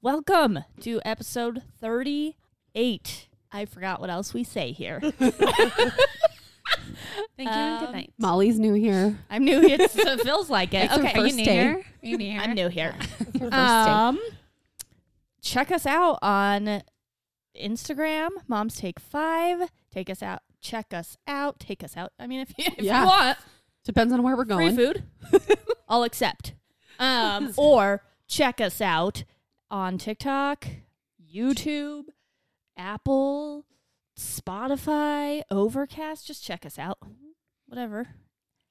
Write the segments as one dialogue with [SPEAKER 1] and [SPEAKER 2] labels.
[SPEAKER 1] Welcome to episode 38. I forgot what else we say here.
[SPEAKER 2] Thank you and good
[SPEAKER 1] Um,
[SPEAKER 2] night.
[SPEAKER 3] Molly's new here.
[SPEAKER 1] I'm new here, so it feels like it.
[SPEAKER 3] It's her
[SPEAKER 1] okay,
[SPEAKER 3] first
[SPEAKER 2] Are you new
[SPEAKER 3] day.
[SPEAKER 2] here? Are you new here?
[SPEAKER 1] I'm new here.
[SPEAKER 3] Her first
[SPEAKER 1] Um, check us out on Instagram, Moms Take Five. Take us out. Check us out. Take us out. I mean, if you, if
[SPEAKER 3] Yeah,
[SPEAKER 1] you want
[SPEAKER 3] Depends on where we're
[SPEAKER 1] free
[SPEAKER 3] going.
[SPEAKER 1] food, I'll accept. Um, or check us out on TikTok, YouTube, Apple, Spotify, Overcast. Just check us out. Whatever.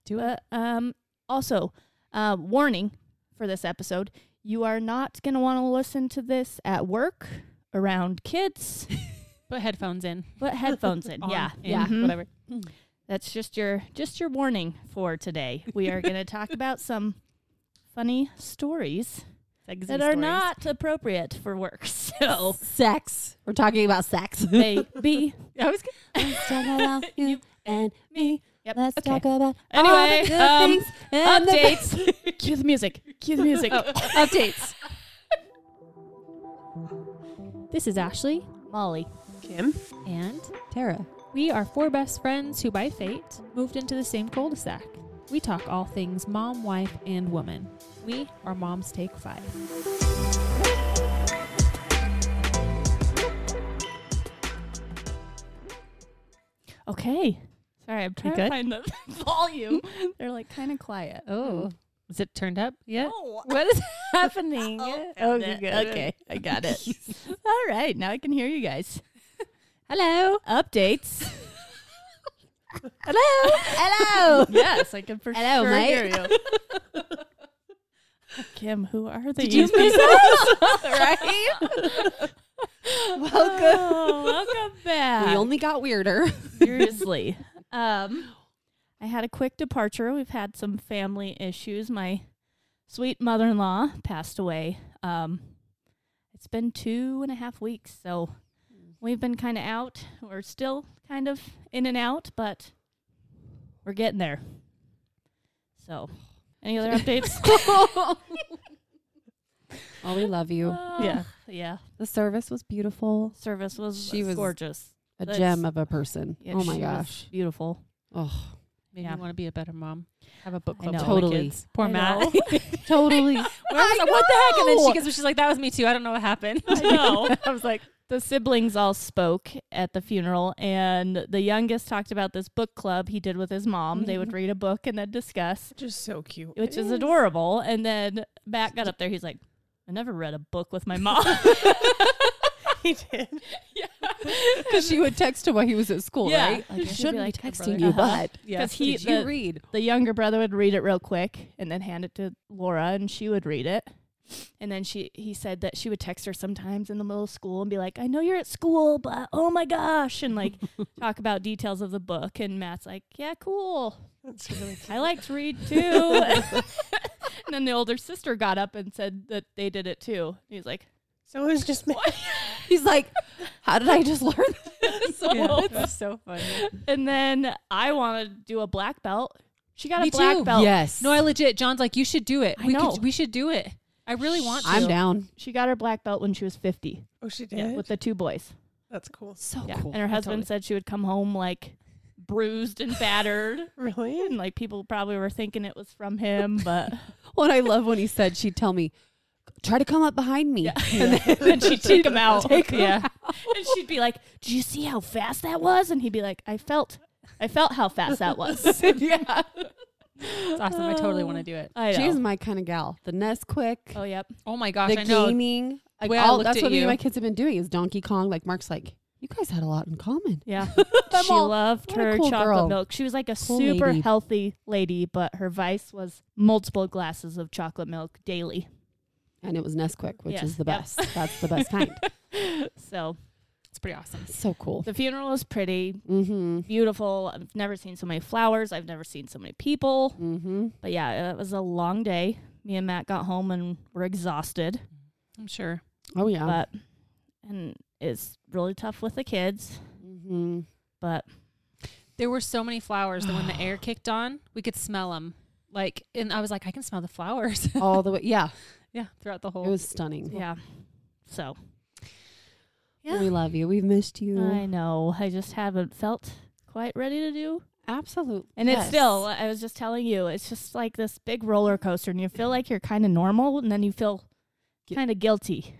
[SPEAKER 1] Do it. um, also, uh, warning for this episode you are not going to want to listen to this at work, around kids,
[SPEAKER 2] Put headphones in.
[SPEAKER 1] but headphones in.
[SPEAKER 2] on,
[SPEAKER 1] yeah.
[SPEAKER 2] in,
[SPEAKER 1] yeah. Mhm.
[SPEAKER 2] Whatever.
[SPEAKER 1] That's just your just your warning for today. We are going to talk about some funny stories
[SPEAKER 2] Sexy
[SPEAKER 1] that are
[SPEAKER 2] stories.
[SPEAKER 1] not appropriate for work. So
[SPEAKER 3] Sex. We're talking about sex.
[SPEAKER 1] maybe
[SPEAKER 2] I was gonna-
[SPEAKER 3] Let's talk about you and me.
[SPEAKER 1] Yep.
[SPEAKER 3] Let's
[SPEAKER 1] Okay.
[SPEAKER 3] talk about all
[SPEAKER 1] Anyway,
[SPEAKER 3] the good
[SPEAKER 1] um,
[SPEAKER 3] things and the bad-
[SPEAKER 1] updates. Cue the music. Cue the music.
[SPEAKER 3] updates.
[SPEAKER 2] This is Ashley
[SPEAKER 1] Molly.
[SPEAKER 3] Kim,
[SPEAKER 2] and
[SPEAKER 3] Tara.
[SPEAKER 2] We are four best friends who, by fate, moved into the same cul de sac. We talk all things mom, wife, and woman. We are Moms Take Five.
[SPEAKER 1] Okay. Sorry, I'm trying
[SPEAKER 2] good?
[SPEAKER 1] to find the volume. They're like kind of quiet.
[SPEAKER 2] Oh. Is it turned up yet?
[SPEAKER 1] Oh.
[SPEAKER 2] What is happening?
[SPEAKER 1] Oh,
[SPEAKER 2] okay, good.
[SPEAKER 1] Okay, I got it. All right, now I can hear you guys.
[SPEAKER 2] Hello.
[SPEAKER 1] Updates.
[SPEAKER 3] Hello. Hello.
[SPEAKER 1] yes, I can for
[SPEAKER 3] Hello,
[SPEAKER 1] sure
[SPEAKER 3] mate.
[SPEAKER 1] hear you. Kim, who are these?
[SPEAKER 2] you miss
[SPEAKER 1] people?
[SPEAKER 3] right?
[SPEAKER 1] Oh, welcome back.
[SPEAKER 3] We only got weirder.
[SPEAKER 1] Seriously. um, I had a quick departure. We've had some family issues. My sweet mother in law passed away. Um, it's been two and a half weeks, so we've been kind of out. We're still kind of in and out, but we're getting there. So, any other updates?
[SPEAKER 3] oh, we love you.
[SPEAKER 1] yeah, yeah.
[SPEAKER 3] The service was beautiful.
[SPEAKER 1] Service was
[SPEAKER 3] She was-
[SPEAKER 1] gorgeous.
[SPEAKER 3] A
[SPEAKER 1] That's-
[SPEAKER 3] gem of a person.
[SPEAKER 1] Yeah,
[SPEAKER 3] oh my
[SPEAKER 1] she was
[SPEAKER 3] gosh.
[SPEAKER 1] beautiful.
[SPEAKER 3] Oh,
[SPEAKER 2] Maybe
[SPEAKER 1] Yeah.
[SPEAKER 2] you want to be a better mom. Have a book
[SPEAKER 1] I
[SPEAKER 2] club.
[SPEAKER 1] know.
[SPEAKER 2] for all the
[SPEAKER 3] Totally.
[SPEAKER 2] kids. Poor
[SPEAKER 1] I
[SPEAKER 2] Matt.
[SPEAKER 1] know.
[SPEAKER 3] totally.
[SPEAKER 2] Where was I? what the heck? And then
[SPEAKER 3] know.
[SPEAKER 2] she gets, she's like, that was me too. I don't know what happened.
[SPEAKER 1] I know.
[SPEAKER 2] I was like,
[SPEAKER 1] the siblings all spoke at the funeral and the youngest talked about this book club he did with his mom they would read a book and then discuss
[SPEAKER 4] Just so cute.
[SPEAKER 1] which is adorable and then matt got up there he's like i never read a book with my mom
[SPEAKER 4] He did.
[SPEAKER 3] Because she would text him while he was at school,
[SPEAKER 1] Yeah.
[SPEAKER 3] right?
[SPEAKER 1] Like, I should be like her brother. Uh-huh.
[SPEAKER 3] but yeah.
[SPEAKER 1] 'Cause he-
[SPEAKER 3] did you
[SPEAKER 1] the-
[SPEAKER 3] read?
[SPEAKER 1] the younger brother would read it real quick and then hand it to laura and she would read it and then she he said that she would text her sometimes in the middle of school and be like i know you're at school but oh my gosh and like talk about details of the book and matt's like yeah cool
[SPEAKER 4] That's really
[SPEAKER 1] I like to read too. and then the older sister got up and said that they did it too. He's like,
[SPEAKER 4] So it was just me.
[SPEAKER 3] He's like, how did I just learn?
[SPEAKER 1] so.
[SPEAKER 2] that's so funny.
[SPEAKER 1] And then I want to do a black belt. She got
[SPEAKER 2] Me
[SPEAKER 1] a black
[SPEAKER 2] too.
[SPEAKER 1] belt.
[SPEAKER 3] Yes.
[SPEAKER 2] No, I legit. John's like, you should do it.
[SPEAKER 1] I
[SPEAKER 2] we
[SPEAKER 1] know.
[SPEAKER 2] Could, we should do it. I really want to.
[SPEAKER 3] I'm down.
[SPEAKER 1] She got her black belt when she was 50
[SPEAKER 4] Oh, she did.
[SPEAKER 1] yeah, with the two boys.
[SPEAKER 4] That's cool.
[SPEAKER 3] So
[SPEAKER 1] Yeah. And her husband said she would come home like bruised and battered. and
[SPEAKER 4] Really?
[SPEAKER 1] like people probably were thinking it was from him, but
[SPEAKER 3] What I love when he said she'd tell me, try to come up behind me. And then
[SPEAKER 1] then she'd take him out. yeah. And she'd be like, "Did you see how fast that was?" And he'd be like, "I felt, I felt how fast that was." yeah,
[SPEAKER 2] it's awesome. I totally want to do it.
[SPEAKER 1] I know.
[SPEAKER 3] she is my kind of gal. The Nesquik,
[SPEAKER 1] oh yep.
[SPEAKER 2] Oh my gosh,
[SPEAKER 3] the
[SPEAKER 2] I know.
[SPEAKER 3] gaming. Like
[SPEAKER 2] Well, I
[SPEAKER 3] all,
[SPEAKER 2] looked
[SPEAKER 3] that's
[SPEAKER 2] at
[SPEAKER 3] what me
[SPEAKER 2] you.
[SPEAKER 3] and my kids have been doing is Donkey Kong. Like Mark's like, you guys had a lot in common.
[SPEAKER 1] Yeah,
[SPEAKER 3] I'm
[SPEAKER 1] she
[SPEAKER 3] all,
[SPEAKER 1] loved
[SPEAKER 3] what a
[SPEAKER 1] her
[SPEAKER 3] cool
[SPEAKER 1] chocolate
[SPEAKER 3] girl.
[SPEAKER 1] milk. She was like a
[SPEAKER 3] Cool
[SPEAKER 1] super
[SPEAKER 3] lady.
[SPEAKER 1] healthy lady, but her vice was multiple glasses of chocolate milk daily.
[SPEAKER 3] And it was Nesquik, which
[SPEAKER 1] Yeah.
[SPEAKER 3] is the
[SPEAKER 1] Yep.
[SPEAKER 3] best. That's the best kind.
[SPEAKER 1] So
[SPEAKER 2] It's pretty awesome.
[SPEAKER 3] So cool.
[SPEAKER 1] the funeral was pretty
[SPEAKER 3] Mm-hmm.
[SPEAKER 1] beautiful. I've never seen so many flowers. I've never seen so many people.
[SPEAKER 3] Mm-hmm.
[SPEAKER 1] But yeah, it was a long day. Me and Matt got home and were exhausted.
[SPEAKER 2] I'm sure.
[SPEAKER 3] Oh yeah.
[SPEAKER 1] but and it's really tough with the kids.
[SPEAKER 3] mm-hmm.
[SPEAKER 1] But
[SPEAKER 2] There were so many flowers that when the air kicked on, we could smell them. Like, and I was like, I can smell the flowers.
[SPEAKER 3] All the way. Yeah.
[SPEAKER 2] yeah, throughout the whole.
[SPEAKER 3] Mm-hmm. It was stunning.
[SPEAKER 1] yeah, So
[SPEAKER 3] We love you. We've missed you.
[SPEAKER 1] I know. I just haven't felt quite ready to do.
[SPEAKER 3] Absolutely.
[SPEAKER 1] And it's
[SPEAKER 3] Yes.
[SPEAKER 1] still, I was just telling you, it's just like this big roller coaster, and you feel like you're kind of normal, and then you feel
[SPEAKER 3] Gu- Mm-hmm.
[SPEAKER 1] kind of guilty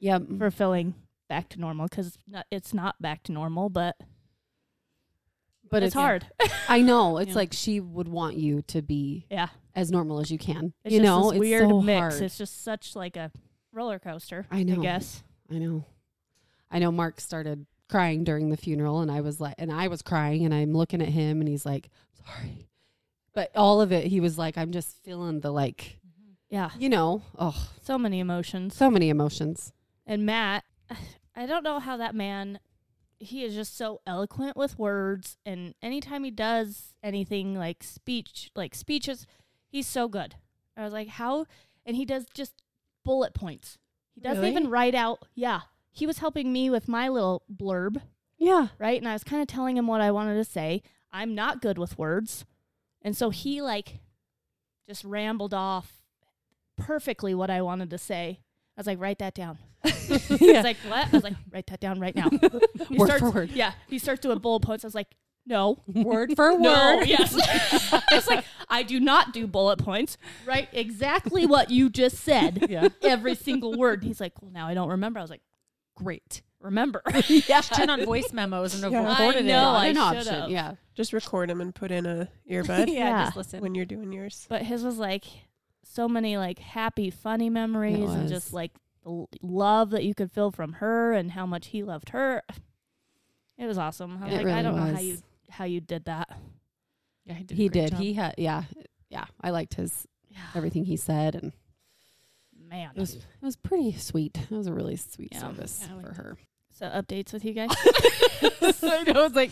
[SPEAKER 3] Yep.
[SPEAKER 1] for feeling back to normal because it's not back to normal, but,
[SPEAKER 3] But
[SPEAKER 1] it's,
[SPEAKER 3] it's-
[SPEAKER 1] hard.
[SPEAKER 3] I know. It's
[SPEAKER 2] Yeah.
[SPEAKER 3] like she would want you to be
[SPEAKER 1] yeah.
[SPEAKER 3] as normal as you can.
[SPEAKER 1] It's
[SPEAKER 3] you
[SPEAKER 1] just
[SPEAKER 3] know,
[SPEAKER 1] this
[SPEAKER 3] it's
[SPEAKER 1] weird
[SPEAKER 3] so
[SPEAKER 1] mix.
[SPEAKER 3] hard.
[SPEAKER 1] It's just such like a roller coaster.
[SPEAKER 3] I know.
[SPEAKER 1] I guess.
[SPEAKER 3] I know. I know Mark started crying during the funeral and I was like and I was crying and I'm looking at him and he's like, sorry. But all of it, he was like, I'm just feeling the like,
[SPEAKER 1] Yeah.
[SPEAKER 3] you know, oh,
[SPEAKER 1] So many emotions.
[SPEAKER 3] so many emotions.
[SPEAKER 1] And Matt, I don't know how that man, he is just so eloquent with words. And anytime he does anything like speech, like speeches, he's so good. I was like, how? And he does just bullet points. He doesn't
[SPEAKER 4] Really?
[SPEAKER 1] even write out. Yeah. He was helping me with my little blurb,
[SPEAKER 3] Yeah.
[SPEAKER 1] right? And I was kind of telling him what I wanted to say. I'm not good with words. And so he like just rambled off perfectly what I wanted to say. I was like, write that down. He's like, what? I was like, write that down right now. He
[SPEAKER 3] Word
[SPEAKER 1] starts,
[SPEAKER 3] for word.
[SPEAKER 1] Yeah. He starts doing bullet points. I was like, no.
[SPEAKER 3] Word for
[SPEAKER 1] No.
[SPEAKER 3] word.
[SPEAKER 1] Yes. it's like, I do not do bullet points. Write exactly what you just said.
[SPEAKER 3] Yeah.
[SPEAKER 1] Every single word. And he's like, well, now I don't remember. I was like,
[SPEAKER 2] Great.
[SPEAKER 1] remember.
[SPEAKER 2] Yeah. Turn on voice memos and
[SPEAKER 4] Yeah.
[SPEAKER 1] I
[SPEAKER 2] recorded
[SPEAKER 1] know.
[SPEAKER 2] it.
[SPEAKER 1] I
[SPEAKER 3] an
[SPEAKER 1] should've.
[SPEAKER 3] option. Yeah.
[SPEAKER 4] Just record them and put in a
[SPEAKER 2] yeah,
[SPEAKER 4] earbud
[SPEAKER 2] just listen.
[SPEAKER 4] when you're doing yours.
[SPEAKER 1] But his was like so many like happy, funny memories and just
[SPEAKER 3] was.
[SPEAKER 1] like the l- love that you could feel from her and how much he loved her. It was awesome. I was
[SPEAKER 3] It
[SPEAKER 1] like, I
[SPEAKER 3] really
[SPEAKER 1] don't know how
[SPEAKER 3] was.
[SPEAKER 1] you how you did that.
[SPEAKER 2] Yeah, he did. a
[SPEAKER 3] He
[SPEAKER 2] great
[SPEAKER 3] did.
[SPEAKER 2] job.
[SPEAKER 3] He had yeah. Yeah. I liked his
[SPEAKER 1] Yeah.
[SPEAKER 3] everything he said and
[SPEAKER 1] Man.
[SPEAKER 3] it was it was pretty sweet. It was a really sweet
[SPEAKER 1] Yeah.
[SPEAKER 3] service
[SPEAKER 2] Yeah, I liked
[SPEAKER 3] for
[SPEAKER 2] it.
[SPEAKER 3] her.
[SPEAKER 1] So updates with you guys.
[SPEAKER 2] I know. It's like,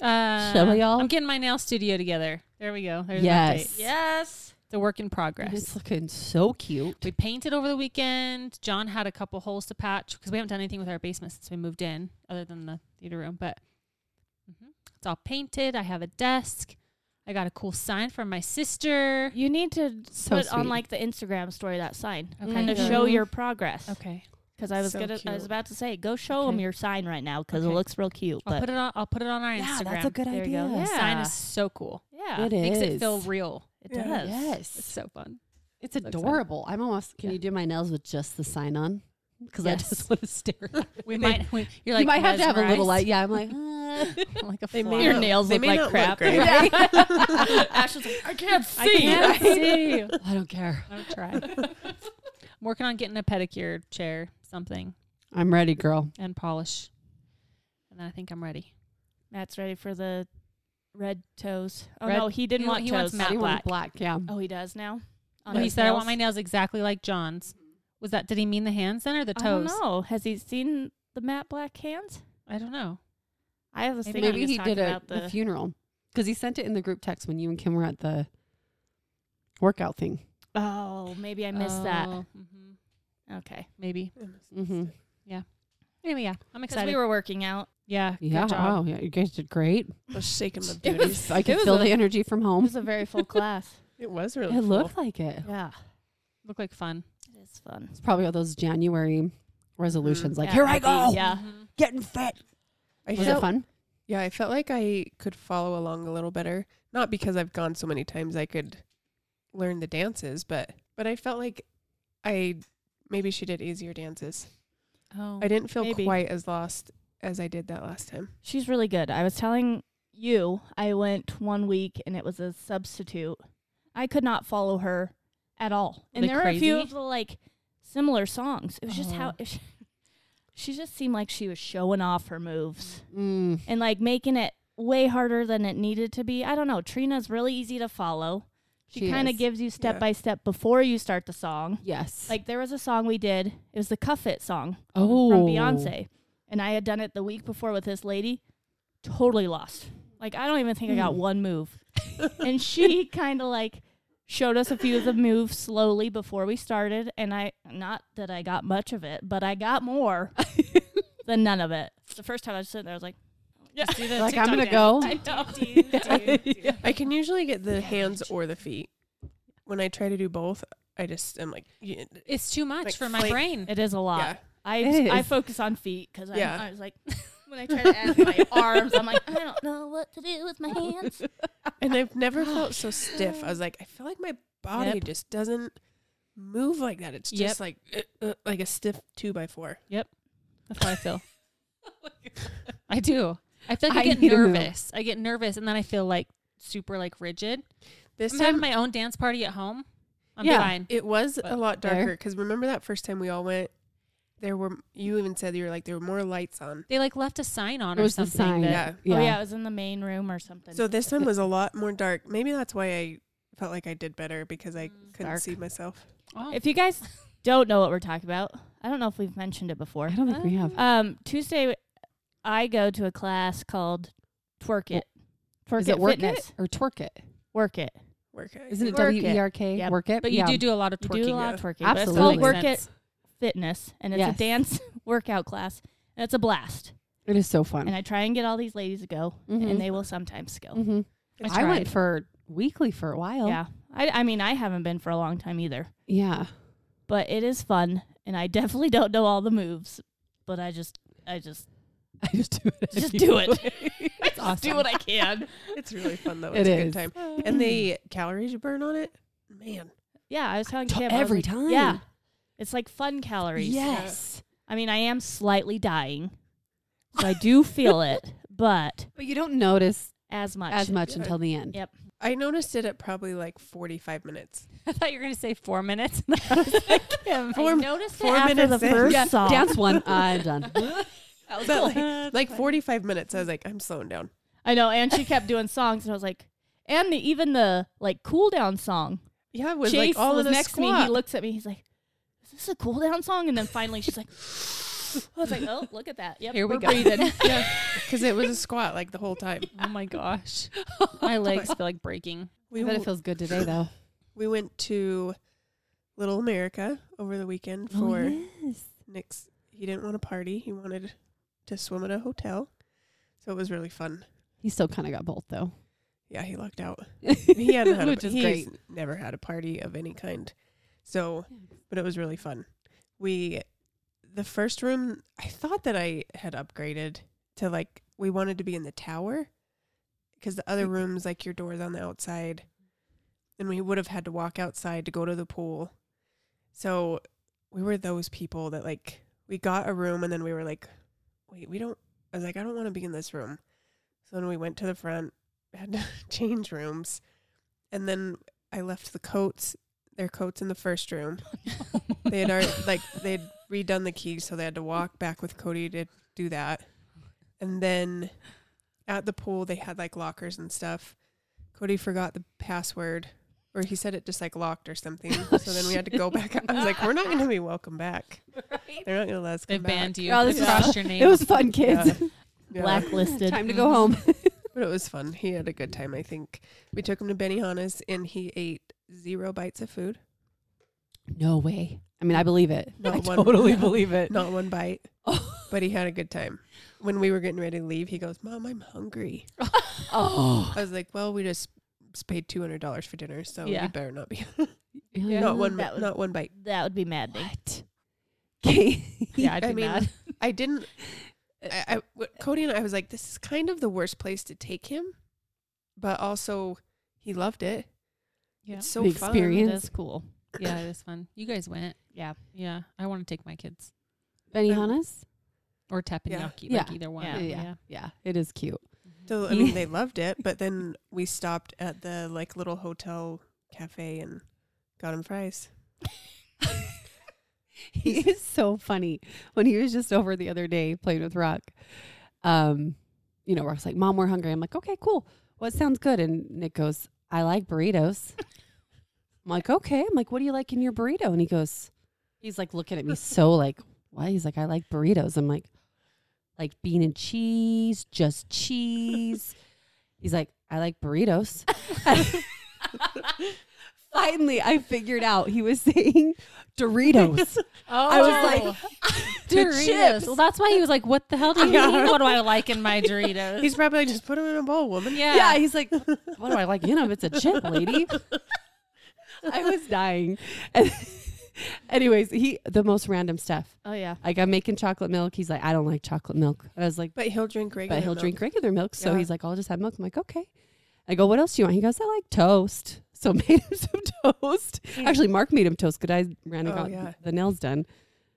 [SPEAKER 2] uh,
[SPEAKER 3] Shall we all?
[SPEAKER 2] I'm getting my nail studio together. There we go. There's an
[SPEAKER 3] Yes.
[SPEAKER 2] update.
[SPEAKER 1] yes.
[SPEAKER 2] It's a work in
[SPEAKER 3] It's
[SPEAKER 2] progress.
[SPEAKER 3] looking so cute.
[SPEAKER 2] We painted over the weekend. John had a couple holes to patch because we haven't done anything with our basement since we moved in, other than the theater room. But mhm, it's all painted. I have a desk. I got a cool sign from my sister.
[SPEAKER 1] You need to
[SPEAKER 3] So
[SPEAKER 1] put on
[SPEAKER 3] sweet.
[SPEAKER 1] like the Instagram story that sign
[SPEAKER 2] Okay.
[SPEAKER 1] kind of
[SPEAKER 2] Mhm.
[SPEAKER 1] show your progress.
[SPEAKER 2] Okay,
[SPEAKER 1] Because I was
[SPEAKER 4] So
[SPEAKER 1] gonna, I
[SPEAKER 4] cute.
[SPEAKER 1] was about to say, go show them
[SPEAKER 2] Okay.
[SPEAKER 1] your sign right now because
[SPEAKER 2] Okay.
[SPEAKER 1] it looks real cute.
[SPEAKER 2] I'll
[SPEAKER 1] but
[SPEAKER 2] put it on. I'll put it on our
[SPEAKER 3] yeah,
[SPEAKER 2] Instagram.
[SPEAKER 3] that's a good
[SPEAKER 1] There you
[SPEAKER 3] idea.
[SPEAKER 1] go.
[SPEAKER 2] The sign
[SPEAKER 1] Yeah.
[SPEAKER 2] is so cool.
[SPEAKER 1] yeah,
[SPEAKER 3] It
[SPEAKER 1] it,
[SPEAKER 3] is.
[SPEAKER 2] Makes it feel real.
[SPEAKER 1] does.
[SPEAKER 4] Yeah.
[SPEAKER 3] Yes.
[SPEAKER 2] It's so fun.
[SPEAKER 3] It's
[SPEAKER 2] excited.
[SPEAKER 3] adorable. I'm almost. Can
[SPEAKER 2] Yeah.
[SPEAKER 3] you do my nails with just the sign on? Because I
[SPEAKER 2] Yes.
[SPEAKER 3] just want to stare. at it.
[SPEAKER 2] We might. We, you're like
[SPEAKER 3] you might have to have a little light.
[SPEAKER 2] mesmerized.
[SPEAKER 3] Yeah, I'm like. uh,
[SPEAKER 2] like a
[SPEAKER 4] They
[SPEAKER 2] fly.
[SPEAKER 4] may
[SPEAKER 1] Your
[SPEAKER 4] not-
[SPEAKER 1] nails
[SPEAKER 4] they
[SPEAKER 1] look
[SPEAKER 4] may
[SPEAKER 1] like
[SPEAKER 4] not look
[SPEAKER 1] crap.
[SPEAKER 4] great.
[SPEAKER 1] Ash is like, I can't see.
[SPEAKER 2] I can't see.
[SPEAKER 3] I don't care.
[SPEAKER 2] I'll try. I'm working on getting a pedicure chair, something,
[SPEAKER 3] I'm ready, girl.
[SPEAKER 2] and polish. And then I think I'm ready.
[SPEAKER 1] Matt's ready for the red toes. Oh
[SPEAKER 2] Red-
[SPEAKER 1] no, he didn't
[SPEAKER 2] he wa-
[SPEAKER 1] want
[SPEAKER 2] he
[SPEAKER 1] toes.
[SPEAKER 2] wants matte
[SPEAKER 3] You want
[SPEAKER 2] black.
[SPEAKER 3] black, yeah.
[SPEAKER 1] Oh, he does now. On
[SPEAKER 2] When he
[SPEAKER 1] his
[SPEAKER 2] said I
[SPEAKER 1] nails?
[SPEAKER 2] want
[SPEAKER 1] Mm-hmm.
[SPEAKER 2] my nails exactly like John's. Was that did he mean the hands then or the toes?
[SPEAKER 1] I don't know. Has he seen the matte black hands?
[SPEAKER 2] I don't know.
[SPEAKER 1] I have this
[SPEAKER 2] Maybe-
[SPEAKER 1] thing.
[SPEAKER 3] Maybe
[SPEAKER 1] was
[SPEAKER 3] he
[SPEAKER 1] talking
[SPEAKER 3] did a,
[SPEAKER 1] about
[SPEAKER 3] the
[SPEAKER 1] the
[SPEAKER 3] funeral because he sent it in the group text when you and Kim were at the workout thing.
[SPEAKER 1] Oh, maybe I missed that.
[SPEAKER 2] hmm
[SPEAKER 1] Okay.
[SPEAKER 2] Maybe.
[SPEAKER 3] Mm-hmm.
[SPEAKER 2] Anyway, yeah. I'm
[SPEAKER 1] Because
[SPEAKER 2] excited.
[SPEAKER 1] we were working out.
[SPEAKER 2] yeah.
[SPEAKER 3] Yeah.
[SPEAKER 2] Good job.
[SPEAKER 3] Wow. Yeah, you guys did great.
[SPEAKER 4] I was shaking my
[SPEAKER 1] It
[SPEAKER 4] booties.
[SPEAKER 3] I could
[SPEAKER 1] was
[SPEAKER 3] feel
[SPEAKER 1] a-
[SPEAKER 3] the energy from
[SPEAKER 1] It
[SPEAKER 3] home.
[SPEAKER 1] was a very full class.
[SPEAKER 4] It was really
[SPEAKER 3] It looked like it.
[SPEAKER 1] Yeah.
[SPEAKER 2] Looked like fun.
[SPEAKER 1] It's fun.
[SPEAKER 3] It's probably all those January resolutions. Like,
[SPEAKER 1] Yeah,
[SPEAKER 3] here I
[SPEAKER 1] maybe.
[SPEAKER 3] go,
[SPEAKER 1] Yeah.
[SPEAKER 2] Mhm.
[SPEAKER 3] getting fit.
[SPEAKER 4] I
[SPEAKER 3] Was
[SPEAKER 4] felt,
[SPEAKER 3] it fun?
[SPEAKER 4] Yeah, I felt like I could follow along a little better. Not because I've gone so many times I could learn the dances, but but I felt like I maybe she did easier dances.
[SPEAKER 2] Oh.
[SPEAKER 4] I didn't feel
[SPEAKER 1] Maybe.
[SPEAKER 4] quite as lost as I did that last time.
[SPEAKER 1] She's really good. I was telling you, I went one week and it was a substitute. I could not follow her at all. And
[SPEAKER 2] Like
[SPEAKER 1] there were a few
[SPEAKER 2] crazy?
[SPEAKER 1] of the like similar songs. It was just how
[SPEAKER 2] Oh.
[SPEAKER 1] she, she just seemed like she was showing off her moves
[SPEAKER 3] Mm.
[SPEAKER 1] and like making it way harder than it needed to be. I don't know. Trina's really easy to follow. She,
[SPEAKER 3] She
[SPEAKER 1] kind of
[SPEAKER 3] is.
[SPEAKER 1] gives you step
[SPEAKER 4] Yeah.
[SPEAKER 1] by step before you start the song.
[SPEAKER 3] Yes.
[SPEAKER 1] Like there was a song we did. It was the Cuff It song
[SPEAKER 3] oh,
[SPEAKER 1] from Beyonce. And I had done it the week before with this lady. Totally lost. Like I don't even think I got one move. and she kind of like showed us a few of the moves slowly before we started and I not that I got much of it, but I got more than none of it. The first time I was sitting there I was like, yeah.
[SPEAKER 2] Do the
[SPEAKER 3] Like, I'm
[SPEAKER 2] TikTok
[SPEAKER 3] gonna go.
[SPEAKER 2] dance.
[SPEAKER 4] I can usually get the hands or the feet. When I try to do both, I just am like, yeah,
[SPEAKER 2] It's too much
[SPEAKER 4] Like
[SPEAKER 2] for my
[SPEAKER 4] flake-
[SPEAKER 2] brain.
[SPEAKER 1] It is a lot.
[SPEAKER 4] yeah.
[SPEAKER 1] I
[SPEAKER 3] It
[SPEAKER 1] I
[SPEAKER 3] is.
[SPEAKER 1] focus on feet because
[SPEAKER 4] Yeah.
[SPEAKER 1] I was like, when I try to add my arms, I'm like, I don't know what to do with my hands.
[SPEAKER 4] And I've never felt so stiff. I was like, I feel like my body
[SPEAKER 2] Yep.
[SPEAKER 4] just doesn't move like that. It's
[SPEAKER 2] Yep.
[SPEAKER 4] just like uh, uh, like a stiff two by four.
[SPEAKER 2] That's how I feel. I do. I feel like I,
[SPEAKER 3] I
[SPEAKER 2] get
[SPEAKER 3] need a move.
[SPEAKER 2] nervous. I get nervous, and then I feel like super like rigid.
[SPEAKER 4] This
[SPEAKER 2] I'm
[SPEAKER 4] time
[SPEAKER 2] having my own dance party at home. I'm
[SPEAKER 3] Yeah.
[SPEAKER 2] fine.
[SPEAKER 4] it was a
[SPEAKER 2] But
[SPEAKER 4] lot
[SPEAKER 3] there.
[SPEAKER 4] darker because remember that first time we all went. There were you even said you were like there were more lights on.
[SPEAKER 2] They like left a sign on
[SPEAKER 3] It
[SPEAKER 2] or
[SPEAKER 3] was the
[SPEAKER 2] something.
[SPEAKER 3] sign.
[SPEAKER 2] that-
[SPEAKER 4] Yeah.
[SPEAKER 1] Oh yeah, it was in the main room or something.
[SPEAKER 4] So this one was a lot more dark. Maybe that's why I felt like I did better because I couldn't
[SPEAKER 3] Mm, Dark.
[SPEAKER 4] see myself.
[SPEAKER 2] Oh.
[SPEAKER 1] if you guys don't know what we're talking about, I don't know if we've mentioned it before.
[SPEAKER 3] I don't think we have.
[SPEAKER 1] Um, Tuesday, I go to a class called Twerk It. Twerk
[SPEAKER 3] Is
[SPEAKER 1] It,
[SPEAKER 3] it work
[SPEAKER 1] Fitness.
[SPEAKER 3] it or twerk it?
[SPEAKER 1] Work It.
[SPEAKER 4] Work it.
[SPEAKER 3] Isn't it
[SPEAKER 1] Work it.
[SPEAKER 3] W E R K?
[SPEAKER 1] Yep.
[SPEAKER 3] Work it.
[SPEAKER 2] but you
[SPEAKER 3] Yeah.
[SPEAKER 2] do do a lot of
[SPEAKER 1] You
[SPEAKER 2] twerking.
[SPEAKER 1] do a lot of twerking.
[SPEAKER 3] yeah.
[SPEAKER 1] but it's
[SPEAKER 2] Absolutely.
[SPEAKER 1] called Work
[SPEAKER 2] Makes
[SPEAKER 1] It Fitness, and it's
[SPEAKER 3] Yes.
[SPEAKER 1] a dance workout class, and it's a blast.
[SPEAKER 3] It is so fun.
[SPEAKER 1] And I try and get all these ladies to go,
[SPEAKER 3] Mhm.
[SPEAKER 1] and they will sometimes go.
[SPEAKER 3] hmm
[SPEAKER 4] It's
[SPEAKER 3] I
[SPEAKER 1] tried.
[SPEAKER 3] went for weekly for a while.
[SPEAKER 1] Yeah, I, I mean, I haven't been for a long time either,
[SPEAKER 3] Yeah.
[SPEAKER 1] but it is fun, and I definitely don't know all the moves, but I just, I just,
[SPEAKER 3] I just do it.
[SPEAKER 1] just
[SPEAKER 3] every
[SPEAKER 1] do
[SPEAKER 3] week.
[SPEAKER 1] it.
[SPEAKER 3] It's
[SPEAKER 1] Just do what I can.
[SPEAKER 4] It's really fun though.
[SPEAKER 3] It
[SPEAKER 4] It's a
[SPEAKER 3] is. Uh,
[SPEAKER 4] good time. And the calories you burn on it, man.
[SPEAKER 1] Yeah, I was telling
[SPEAKER 3] To-
[SPEAKER 1] Tim I was
[SPEAKER 3] every
[SPEAKER 1] like,
[SPEAKER 3] time.
[SPEAKER 1] Yeah, Mm. it's like fun calories.
[SPEAKER 3] Yes.
[SPEAKER 1] I mean, I am slightly dying, so I do feel it, but
[SPEAKER 3] But you don't notice
[SPEAKER 1] as much.
[SPEAKER 3] as much
[SPEAKER 4] Yeah.
[SPEAKER 3] until the end.
[SPEAKER 1] Yeah.
[SPEAKER 4] I noticed it at probably like forty five minutes.
[SPEAKER 2] I thought you were gonna say four minutes. And I was like,
[SPEAKER 1] I
[SPEAKER 4] Four-
[SPEAKER 1] noticed
[SPEAKER 4] four
[SPEAKER 1] it after the
[SPEAKER 4] minutes in.
[SPEAKER 1] first
[SPEAKER 4] Yeah,
[SPEAKER 1] song.
[SPEAKER 3] Dance one. I'm done.
[SPEAKER 4] But like, like forty five minutes, I was like, I'm slowing down.
[SPEAKER 1] I know, and she kept doing songs, and I was like, and the, even the like cool down song.
[SPEAKER 4] Yeah, it was
[SPEAKER 1] Chase
[SPEAKER 4] like all
[SPEAKER 1] was
[SPEAKER 4] in a
[SPEAKER 1] next to me.
[SPEAKER 4] squat.
[SPEAKER 1] He looks at me. He's like, "Is this a cool down song?" And then finally, she's like, "I was like, oh, look at that. Yep,
[SPEAKER 2] Here we
[SPEAKER 1] we're
[SPEAKER 2] go.
[SPEAKER 1] breathing."
[SPEAKER 4] yeah, because it was a squat like the whole time.
[SPEAKER 2] oh my gosh, my legs feel like breaking.
[SPEAKER 4] We
[SPEAKER 3] but
[SPEAKER 4] w-
[SPEAKER 3] it feels good today though.
[SPEAKER 4] we went to Little America over the weekend
[SPEAKER 1] Oh,
[SPEAKER 4] for Nick's. He didn't want to party. He wanted to swim at a hotel, so it was really fun.
[SPEAKER 3] He still kind of got both though.
[SPEAKER 4] Yeah, he lucked out. He hadn't had a,
[SPEAKER 3] Which is
[SPEAKER 4] he's
[SPEAKER 3] great.
[SPEAKER 4] never had a party of any kind, so but it was really fun. We the first room I thought that I had upgraded to like we wanted to be in the tower because the other rooms like your doors on the outside and we would have had to walk outside to go to the pool. So we were those people that like we got a room and then we were like wait, we don't I was like I don't want to be in this room. So then we went to the front, had to change rooms. And then I left the coats, their coats in the first room they had already like they'd redone the keys, so they had to walk back with Cody to do that. And then at the pool, they had like lockers and stuff. Cody forgot the password, or he said it just like locked or something. so then we had to go back. out. I was like, we're not going to be welcome back. They're not going to let us
[SPEAKER 2] They
[SPEAKER 4] come back.
[SPEAKER 2] banned you.
[SPEAKER 1] Oh,
[SPEAKER 2] Oh,
[SPEAKER 1] this
[SPEAKER 2] this
[SPEAKER 1] is-
[SPEAKER 2] crossed your name.
[SPEAKER 3] It was fun, kids.
[SPEAKER 4] Yeah.
[SPEAKER 1] Blacklisted.
[SPEAKER 3] Time to go home.
[SPEAKER 4] But it was fun. He had a good time, I think. We took him to Benihana's, and he ate zero bites of food.
[SPEAKER 3] No way. I mean, I believe it.
[SPEAKER 4] Not
[SPEAKER 3] I
[SPEAKER 4] one-
[SPEAKER 3] totally believe it.
[SPEAKER 4] Not one bite.
[SPEAKER 3] Oh.
[SPEAKER 4] But he had a good time. When we were getting ready to leave, he goes, Mom, I'm hungry.
[SPEAKER 3] Oh.
[SPEAKER 4] I was like, Well, we just s- paid two hundred dollars for dinner, so
[SPEAKER 2] Yeah.
[SPEAKER 4] you better not be
[SPEAKER 3] Yeah.
[SPEAKER 4] not one
[SPEAKER 1] That would-
[SPEAKER 4] not one bite.
[SPEAKER 1] That would be maddening.
[SPEAKER 3] What? Okay.
[SPEAKER 2] yeah, I'd be
[SPEAKER 4] I mean,
[SPEAKER 2] mad.
[SPEAKER 4] I didn't. I, I- w- Cody and I was like, This is kind of the worst place to take him, but also he loved it.
[SPEAKER 2] Yeah.
[SPEAKER 4] It's so
[SPEAKER 3] The
[SPEAKER 4] fun.
[SPEAKER 3] experience.
[SPEAKER 1] That's cool.
[SPEAKER 2] Yeah, it was fun. You guys went.
[SPEAKER 1] Yeah.
[SPEAKER 2] Yeah, I want to take my kids
[SPEAKER 3] Benihana's?
[SPEAKER 2] or teppanyaki,
[SPEAKER 3] Yeah.
[SPEAKER 2] like either one.
[SPEAKER 1] Yeah.
[SPEAKER 3] Yeah. Yeah. It is cute.
[SPEAKER 4] So I
[SPEAKER 3] He-
[SPEAKER 4] mean, they loved it, but then we stopped at the like little hotel cafe and got him fries.
[SPEAKER 3] he is so funny. When he was just over the other day playing with Rock, um, you know, Rock's like, Mom, we're hungry. I'm like, Okay, cool. What sounds good? And Nick goes, I like burritos. I'm like, Okay. I'm like, What do you like in your burrito? And he goes, He's like looking at me so like, Why? He's like, I like burritos. I'm like, Like bean and cheese, just cheese. He's like, I like burritos. Finally, I figured out he was saying Doritos.
[SPEAKER 2] Oh,
[SPEAKER 3] I was like,
[SPEAKER 2] Doritos.
[SPEAKER 3] chips.
[SPEAKER 2] Well, that's why he was like, "What the hell do you
[SPEAKER 4] Yeah.
[SPEAKER 2] mean? What do I like in my Doritos?"
[SPEAKER 4] He's probably like, just put him in a bowl, woman.
[SPEAKER 2] yeah.
[SPEAKER 3] yeah. he's like, what do I like? You know, it's a chip, lady. I was dying. And, Anyways, he the most random stuff.
[SPEAKER 1] Oh yeah.
[SPEAKER 3] Like I'm making chocolate milk. He's like, I don't like chocolate milk. I was like,
[SPEAKER 4] But he'll drink regular.
[SPEAKER 3] but he'll
[SPEAKER 4] milk.
[SPEAKER 3] drink regular milk. So
[SPEAKER 4] Yeah.
[SPEAKER 3] he's like, I'll just have milk. I'm like, okay. I go, what else do you want? He goes, I like toast. So made him some toast. Actually, Mark made him toast. Good, I ran and
[SPEAKER 4] Oh,
[SPEAKER 3] got
[SPEAKER 4] yeah.
[SPEAKER 3] the nails done.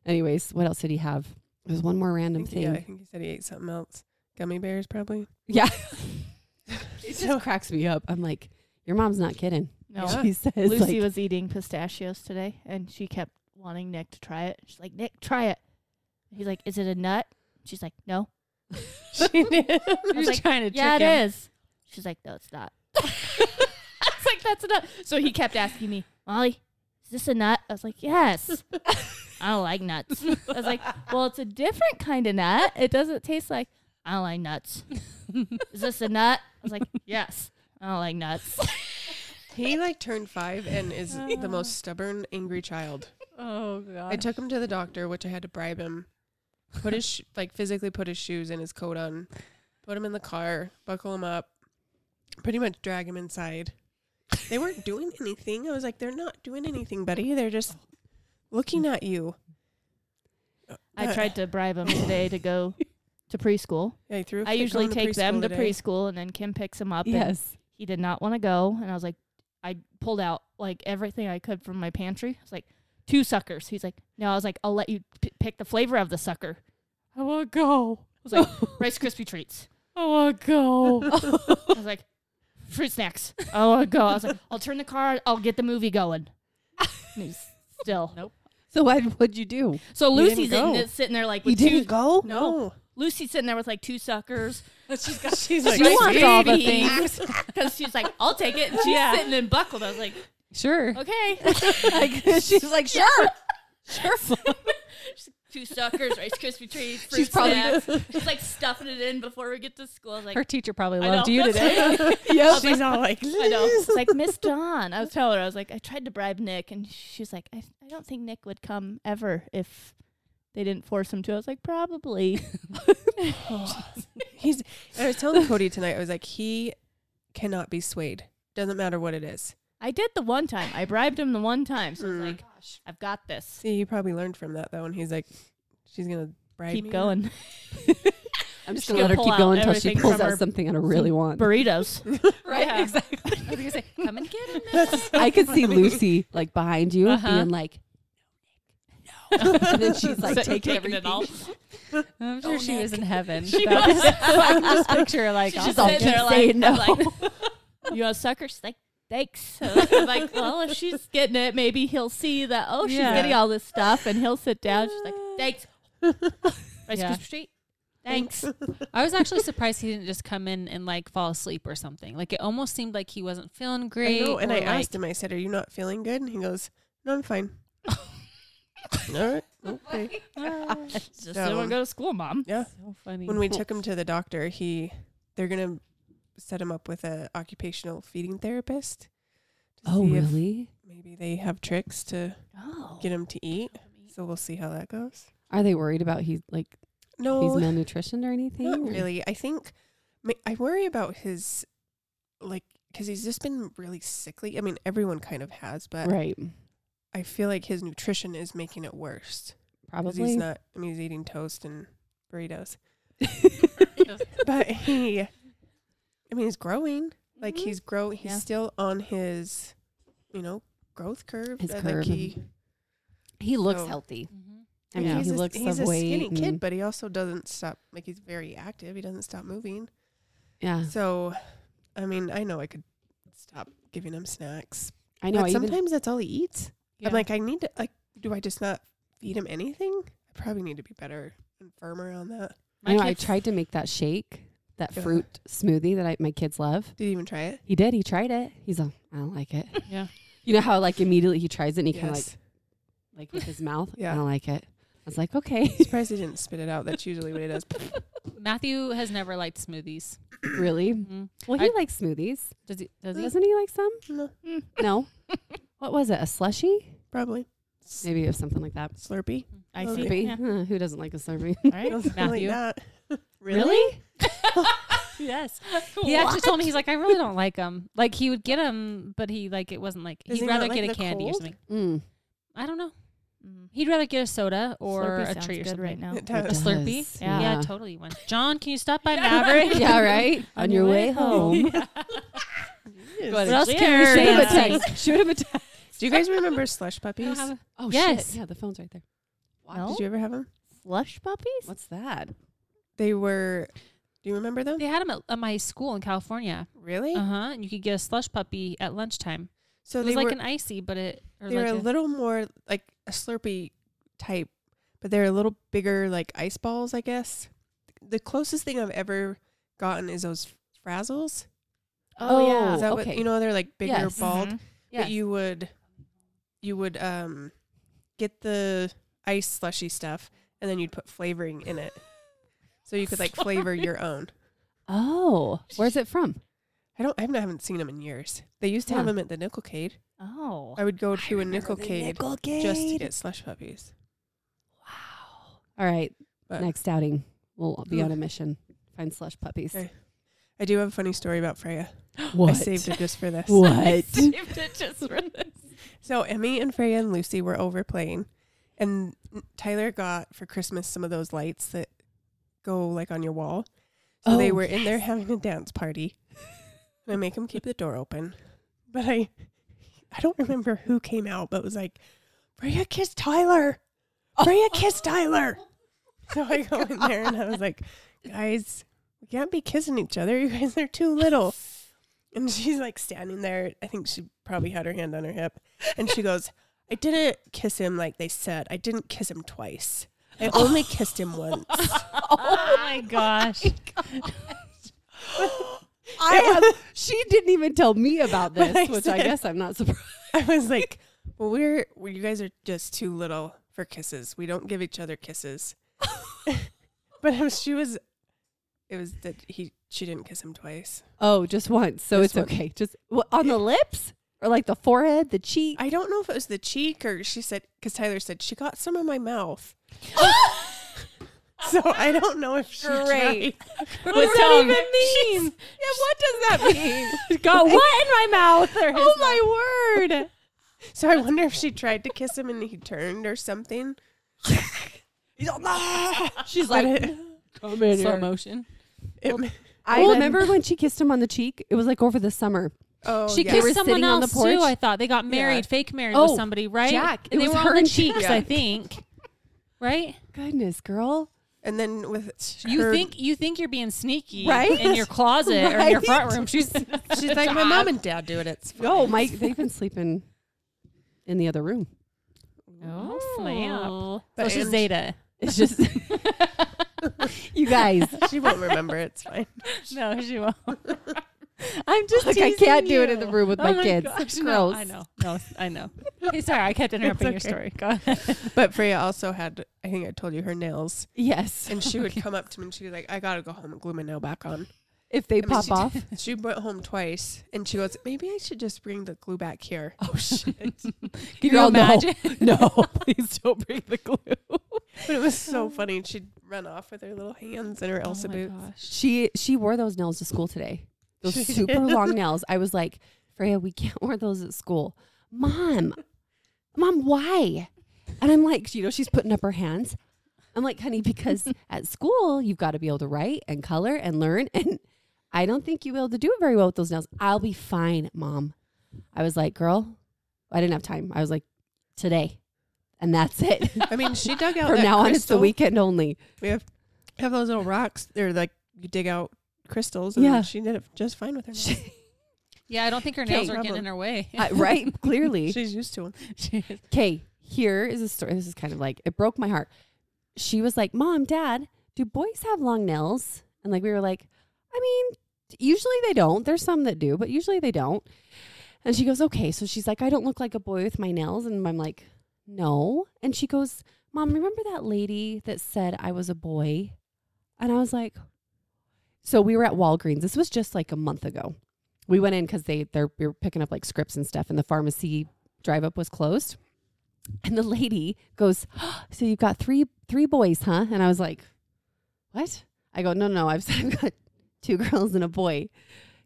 [SPEAKER 3] Anyways, what else did he have? There's one more
[SPEAKER 4] I
[SPEAKER 3] random
[SPEAKER 4] think, yeah, I
[SPEAKER 2] uh,
[SPEAKER 3] thing.
[SPEAKER 4] think he said he ate something else. Gummy bears, probably.
[SPEAKER 3] Yeah, it just cracks me up. I'm like, your mom's not kidding.
[SPEAKER 1] No.
[SPEAKER 4] Yeah.
[SPEAKER 3] She says,
[SPEAKER 1] Lucy
[SPEAKER 3] like,
[SPEAKER 1] was eating pistachios today, and she kept wanting Nick to try it. She's like, Nick, try it. He's like, Is it a nut? She's like, No.
[SPEAKER 2] she did.
[SPEAKER 1] I was like,
[SPEAKER 2] trying to
[SPEAKER 1] yeah, it
[SPEAKER 2] trick
[SPEAKER 1] is.
[SPEAKER 2] him.
[SPEAKER 1] She's like, No, it's not. I was like, That's a nut. So he kept asking me, Molly, is this a nut? I was like, Yes. I don't like nuts. I was like, Well, it's a different kind of nut. It doesn't taste like. I don't like nuts. Is this a nut? I was like, Yes. I don't like nuts.
[SPEAKER 4] He like turned five and is the most stubborn, angry child.
[SPEAKER 2] Oh
[SPEAKER 4] I
[SPEAKER 2] god.
[SPEAKER 4] took him to the doctor, which I had to bribe him. Put his sh- like physically put his shoes and his coat on, put him in the car, buckle him up, pretty much drag him inside. They weren't doing anything. I was like, they're not doing anything, buddy. They're just looking at you.
[SPEAKER 1] I tried to bribe him today to go to preschool.
[SPEAKER 4] I threw. a
[SPEAKER 1] I
[SPEAKER 4] fit
[SPEAKER 1] usually
[SPEAKER 4] going
[SPEAKER 1] take them to
[SPEAKER 4] today.
[SPEAKER 1] preschool, and then Kim picks him up. And
[SPEAKER 3] yes.
[SPEAKER 1] he did not want to go, and I was like, I pulled out like everything I could from my pantry. I was like, two suckers. He's like, no. I was like, I'll let you p- pick the flavor of the sucker.
[SPEAKER 2] I wanna go.
[SPEAKER 1] I was like, Rice Krispie treats.
[SPEAKER 2] I wanna go.
[SPEAKER 1] I was like, fruit snacks. I want to go. I was like, I'll turn the car. I'll get the movie going. And he's still.
[SPEAKER 2] Nope.
[SPEAKER 3] So what would you do?
[SPEAKER 1] So
[SPEAKER 4] He didn't
[SPEAKER 1] Lucy's in
[SPEAKER 4] go.
[SPEAKER 1] there, sitting there like
[SPEAKER 3] You
[SPEAKER 1] with two.
[SPEAKER 3] didn't go.
[SPEAKER 4] No,
[SPEAKER 1] Lucy's sitting there with like two suckers.
[SPEAKER 2] She's got
[SPEAKER 1] She
[SPEAKER 4] she's like,
[SPEAKER 2] Rice
[SPEAKER 1] wants all the
[SPEAKER 2] Krispies.
[SPEAKER 1] things because she's like, I'll take it. And she's
[SPEAKER 2] Yeah.
[SPEAKER 1] sitting and buckled. I was like,
[SPEAKER 3] Sure.
[SPEAKER 1] okay.
[SPEAKER 3] She's like, sure. Sure.
[SPEAKER 1] Two suckers, Rice Krispie treats. Fruit
[SPEAKER 3] She's probably-
[SPEAKER 1] snacks. She's like stuffing it in before we get to school. I was like,
[SPEAKER 2] Her teacher probably
[SPEAKER 1] I
[SPEAKER 2] loved
[SPEAKER 1] know.
[SPEAKER 2] you today.
[SPEAKER 3] yep.
[SPEAKER 4] she's all like,
[SPEAKER 1] I know. It's like Miss John. I was telling her, I was like, I tried to bribe Nick, and she was like, I, I don't think Nick would come ever if they didn't force him to. I was like, probably.
[SPEAKER 4] He's. I was telling Cody tonight. I was like, he cannot be swayed. Doesn't matter what it is.
[SPEAKER 1] I did the one time. I bribed him the one time. So I was
[SPEAKER 4] Mm.
[SPEAKER 1] like, I've got this.
[SPEAKER 4] See, he probably learned from that though, and he's like, she's gonna bribe
[SPEAKER 1] Keep
[SPEAKER 4] me.
[SPEAKER 1] going.
[SPEAKER 3] I'm just
[SPEAKER 1] She's gonna
[SPEAKER 3] gonna let her
[SPEAKER 1] pull
[SPEAKER 3] keep
[SPEAKER 1] out
[SPEAKER 3] going until she
[SPEAKER 1] everything
[SPEAKER 3] pulls
[SPEAKER 1] from her-
[SPEAKER 3] out something I really want.
[SPEAKER 1] Burritos.
[SPEAKER 2] right?
[SPEAKER 1] Yeah.
[SPEAKER 2] Exactly. I was gonna say, come and get him.
[SPEAKER 3] I could see Lucy like behind you
[SPEAKER 2] Uh-huh.
[SPEAKER 3] being like, no, Nick, no. and then she's like
[SPEAKER 1] So
[SPEAKER 3] taking
[SPEAKER 1] taking
[SPEAKER 3] everything.
[SPEAKER 1] it all.
[SPEAKER 2] I'm sure she was in heaven.
[SPEAKER 1] She
[SPEAKER 2] That
[SPEAKER 1] was.
[SPEAKER 2] I can just picture her like
[SPEAKER 1] She's
[SPEAKER 2] all
[SPEAKER 1] just
[SPEAKER 3] all
[SPEAKER 1] sitting there
[SPEAKER 3] just
[SPEAKER 1] like,
[SPEAKER 3] saying no.
[SPEAKER 1] I'm like, you want suckers? Like, thanks. So I'm like, well, if she's getting it, maybe he'll see that. Oh, she's
[SPEAKER 2] Yeah.
[SPEAKER 1] getting all this stuff, and he'll sit down. She's like, thanks. Rice
[SPEAKER 2] Yeah.
[SPEAKER 1] Krispie treat. Thanks.
[SPEAKER 2] I was actually surprised he didn't just come in and like fall asleep or something. Like it almost seemed like he wasn't feeling
[SPEAKER 4] I
[SPEAKER 2] great.
[SPEAKER 4] know, and
[SPEAKER 2] or,
[SPEAKER 4] I
[SPEAKER 2] like,
[SPEAKER 4] asked him. I said, "Are you not feeling good?" And he goes, "No, I'm fine." All right. Okay.
[SPEAKER 1] Ah, Just didn't want to go to school, mom.
[SPEAKER 4] Yeah.
[SPEAKER 2] So funny.
[SPEAKER 4] When we took him to the doctor, he they're gonna set him up with a occupational feeding therapist. To
[SPEAKER 3] Oh,
[SPEAKER 4] see if
[SPEAKER 3] really?
[SPEAKER 4] Maybe they have tricks to
[SPEAKER 1] Oh.
[SPEAKER 4] get him to eat. So we'll see how that goes.
[SPEAKER 3] Are they worried about he's like he's
[SPEAKER 4] No,
[SPEAKER 3] malnutritioned or anything?
[SPEAKER 4] Oh. not
[SPEAKER 3] or-
[SPEAKER 4] really. I think ma- I worry about his like because he's just been really sickly. I mean, everyone kind of has, but
[SPEAKER 3] Right.
[SPEAKER 4] I feel like his nutrition is making it worse. Because
[SPEAKER 3] Probably.
[SPEAKER 4] he's not. I mean, he's eating toast and burritos, but he. I mean, he's growing. Like
[SPEAKER 3] Mm-hmm.
[SPEAKER 1] Mhm.
[SPEAKER 4] he's grow. He's
[SPEAKER 1] Yeah.
[SPEAKER 4] still on his, you know, growth curve.
[SPEAKER 3] His
[SPEAKER 4] Uh,
[SPEAKER 3] curve.
[SPEAKER 4] Like he,
[SPEAKER 3] he looks
[SPEAKER 4] so-
[SPEAKER 3] healthy.
[SPEAKER 2] Mhm.
[SPEAKER 3] I mean,
[SPEAKER 1] Yeah.
[SPEAKER 3] he
[SPEAKER 4] he's a,
[SPEAKER 3] looks
[SPEAKER 4] he's
[SPEAKER 3] of
[SPEAKER 4] a
[SPEAKER 3] weight.
[SPEAKER 4] skinny kid,
[SPEAKER 3] and-
[SPEAKER 4] but he also doesn't stop. Like he's very active. He doesn't stop moving.
[SPEAKER 3] yeah,
[SPEAKER 4] So, I mean, I know I could stop giving him snacks,
[SPEAKER 3] I know.
[SPEAKER 4] but
[SPEAKER 3] I even,
[SPEAKER 4] sometimes that's all he eats.
[SPEAKER 2] Yeah.
[SPEAKER 4] I'm like, I need to. Like, do I just not feed him anything? I probably need to be better and firmer on that.
[SPEAKER 2] My
[SPEAKER 3] I, know I
[SPEAKER 2] kids-
[SPEAKER 3] tried to make that shake, that
[SPEAKER 4] Yeah.
[SPEAKER 3] fruit smoothie that I, my kids love.
[SPEAKER 4] Did you even try it?
[SPEAKER 3] He did. He tried it. He's like, I don't like it.
[SPEAKER 2] Yeah.
[SPEAKER 3] You know how like immediately he tries it and he kind of like
[SPEAKER 4] Yes.
[SPEAKER 3] like with his mouth.
[SPEAKER 4] Yeah.
[SPEAKER 3] I don't like it. I was like, okay,
[SPEAKER 4] Surprised he didn't spit it out. That's usually what he does.
[SPEAKER 2] Matthew has never liked smoothies.
[SPEAKER 3] really?
[SPEAKER 2] Mhm.
[SPEAKER 3] Well, he
[SPEAKER 2] I-
[SPEAKER 3] likes smoothies.
[SPEAKER 2] Does he? Does he?
[SPEAKER 3] Doesn't he like some?
[SPEAKER 4] No,
[SPEAKER 1] mm,
[SPEAKER 3] No. what was it? A slushy?
[SPEAKER 4] probably.
[SPEAKER 3] Maybe it was something like that.
[SPEAKER 4] Slurpee.
[SPEAKER 1] I
[SPEAKER 4] Okay.
[SPEAKER 1] see.
[SPEAKER 3] Slurpee.
[SPEAKER 1] Yeah.
[SPEAKER 3] Huh, who doesn't like a Slurpee?
[SPEAKER 1] All right.
[SPEAKER 4] Something
[SPEAKER 2] Mm-hmm. Matthew.
[SPEAKER 4] Like that.
[SPEAKER 2] yes. He actually told me he's like I really don't like them. Like he would get them, but he like it wasn't like
[SPEAKER 4] Does
[SPEAKER 2] he'd
[SPEAKER 4] he not
[SPEAKER 2] rather
[SPEAKER 4] like
[SPEAKER 2] get a
[SPEAKER 4] the
[SPEAKER 2] candy or
[SPEAKER 4] cold?
[SPEAKER 2] something.
[SPEAKER 3] Mm.
[SPEAKER 2] I don't know.
[SPEAKER 1] Mm.
[SPEAKER 2] He'd rather get a soda or
[SPEAKER 1] Slurpee
[SPEAKER 2] a
[SPEAKER 1] sounds
[SPEAKER 2] treat or
[SPEAKER 1] good
[SPEAKER 2] something.
[SPEAKER 1] right now.
[SPEAKER 4] It
[SPEAKER 2] A
[SPEAKER 4] does.
[SPEAKER 2] Slurpee?
[SPEAKER 1] Yeah.
[SPEAKER 2] Yeah. totally. Once. John, can you stop by Maverick?
[SPEAKER 3] Yeah, right? On your way home.
[SPEAKER 2] What
[SPEAKER 3] What
[SPEAKER 2] else can
[SPEAKER 3] Shoot
[SPEAKER 2] we
[SPEAKER 3] him a
[SPEAKER 2] share?
[SPEAKER 3] text. Shoot him a text.
[SPEAKER 4] Do you guys remember slush puppies?
[SPEAKER 2] Have a-
[SPEAKER 3] Oh,
[SPEAKER 2] Yes.
[SPEAKER 3] shit. Yeah, the phone's right there.
[SPEAKER 1] No?
[SPEAKER 4] Did you ever have them?
[SPEAKER 1] Slush puppies?
[SPEAKER 3] What's that?
[SPEAKER 4] They were. Do you remember them?
[SPEAKER 2] They had them at, at my school in California.
[SPEAKER 4] Really?
[SPEAKER 2] Uh huh. And you could get a slush puppy at lunchtime.
[SPEAKER 4] so
[SPEAKER 2] it
[SPEAKER 4] they
[SPEAKER 2] was like
[SPEAKER 4] were.
[SPEAKER 2] an icy, but it or
[SPEAKER 4] they were
[SPEAKER 2] like
[SPEAKER 4] a
[SPEAKER 2] a-
[SPEAKER 4] little more like a Slurpee type, but they're a little bigger, like ice balls, I guess. The closest thing I've ever gotten is those Frazzles.
[SPEAKER 1] Oh, yeah.
[SPEAKER 4] Is that what-
[SPEAKER 3] okay.
[SPEAKER 4] you know, they're like bigger
[SPEAKER 3] Yes.
[SPEAKER 4] balled.
[SPEAKER 1] Mhm.
[SPEAKER 2] Yes.
[SPEAKER 4] But you would, you would um, get the ice slushy stuff, and then you'd put flavoring in it, so you could like flavor your own.
[SPEAKER 3] Oh, where's it from?
[SPEAKER 4] I don't. I haven't, I haven't seen them in years. They used to have
[SPEAKER 3] Huh.
[SPEAKER 4] 'em have them at the Nickelcade.
[SPEAKER 1] Oh.
[SPEAKER 4] I would go to a Nickelcade just to get slush puppies.
[SPEAKER 3] All right.
[SPEAKER 4] But-
[SPEAKER 3] Next outing, we'll be
[SPEAKER 4] Ooh.
[SPEAKER 3] on a mission. Find slush puppies.
[SPEAKER 4] Okay. I do have a funny story about Freya.
[SPEAKER 3] What?
[SPEAKER 4] I saved it just for this.
[SPEAKER 3] What?
[SPEAKER 4] So Emmy and Freya and Lucy were over playing, and Tyler got for Christmas some of those lights that go like on your wall. So they
[SPEAKER 3] Oh,
[SPEAKER 4] were in there having a dance party, and I make them keep the door open, but I, I don't remember who came out, but was like, Freya kissed Tyler, Freya kissed Tyler. So I go in there and I was like, guys, we can't be kissing each other. You guys are too little. And she's like standing there. I think she probably had her hand on her hip. And she goes, I didn't kiss him like they said. I didn't kiss him twice. I only kissed him once.
[SPEAKER 2] oh my gosh.
[SPEAKER 3] I have, she didn't even tell me about
[SPEAKER 4] But
[SPEAKER 3] this,
[SPEAKER 4] I
[SPEAKER 3] which I
[SPEAKER 4] said-
[SPEAKER 3] guess I'm not surprised.
[SPEAKER 4] I was like, Well, we're, well, you guys are just too little for kisses. We don't give each other kisses. but it was- she was, it was that he, she didn't kiss him twice.
[SPEAKER 3] Oh, just once. So
[SPEAKER 4] Just
[SPEAKER 3] it's
[SPEAKER 4] once.
[SPEAKER 3] okay. Just well, on the lips or like the forehead, the cheek.
[SPEAKER 4] I don't know if it was the cheek or she said, because Tyler said, she got some of my mouth. So I don't know if she
[SPEAKER 3] Great.
[SPEAKER 4] tried.
[SPEAKER 3] What's
[SPEAKER 2] that
[SPEAKER 3] even mean? Yeah, what does that mean?
[SPEAKER 2] Got what in my mouth? Or his
[SPEAKER 3] oh my word!
[SPEAKER 4] So I wonder if she tried to kiss him and he turned or something. He's all, "Ah!"
[SPEAKER 3] She's
[SPEAKER 4] But
[SPEAKER 3] like,
[SPEAKER 4] it,
[SPEAKER 3] come in
[SPEAKER 2] slow motion.
[SPEAKER 4] it-
[SPEAKER 3] I remember when she kissed him on the cheek. It was like over the summer.
[SPEAKER 4] oh,
[SPEAKER 2] She
[SPEAKER 4] yeah.
[SPEAKER 3] They were
[SPEAKER 2] kissed someone
[SPEAKER 3] sitting on the
[SPEAKER 2] else too.
[SPEAKER 3] porch.
[SPEAKER 2] I thought they got married,
[SPEAKER 4] Yeah.
[SPEAKER 2] fake married
[SPEAKER 3] Oh,
[SPEAKER 2] with somebody, right?
[SPEAKER 3] Jack.
[SPEAKER 2] And
[SPEAKER 3] It
[SPEAKER 2] they
[SPEAKER 3] was
[SPEAKER 2] were
[SPEAKER 3] her
[SPEAKER 2] on the
[SPEAKER 3] and Jack.
[SPEAKER 2] cheeks, I think. Right?
[SPEAKER 3] Goodness, girl.
[SPEAKER 4] And then with
[SPEAKER 2] You
[SPEAKER 4] her-
[SPEAKER 2] think you think you're being sneaky,
[SPEAKER 3] Right?
[SPEAKER 2] In your closet or in your
[SPEAKER 3] Right?
[SPEAKER 2] front room. She's
[SPEAKER 4] she's like, my mom and dad do it. It's fine."
[SPEAKER 3] No, Mike. They've been sleeping in the other room.
[SPEAKER 2] oh snap.
[SPEAKER 4] But
[SPEAKER 2] So she's
[SPEAKER 4] and-
[SPEAKER 2] Zeta.
[SPEAKER 3] It's just you guys.
[SPEAKER 4] she won't remember. It's fine.
[SPEAKER 2] No, she won't.
[SPEAKER 3] I'm just like I can't do it in the room with
[SPEAKER 2] Oh
[SPEAKER 3] my, kids.
[SPEAKER 2] gosh,
[SPEAKER 3] Gross.
[SPEAKER 2] no, I know. No, I know. Hey, sorry, I kept interrupting your story. Go ahead.
[SPEAKER 4] But Freya also had, I think I told you, her nails.
[SPEAKER 3] Yes.
[SPEAKER 4] And she would come up to me and she'd be like, I gotta go home and glue my nail back on.
[SPEAKER 3] If they
[SPEAKER 4] mean,
[SPEAKER 3] pop
[SPEAKER 4] she-
[SPEAKER 3] off.
[SPEAKER 4] She went home twice and she goes, Maybe I should just bring the glue back here.
[SPEAKER 3] Oh shit.
[SPEAKER 2] Can
[SPEAKER 3] Girl,
[SPEAKER 2] you imagine?
[SPEAKER 3] No, please don't bring the glue.
[SPEAKER 4] But it was so funny. and She'd run off with her little hands and her Elsa boots.
[SPEAKER 3] She she wore those nails to school today. Those
[SPEAKER 4] She
[SPEAKER 3] super long nails. I was like, Freya, we can't wear those at school. Mom, mom, why? And I'm like, you know, she's putting up her hands. I'm like, honey, because at school you've got to be able to write and color and learn. And I don't think you'll be able to do it very well with those nails. I'll be fine, mom. I was like, girl, I didn't have time. I was like, today. And that's it.
[SPEAKER 4] I mean, she dug out
[SPEAKER 3] From
[SPEAKER 4] that
[SPEAKER 3] now on, it's the
[SPEAKER 4] crystal.
[SPEAKER 3] weekend only.
[SPEAKER 4] We have have those little rocks. They're like you dig out crystals, and
[SPEAKER 3] Yeah.
[SPEAKER 4] she did it just fine with her. nails.
[SPEAKER 2] Yeah, I don't think her nails
[SPEAKER 4] Okay.
[SPEAKER 2] are getting in her way.
[SPEAKER 3] I- right? Clearly.
[SPEAKER 4] She's used to them.
[SPEAKER 2] She-
[SPEAKER 3] Okay, here is a story. This is kind of like it broke my heart. She was like, "Mom, Dad, do boys have long nails?" And like we were like, "I mean, usually they don't. There's some that do, but usually they don't." And she goes, "Okay." So she's like, "I don't look like a boy with my nails," and I'm like, "No." And she goes, "Mom, remember that lady that said I was a boy?" And I was like, "So we were at Walgreens. This was just like a month ago. We went in because they they're we were picking up like scripts and stuff, and the pharmacy drive up was closed." And the lady goes, "Oh, "So you've got three three boys, huh?" And I was like, "What?" I go, "No, no, I've, I've got two girls and a boy."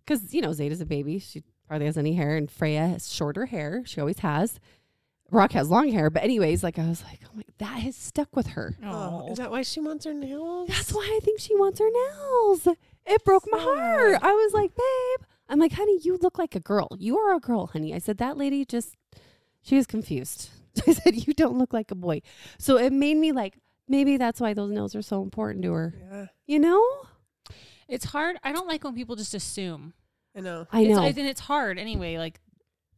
[SPEAKER 3] Cuz you know, Zeta's a baby. She hardly has any hair and Freya has shorter hair. She always has. Rock has long hair, but anyways, like I was like, oh my, that has stuck with her.
[SPEAKER 4] Oh,
[SPEAKER 1] Oh.
[SPEAKER 4] is that why she wants her nails?
[SPEAKER 3] That's why I think she wants her nails. It broke my heart. I was like, babe, I'm like, honey, you look like a girl. You are a girl, honey. I said that lady just, she was confused. I said you don't look like a boy. So it made me like, maybe that's why those nails are so important to her.
[SPEAKER 4] Yeah,
[SPEAKER 3] You know?
[SPEAKER 2] It's hard. I don't like when people just assume.
[SPEAKER 4] I know.
[SPEAKER 3] I know,
[SPEAKER 2] It's, and it's hard anyway. Like,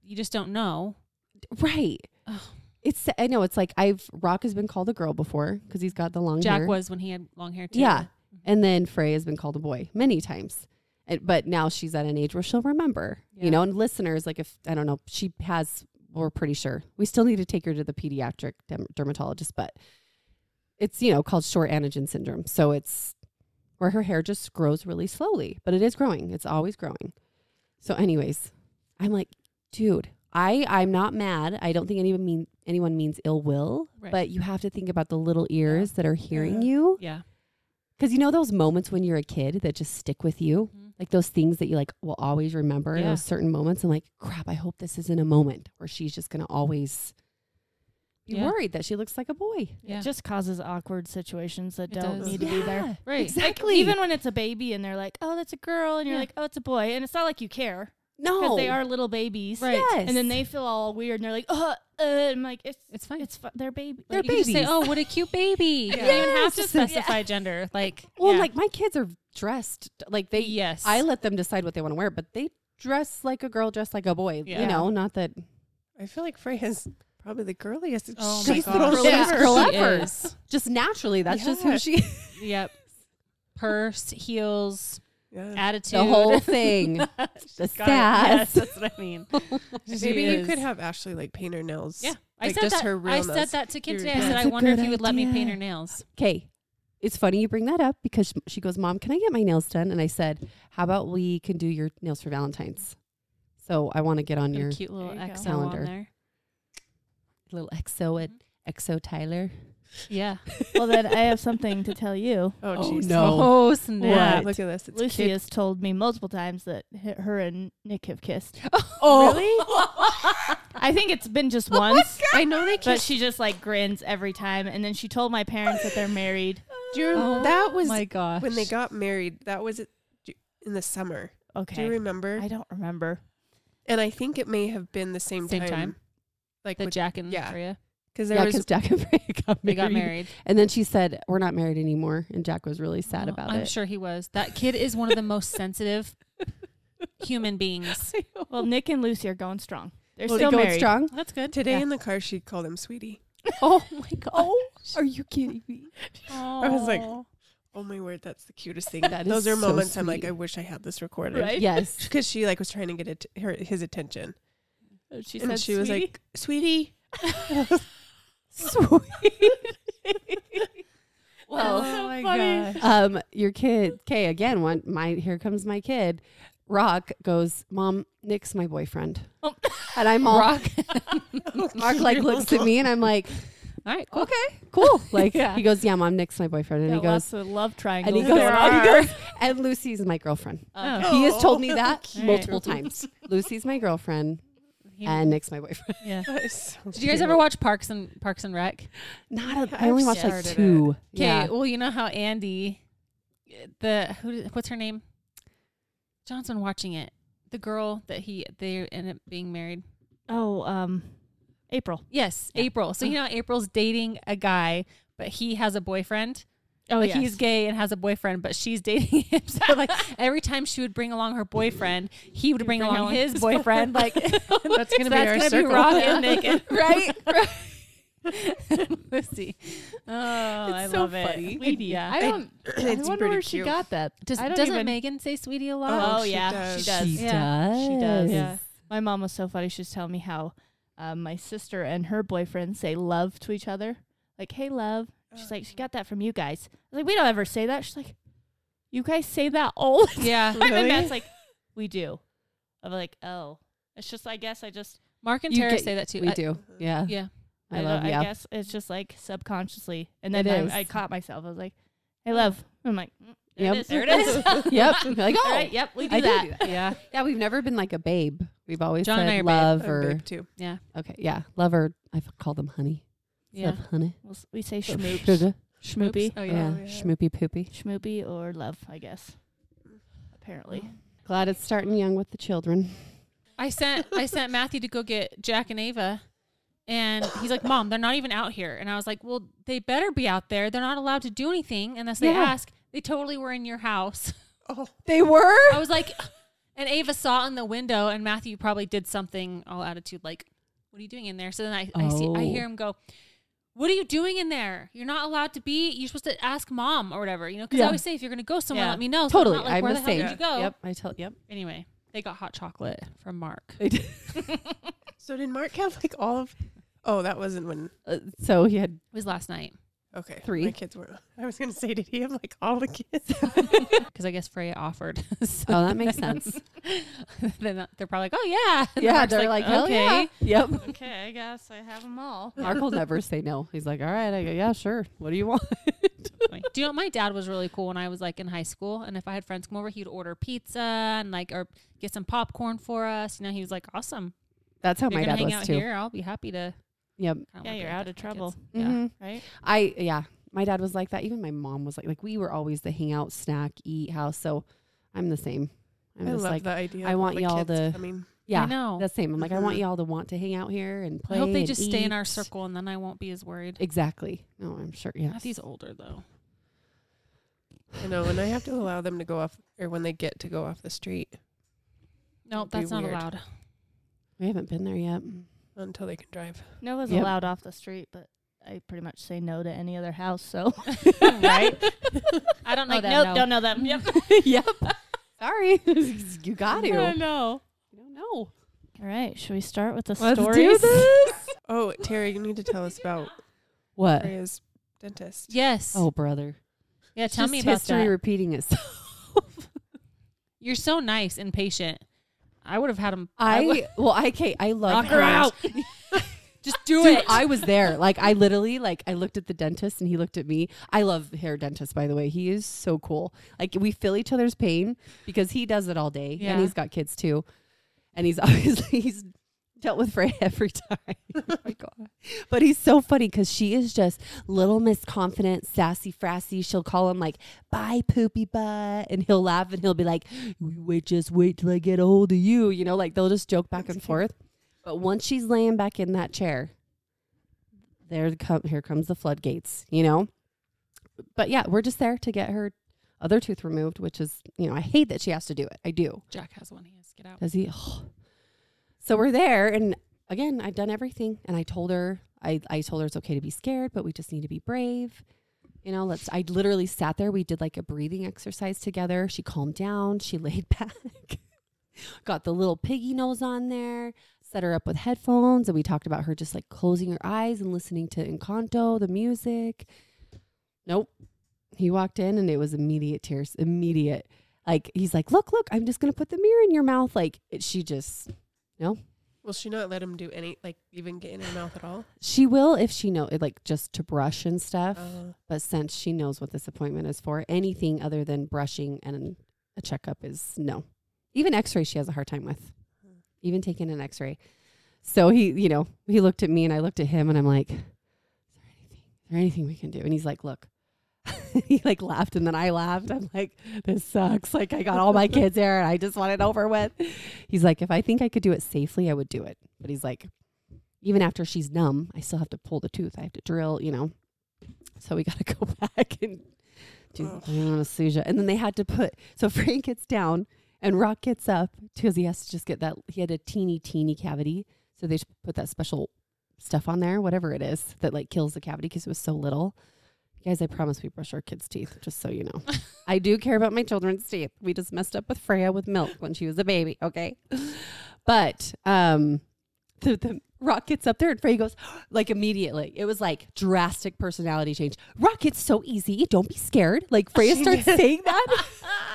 [SPEAKER 2] you just don't know.
[SPEAKER 3] right?
[SPEAKER 2] Ugh.
[SPEAKER 3] It's I know it's like I've Rock has been called a girl before because he's got the long
[SPEAKER 2] Jack
[SPEAKER 3] hair.
[SPEAKER 2] was when he had long hair too. Mm-hmm.
[SPEAKER 3] Yeah. And then Frey has been called a boy many times. And, but now she's at an age where she'll remember,
[SPEAKER 2] Yeah.
[SPEAKER 3] you know, and listeners, like if, I don't know, she has, we're pretty sure. We still need to take her to the pediatric dem- dermatologist, but it's, you know, called short anagen syndrome. So it's where her hair just grows really slowly, but it is growing. It's always growing. So, anyways, I'm like, dude, I, I'm not mad. I don't think anyone, mean, anyone means ill will,
[SPEAKER 2] Right.
[SPEAKER 3] but you have to think about the little ears that are hearing
[SPEAKER 4] Yeah.
[SPEAKER 3] you.
[SPEAKER 2] Yeah.
[SPEAKER 3] Because you know those moments when you're a kid that just stick with you,
[SPEAKER 2] Mhm.
[SPEAKER 3] like those things that you like will always remember.
[SPEAKER 2] Yeah.
[SPEAKER 3] Those certain moments, and like, crap, I hope this isn't a moment where she's just gonna always be
[SPEAKER 2] Yeah.
[SPEAKER 3] worried that she looks like a boy.
[SPEAKER 2] Yeah.
[SPEAKER 1] It just causes awkward situations that
[SPEAKER 2] It
[SPEAKER 1] don't
[SPEAKER 2] does.
[SPEAKER 1] need to be there.
[SPEAKER 3] Yeah,
[SPEAKER 2] Right.
[SPEAKER 3] Exactly.
[SPEAKER 1] Even when it's a baby and they're like, oh, that's a girl. And you're
[SPEAKER 2] Yeah.
[SPEAKER 1] like, oh, it's a boy. And it's not like you care because
[SPEAKER 3] no,
[SPEAKER 1] they are little babies.
[SPEAKER 2] Right.
[SPEAKER 3] Yes.
[SPEAKER 1] And then they feel all weird and they're like, oh, uh, I'm like, it's,
[SPEAKER 2] It's fine.
[SPEAKER 1] it's fu- they're baby.
[SPEAKER 3] They're
[SPEAKER 1] like,
[SPEAKER 2] you could just say,
[SPEAKER 3] babies.
[SPEAKER 2] oh, what a cute baby. You don't even have to
[SPEAKER 3] Yes. Yeah.
[SPEAKER 2] specify gender. Like,
[SPEAKER 3] well,
[SPEAKER 2] yeah.
[SPEAKER 3] like my kids are dressed like they.
[SPEAKER 2] yes.
[SPEAKER 3] I let them decide what they want to wear, but they dress like a girl, dress like a boy.
[SPEAKER 2] Yeah.
[SPEAKER 3] You know, not that
[SPEAKER 4] I feel like Frey has probably the girliest.
[SPEAKER 2] Oh my
[SPEAKER 4] she's the
[SPEAKER 2] gosh.
[SPEAKER 4] most
[SPEAKER 3] Yeah.
[SPEAKER 4] ever.
[SPEAKER 3] Girl
[SPEAKER 2] She
[SPEAKER 3] ever.
[SPEAKER 2] is.
[SPEAKER 3] just naturally. That's just who
[SPEAKER 4] Yeah.
[SPEAKER 3] she.
[SPEAKER 2] Yep. Purse, heels,
[SPEAKER 4] Yeah.
[SPEAKER 2] attitude.
[SPEAKER 3] The whole thing. the
[SPEAKER 2] Got it. Yes,
[SPEAKER 3] sass.
[SPEAKER 2] that's what I mean. She
[SPEAKER 4] Maybe you
[SPEAKER 2] is.
[SPEAKER 4] could have Ashley like paint her nails.
[SPEAKER 2] Yeah. I
[SPEAKER 4] Like,
[SPEAKER 2] said
[SPEAKER 4] just
[SPEAKER 2] that.
[SPEAKER 4] her real
[SPEAKER 2] I said
[SPEAKER 4] nails.
[SPEAKER 2] that to Kim
[SPEAKER 4] Your-
[SPEAKER 2] today. I said
[SPEAKER 3] That's
[SPEAKER 2] I
[SPEAKER 3] a
[SPEAKER 2] wonder if
[SPEAKER 3] good
[SPEAKER 2] you would let me
[SPEAKER 3] idea.
[SPEAKER 2] paint her nails.
[SPEAKER 3] Okay. It's funny you bring that up because sh- she goes, Mom, can I get my nails done? And I said, How about we can do your nails for Valentine's? So I want to get on
[SPEAKER 2] Put a
[SPEAKER 3] your
[SPEAKER 2] cute little
[SPEAKER 1] There you go.
[SPEAKER 2] XO
[SPEAKER 3] Calendar.
[SPEAKER 2] on there.
[SPEAKER 3] little exo at exo Tyler.
[SPEAKER 2] Yeah.
[SPEAKER 1] well, then I have something to tell you.
[SPEAKER 4] Oh,
[SPEAKER 3] Oh,
[SPEAKER 4] jeez.
[SPEAKER 3] no.
[SPEAKER 2] Oh
[SPEAKER 4] Yeah,
[SPEAKER 2] snap!
[SPEAKER 4] Look at this. It's
[SPEAKER 1] Lucy
[SPEAKER 4] kid-
[SPEAKER 1] has told me multiple times that h- her and Nick have kissed.
[SPEAKER 2] Oh.
[SPEAKER 1] I think it's been just
[SPEAKER 3] Oh
[SPEAKER 1] once,
[SPEAKER 4] I know they
[SPEAKER 1] but
[SPEAKER 4] kissed.
[SPEAKER 1] she just like grins every time. And then she told my parents that they're married.
[SPEAKER 4] Do you remember- that was
[SPEAKER 2] oh my gosh.
[SPEAKER 4] when they got married. That was it- do- in the summer. Do you
[SPEAKER 1] Okay.
[SPEAKER 4] remember?
[SPEAKER 1] I don't remember.
[SPEAKER 4] and I think it may have been the same,
[SPEAKER 2] Same
[SPEAKER 4] time.
[SPEAKER 2] time?
[SPEAKER 4] Like
[SPEAKER 2] the
[SPEAKER 4] with-
[SPEAKER 2] Jack and
[SPEAKER 4] yeah.
[SPEAKER 2] Freya.
[SPEAKER 4] Cuz there
[SPEAKER 3] Yeah,
[SPEAKER 4] was
[SPEAKER 3] because Jack and Ray got married.
[SPEAKER 2] They got married.
[SPEAKER 3] And then she said, We're not married anymore. And Jack was really sad
[SPEAKER 2] Well,
[SPEAKER 3] about
[SPEAKER 2] Oh, I'm
[SPEAKER 3] it.
[SPEAKER 2] sure he was. That kid is one of the most sensitive human beings.
[SPEAKER 1] Well, Nick and Lucy are going strong. They're
[SPEAKER 3] Well,
[SPEAKER 1] still
[SPEAKER 3] going
[SPEAKER 1] married.
[SPEAKER 3] strong.
[SPEAKER 2] That's good.
[SPEAKER 4] today
[SPEAKER 2] Yeah.
[SPEAKER 4] in the car she called him sweetie.
[SPEAKER 3] Oh my god. are you kidding me?
[SPEAKER 4] I was like-
[SPEAKER 2] Aw.
[SPEAKER 4] Oh my word, that's the cutest thing.
[SPEAKER 3] That is
[SPEAKER 4] Those are
[SPEAKER 3] so
[SPEAKER 4] moments I'm like
[SPEAKER 3] sweet.
[SPEAKER 4] I wish I had this recorded.
[SPEAKER 1] Right?
[SPEAKER 3] Yes.
[SPEAKER 4] Because she like was trying to get it, her, his attention,
[SPEAKER 1] She
[SPEAKER 4] and
[SPEAKER 1] said
[SPEAKER 4] she was
[SPEAKER 1] "Sweetie."
[SPEAKER 4] like, "Sweetie,
[SPEAKER 1] well,
[SPEAKER 2] oh my gosh.
[SPEAKER 3] um, your kid, okay, again, one my here comes my kid. Rock goes, Mom, Nick's my boyfriend.
[SPEAKER 1] Oh.
[SPEAKER 3] And I'm all Rock, like
[SPEAKER 4] You're
[SPEAKER 3] looks at me and I'm like,
[SPEAKER 2] All right, cool.
[SPEAKER 3] okay, cool. Like
[SPEAKER 2] Yeah.
[SPEAKER 3] he goes, yeah, mom, Nick's my boyfriend, and
[SPEAKER 1] Got
[SPEAKER 3] he goes,
[SPEAKER 1] lots of love
[SPEAKER 3] and
[SPEAKER 1] triangles.
[SPEAKER 3] he goes,
[SPEAKER 1] There
[SPEAKER 3] and,
[SPEAKER 1] are.
[SPEAKER 3] he goes, and Lucy's my girlfriend.
[SPEAKER 2] Oh.
[SPEAKER 1] Okay.
[SPEAKER 4] Oh.
[SPEAKER 3] He has told me that
[SPEAKER 2] Cute.
[SPEAKER 3] multiple times. Lucy's my girlfriend,
[SPEAKER 2] He-
[SPEAKER 3] and Nick's my boyfriend.
[SPEAKER 2] yeah.
[SPEAKER 4] That is so
[SPEAKER 2] Did you guys ever watch Parks and Parks and Rec?
[SPEAKER 3] Not, a,
[SPEAKER 4] I've
[SPEAKER 3] I only watched like
[SPEAKER 4] started it.
[SPEAKER 3] two.
[SPEAKER 2] Okay.
[SPEAKER 3] Yeah.
[SPEAKER 2] Well, you know how Andy, the who, did- what's her name? John's been watching it. The girl that he they end up being married.
[SPEAKER 1] Oh, um, April.
[SPEAKER 2] Yes,
[SPEAKER 1] Yeah.
[SPEAKER 2] April. So you know April's dating a guy, but he has a boyfriend.
[SPEAKER 1] Oh,
[SPEAKER 2] like
[SPEAKER 1] yes.
[SPEAKER 2] he's gay and has a boyfriend, but she's dating him. So like every time she would bring along her boyfriend, he would bring, along, his boyfriend. Like
[SPEAKER 4] That's gonna be our
[SPEAKER 2] gonna
[SPEAKER 4] circle.
[SPEAKER 2] Rock and Nick, right? Let's see. Oh, I
[SPEAKER 3] so
[SPEAKER 2] love
[SPEAKER 3] funny.
[SPEAKER 2] it. Sweetie. Yeah.
[SPEAKER 5] I don't. I
[SPEAKER 4] it's
[SPEAKER 5] wonder
[SPEAKER 4] pretty
[SPEAKER 5] where
[SPEAKER 4] cute.
[SPEAKER 5] she got that.
[SPEAKER 2] Does,
[SPEAKER 5] I don't
[SPEAKER 2] doesn't
[SPEAKER 5] even-
[SPEAKER 2] Megan say sweetie a lot?
[SPEAKER 1] Oh,
[SPEAKER 4] Oh, she
[SPEAKER 1] yeah, she does.
[SPEAKER 3] She
[SPEAKER 2] Yeah.
[SPEAKER 3] does.
[SPEAKER 1] She does.
[SPEAKER 2] Yeah.
[SPEAKER 1] My mom was so funny. She was telling me how um, my sister and her boyfriend say love to each other. Like, hey, love. She's like,
[SPEAKER 4] Oh.
[SPEAKER 1] she got that from you guys. I was like, we don't ever say that. She's like, you guys say that all the time.
[SPEAKER 2] Yeah.
[SPEAKER 1] And
[SPEAKER 4] Really?
[SPEAKER 1] Matt's like, we do. I'm like, oh. It's just, I guess I just,
[SPEAKER 2] Mark and
[SPEAKER 3] You
[SPEAKER 2] Tara
[SPEAKER 3] get-
[SPEAKER 2] say that too.
[SPEAKER 3] We
[SPEAKER 2] I-
[SPEAKER 3] do. Yeah.
[SPEAKER 2] Yeah.
[SPEAKER 3] I,
[SPEAKER 1] don't-
[SPEAKER 3] love
[SPEAKER 1] I
[SPEAKER 3] yeah.
[SPEAKER 1] guess it's just like subconsciously. And
[SPEAKER 3] It
[SPEAKER 1] then
[SPEAKER 3] is.
[SPEAKER 1] I, I caught myself. I was like, hey, love. I'm like, mm, there
[SPEAKER 3] Yep.
[SPEAKER 1] it is. There it is.
[SPEAKER 3] Yep. Like,
[SPEAKER 1] All
[SPEAKER 3] oh,
[SPEAKER 1] right. Yep. We do
[SPEAKER 3] I do
[SPEAKER 1] that.
[SPEAKER 3] do
[SPEAKER 2] Yeah.
[SPEAKER 3] Yeah, we've never been like a babe. We've always
[SPEAKER 2] John and I
[SPEAKER 3] said
[SPEAKER 2] are babe.
[SPEAKER 3] love
[SPEAKER 4] I'm
[SPEAKER 3] or
[SPEAKER 4] babe too.
[SPEAKER 3] okay, yeah, love or I call them honey.
[SPEAKER 2] Yeah.
[SPEAKER 3] Love honey.
[SPEAKER 1] We'll s- we say schmoopy,
[SPEAKER 3] Sugar.
[SPEAKER 1] schmoopy,
[SPEAKER 2] Oops. Oh,
[SPEAKER 3] Yeah,
[SPEAKER 2] yeah.
[SPEAKER 4] yeah.
[SPEAKER 3] schmoopy poopy.
[SPEAKER 1] schmoopy, or love, I guess. Apparently,
[SPEAKER 3] Glad it's starting young with the children.
[SPEAKER 2] I sent I sent Matthew to go get Jack and Ava, and he's like, "Mom, they're not even out here." And I was like, "Well, they better be out there. They're not allowed to do anything unless they
[SPEAKER 3] Yeah.
[SPEAKER 2] ask. They totally were in your house."
[SPEAKER 4] Oh,
[SPEAKER 3] They were.
[SPEAKER 2] I was like, and Ava saw in the window, and Matthew probably did something all attitude like, "What are you doing in there?" So then I, I see I
[SPEAKER 3] Oh.
[SPEAKER 2] hear him go, "What are you doing in there? You're not allowed to be. You're supposed to ask mom or whatever, you know." Because
[SPEAKER 3] Yeah.
[SPEAKER 2] I always say if you're going to go somewhere,
[SPEAKER 1] Yeah.
[SPEAKER 2] let me know. So I'm
[SPEAKER 3] Totally.
[SPEAKER 2] not like,
[SPEAKER 3] I'm
[SPEAKER 2] where the
[SPEAKER 3] the
[SPEAKER 2] hell
[SPEAKER 3] same.
[SPEAKER 2] did you go?
[SPEAKER 3] Yep. I tell. Yep.
[SPEAKER 2] Anyway, they got hot chocolate from Mark.
[SPEAKER 3] They did.
[SPEAKER 4] so did Mark have like all of? Oh, that wasn't when.
[SPEAKER 3] Uh, so he had
[SPEAKER 2] It was last night
[SPEAKER 4] Okay,
[SPEAKER 3] Three.
[SPEAKER 4] My kids were. I was gonna say, did he have like all the kids?
[SPEAKER 2] because I guess Freya offered. so
[SPEAKER 3] Oh, that makes sense.
[SPEAKER 2] then they're probably like, "Oh yeah, And
[SPEAKER 3] yeah,
[SPEAKER 2] Mark's
[SPEAKER 3] they're like, "Hell
[SPEAKER 2] okay."
[SPEAKER 3] yeah. Yep.
[SPEAKER 1] okay, I guess I have them all.
[SPEAKER 3] Mark will never say no. He's like, all right, I go, yeah, sure. What do you want?
[SPEAKER 2] Like, Do you know my dad was really cool when I was like in high school? And if I had friends come over, he'd order pizza and like or get some popcorn for us. You know, he was like, awesome.
[SPEAKER 3] That's how
[SPEAKER 2] If
[SPEAKER 3] Oh, my
[SPEAKER 2] you're
[SPEAKER 3] dad
[SPEAKER 2] gonna hang
[SPEAKER 3] was
[SPEAKER 2] out
[SPEAKER 3] too.
[SPEAKER 2] here. I'll be happy to.
[SPEAKER 3] Yep.
[SPEAKER 2] I don't
[SPEAKER 1] Yeah,
[SPEAKER 2] like
[SPEAKER 1] you're
[SPEAKER 2] doing
[SPEAKER 1] out
[SPEAKER 2] that
[SPEAKER 1] of
[SPEAKER 2] for
[SPEAKER 1] trouble,
[SPEAKER 2] kids. Yeah.
[SPEAKER 3] Mhm.
[SPEAKER 1] right?
[SPEAKER 3] I yeah, my dad was like that. Even my mom was like like we were always the hangout, snack, eat house. So I'm the same. I'm
[SPEAKER 4] I
[SPEAKER 3] just
[SPEAKER 4] love
[SPEAKER 3] like
[SPEAKER 4] the idea.
[SPEAKER 3] I
[SPEAKER 4] of all
[SPEAKER 3] want
[SPEAKER 4] the
[SPEAKER 3] y'all
[SPEAKER 4] kids
[SPEAKER 3] to-
[SPEAKER 4] coming.
[SPEAKER 3] yeah,
[SPEAKER 2] I know. Mm-hmm.
[SPEAKER 3] the same. I'm like I want
[SPEAKER 4] Mhm.
[SPEAKER 3] y'all to want to hang out here and play.
[SPEAKER 2] I hope they
[SPEAKER 3] and
[SPEAKER 2] just stay in our
[SPEAKER 3] eat.
[SPEAKER 2] circle and then I won't be as worried.
[SPEAKER 3] Exactly. No, I'm sure. Yeah.
[SPEAKER 2] Matthew's older though.
[SPEAKER 4] I know, and I have to allow them to go off, or when they get to go off the street
[SPEAKER 2] No,
[SPEAKER 4] That'd be
[SPEAKER 2] that's not
[SPEAKER 4] weird.
[SPEAKER 2] allowed.
[SPEAKER 3] We haven't been there yet.
[SPEAKER 4] until they can drive.
[SPEAKER 1] Noah's
[SPEAKER 3] Yep.
[SPEAKER 1] allowed off the street, but I pretty much say no to any other house. So
[SPEAKER 2] right? I
[SPEAKER 3] Oh,
[SPEAKER 2] don't know
[SPEAKER 1] like,
[SPEAKER 2] that.
[SPEAKER 1] nope,
[SPEAKER 2] no.
[SPEAKER 1] don't know them. Yep.
[SPEAKER 3] yep. Sorry, you got
[SPEAKER 2] I
[SPEAKER 3] to. You
[SPEAKER 2] know.
[SPEAKER 3] don't know.
[SPEAKER 1] all right, should we start with the
[SPEAKER 3] Let's do
[SPEAKER 1] stories?
[SPEAKER 3] this.
[SPEAKER 4] Oh, Terry, you need to tell us about
[SPEAKER 3] What?
[SPEAKER 4] Freya's dentist.
[SPEAKER 2] Yes.
[SPEAKER 3] Oh, brother.
[SPEAKER 2] yeah. Tell
[SPEAKER 3] Just
[SPEAKER 2] me about
[SPEAKER 3] history
[SPEAKER 2] that.
[SPEAKER 3] repeating itself.
[SPEAKER 2] You're so nice and patient. I would have had him. would-
[SPEAKER 3] I well, I Kate, I love
[SPEAKER 2] knock her
[SPEAKER 3] how-
[SPEAKER 2] out. Just do
[SPEAKER 3] Dude,
[SPEAKER 2] it.
[SPEAKER 3] I was there. Like I literally like I looked at the dentist and he looked at me. I love the hair dentist by the way. He is so cool. Like we feel each other's pain because he does it all day
[SPEAKER 2] Yeah.
[SPEAKER 3] and he's got kids too. And he's obviously he's dealt with Freya every time. oh my god. But he's so funny cuz she is just little miss confident, sassy frassy. She'll call him like, "Bye poopy butt." And he'll laugh and he'll be like, "Wait, just wait till I get a hold of you." You know, like they'll just joke back and forth. But once she's laying back in that chair, there come here comes the floodgates, you know. But yeah, we're just there to get her other tooth removed, which is you know I hate that she has to do it. I do.
[SPEAKER 2] Jack has one. He has to get out.
[SPEAKER 3] Does he? So we're there, and again, I've done everything, and I told her I I told her it's okay to be scared, but we just need to be brave. You know, let's. I literally sat there. We did like a breathing exercise together. She calmed down. She laid back. Got the little piggy nose on there. Set her up with headphones, and we talked about her just like closing her eyes and listening to Encanto, the music. Nope. He walked in, and it was immediate tears. Immediate like he's like look look i'm just gonna put the mirror in your mouth like it, she just
[SPEAKER 4] Will she not let him do any, like even get in her mouth at all?
[SPEAKER 3] she will if she know it like just to brush and stuff
[SPEAKER 4] Oh.
[SPEAKER 3] but since she knows what this appointment is for anything other than brushing and a checkup is no even x-ray she has a hard time with even taking an x-ray so he you know he looked at me and i looked at him and i'm like is there anything is there anything we can do and he's like look he like laughed and then i laughed i'm like this sucks like i got all my kids there and i just want it over with he's like if i think i could do it safely i would do it but he's like even after she's numb i still have to pull the tooth i have to drill you know so we got to go back and do
[SPEAKER 4] Ugh.
[SPEAKER 3] the anesthesia and then they had to put so frank gets down and rock gets up because he has to just get that he had a teeny teeny cavity so they put that special stuff on there whatever it is that like kills the cavity because it was so little Guys, I promise we brush our kids' teeth, just so you know. I do care about my children's teeth. We just messed up with Freya with milk when she was a baby, okay? But um the, the Rock gets up there and Freya goes, like immediately. It was like drastic personality change. Rock, it's so easy. Don't be scared. Like Freya starts saying that.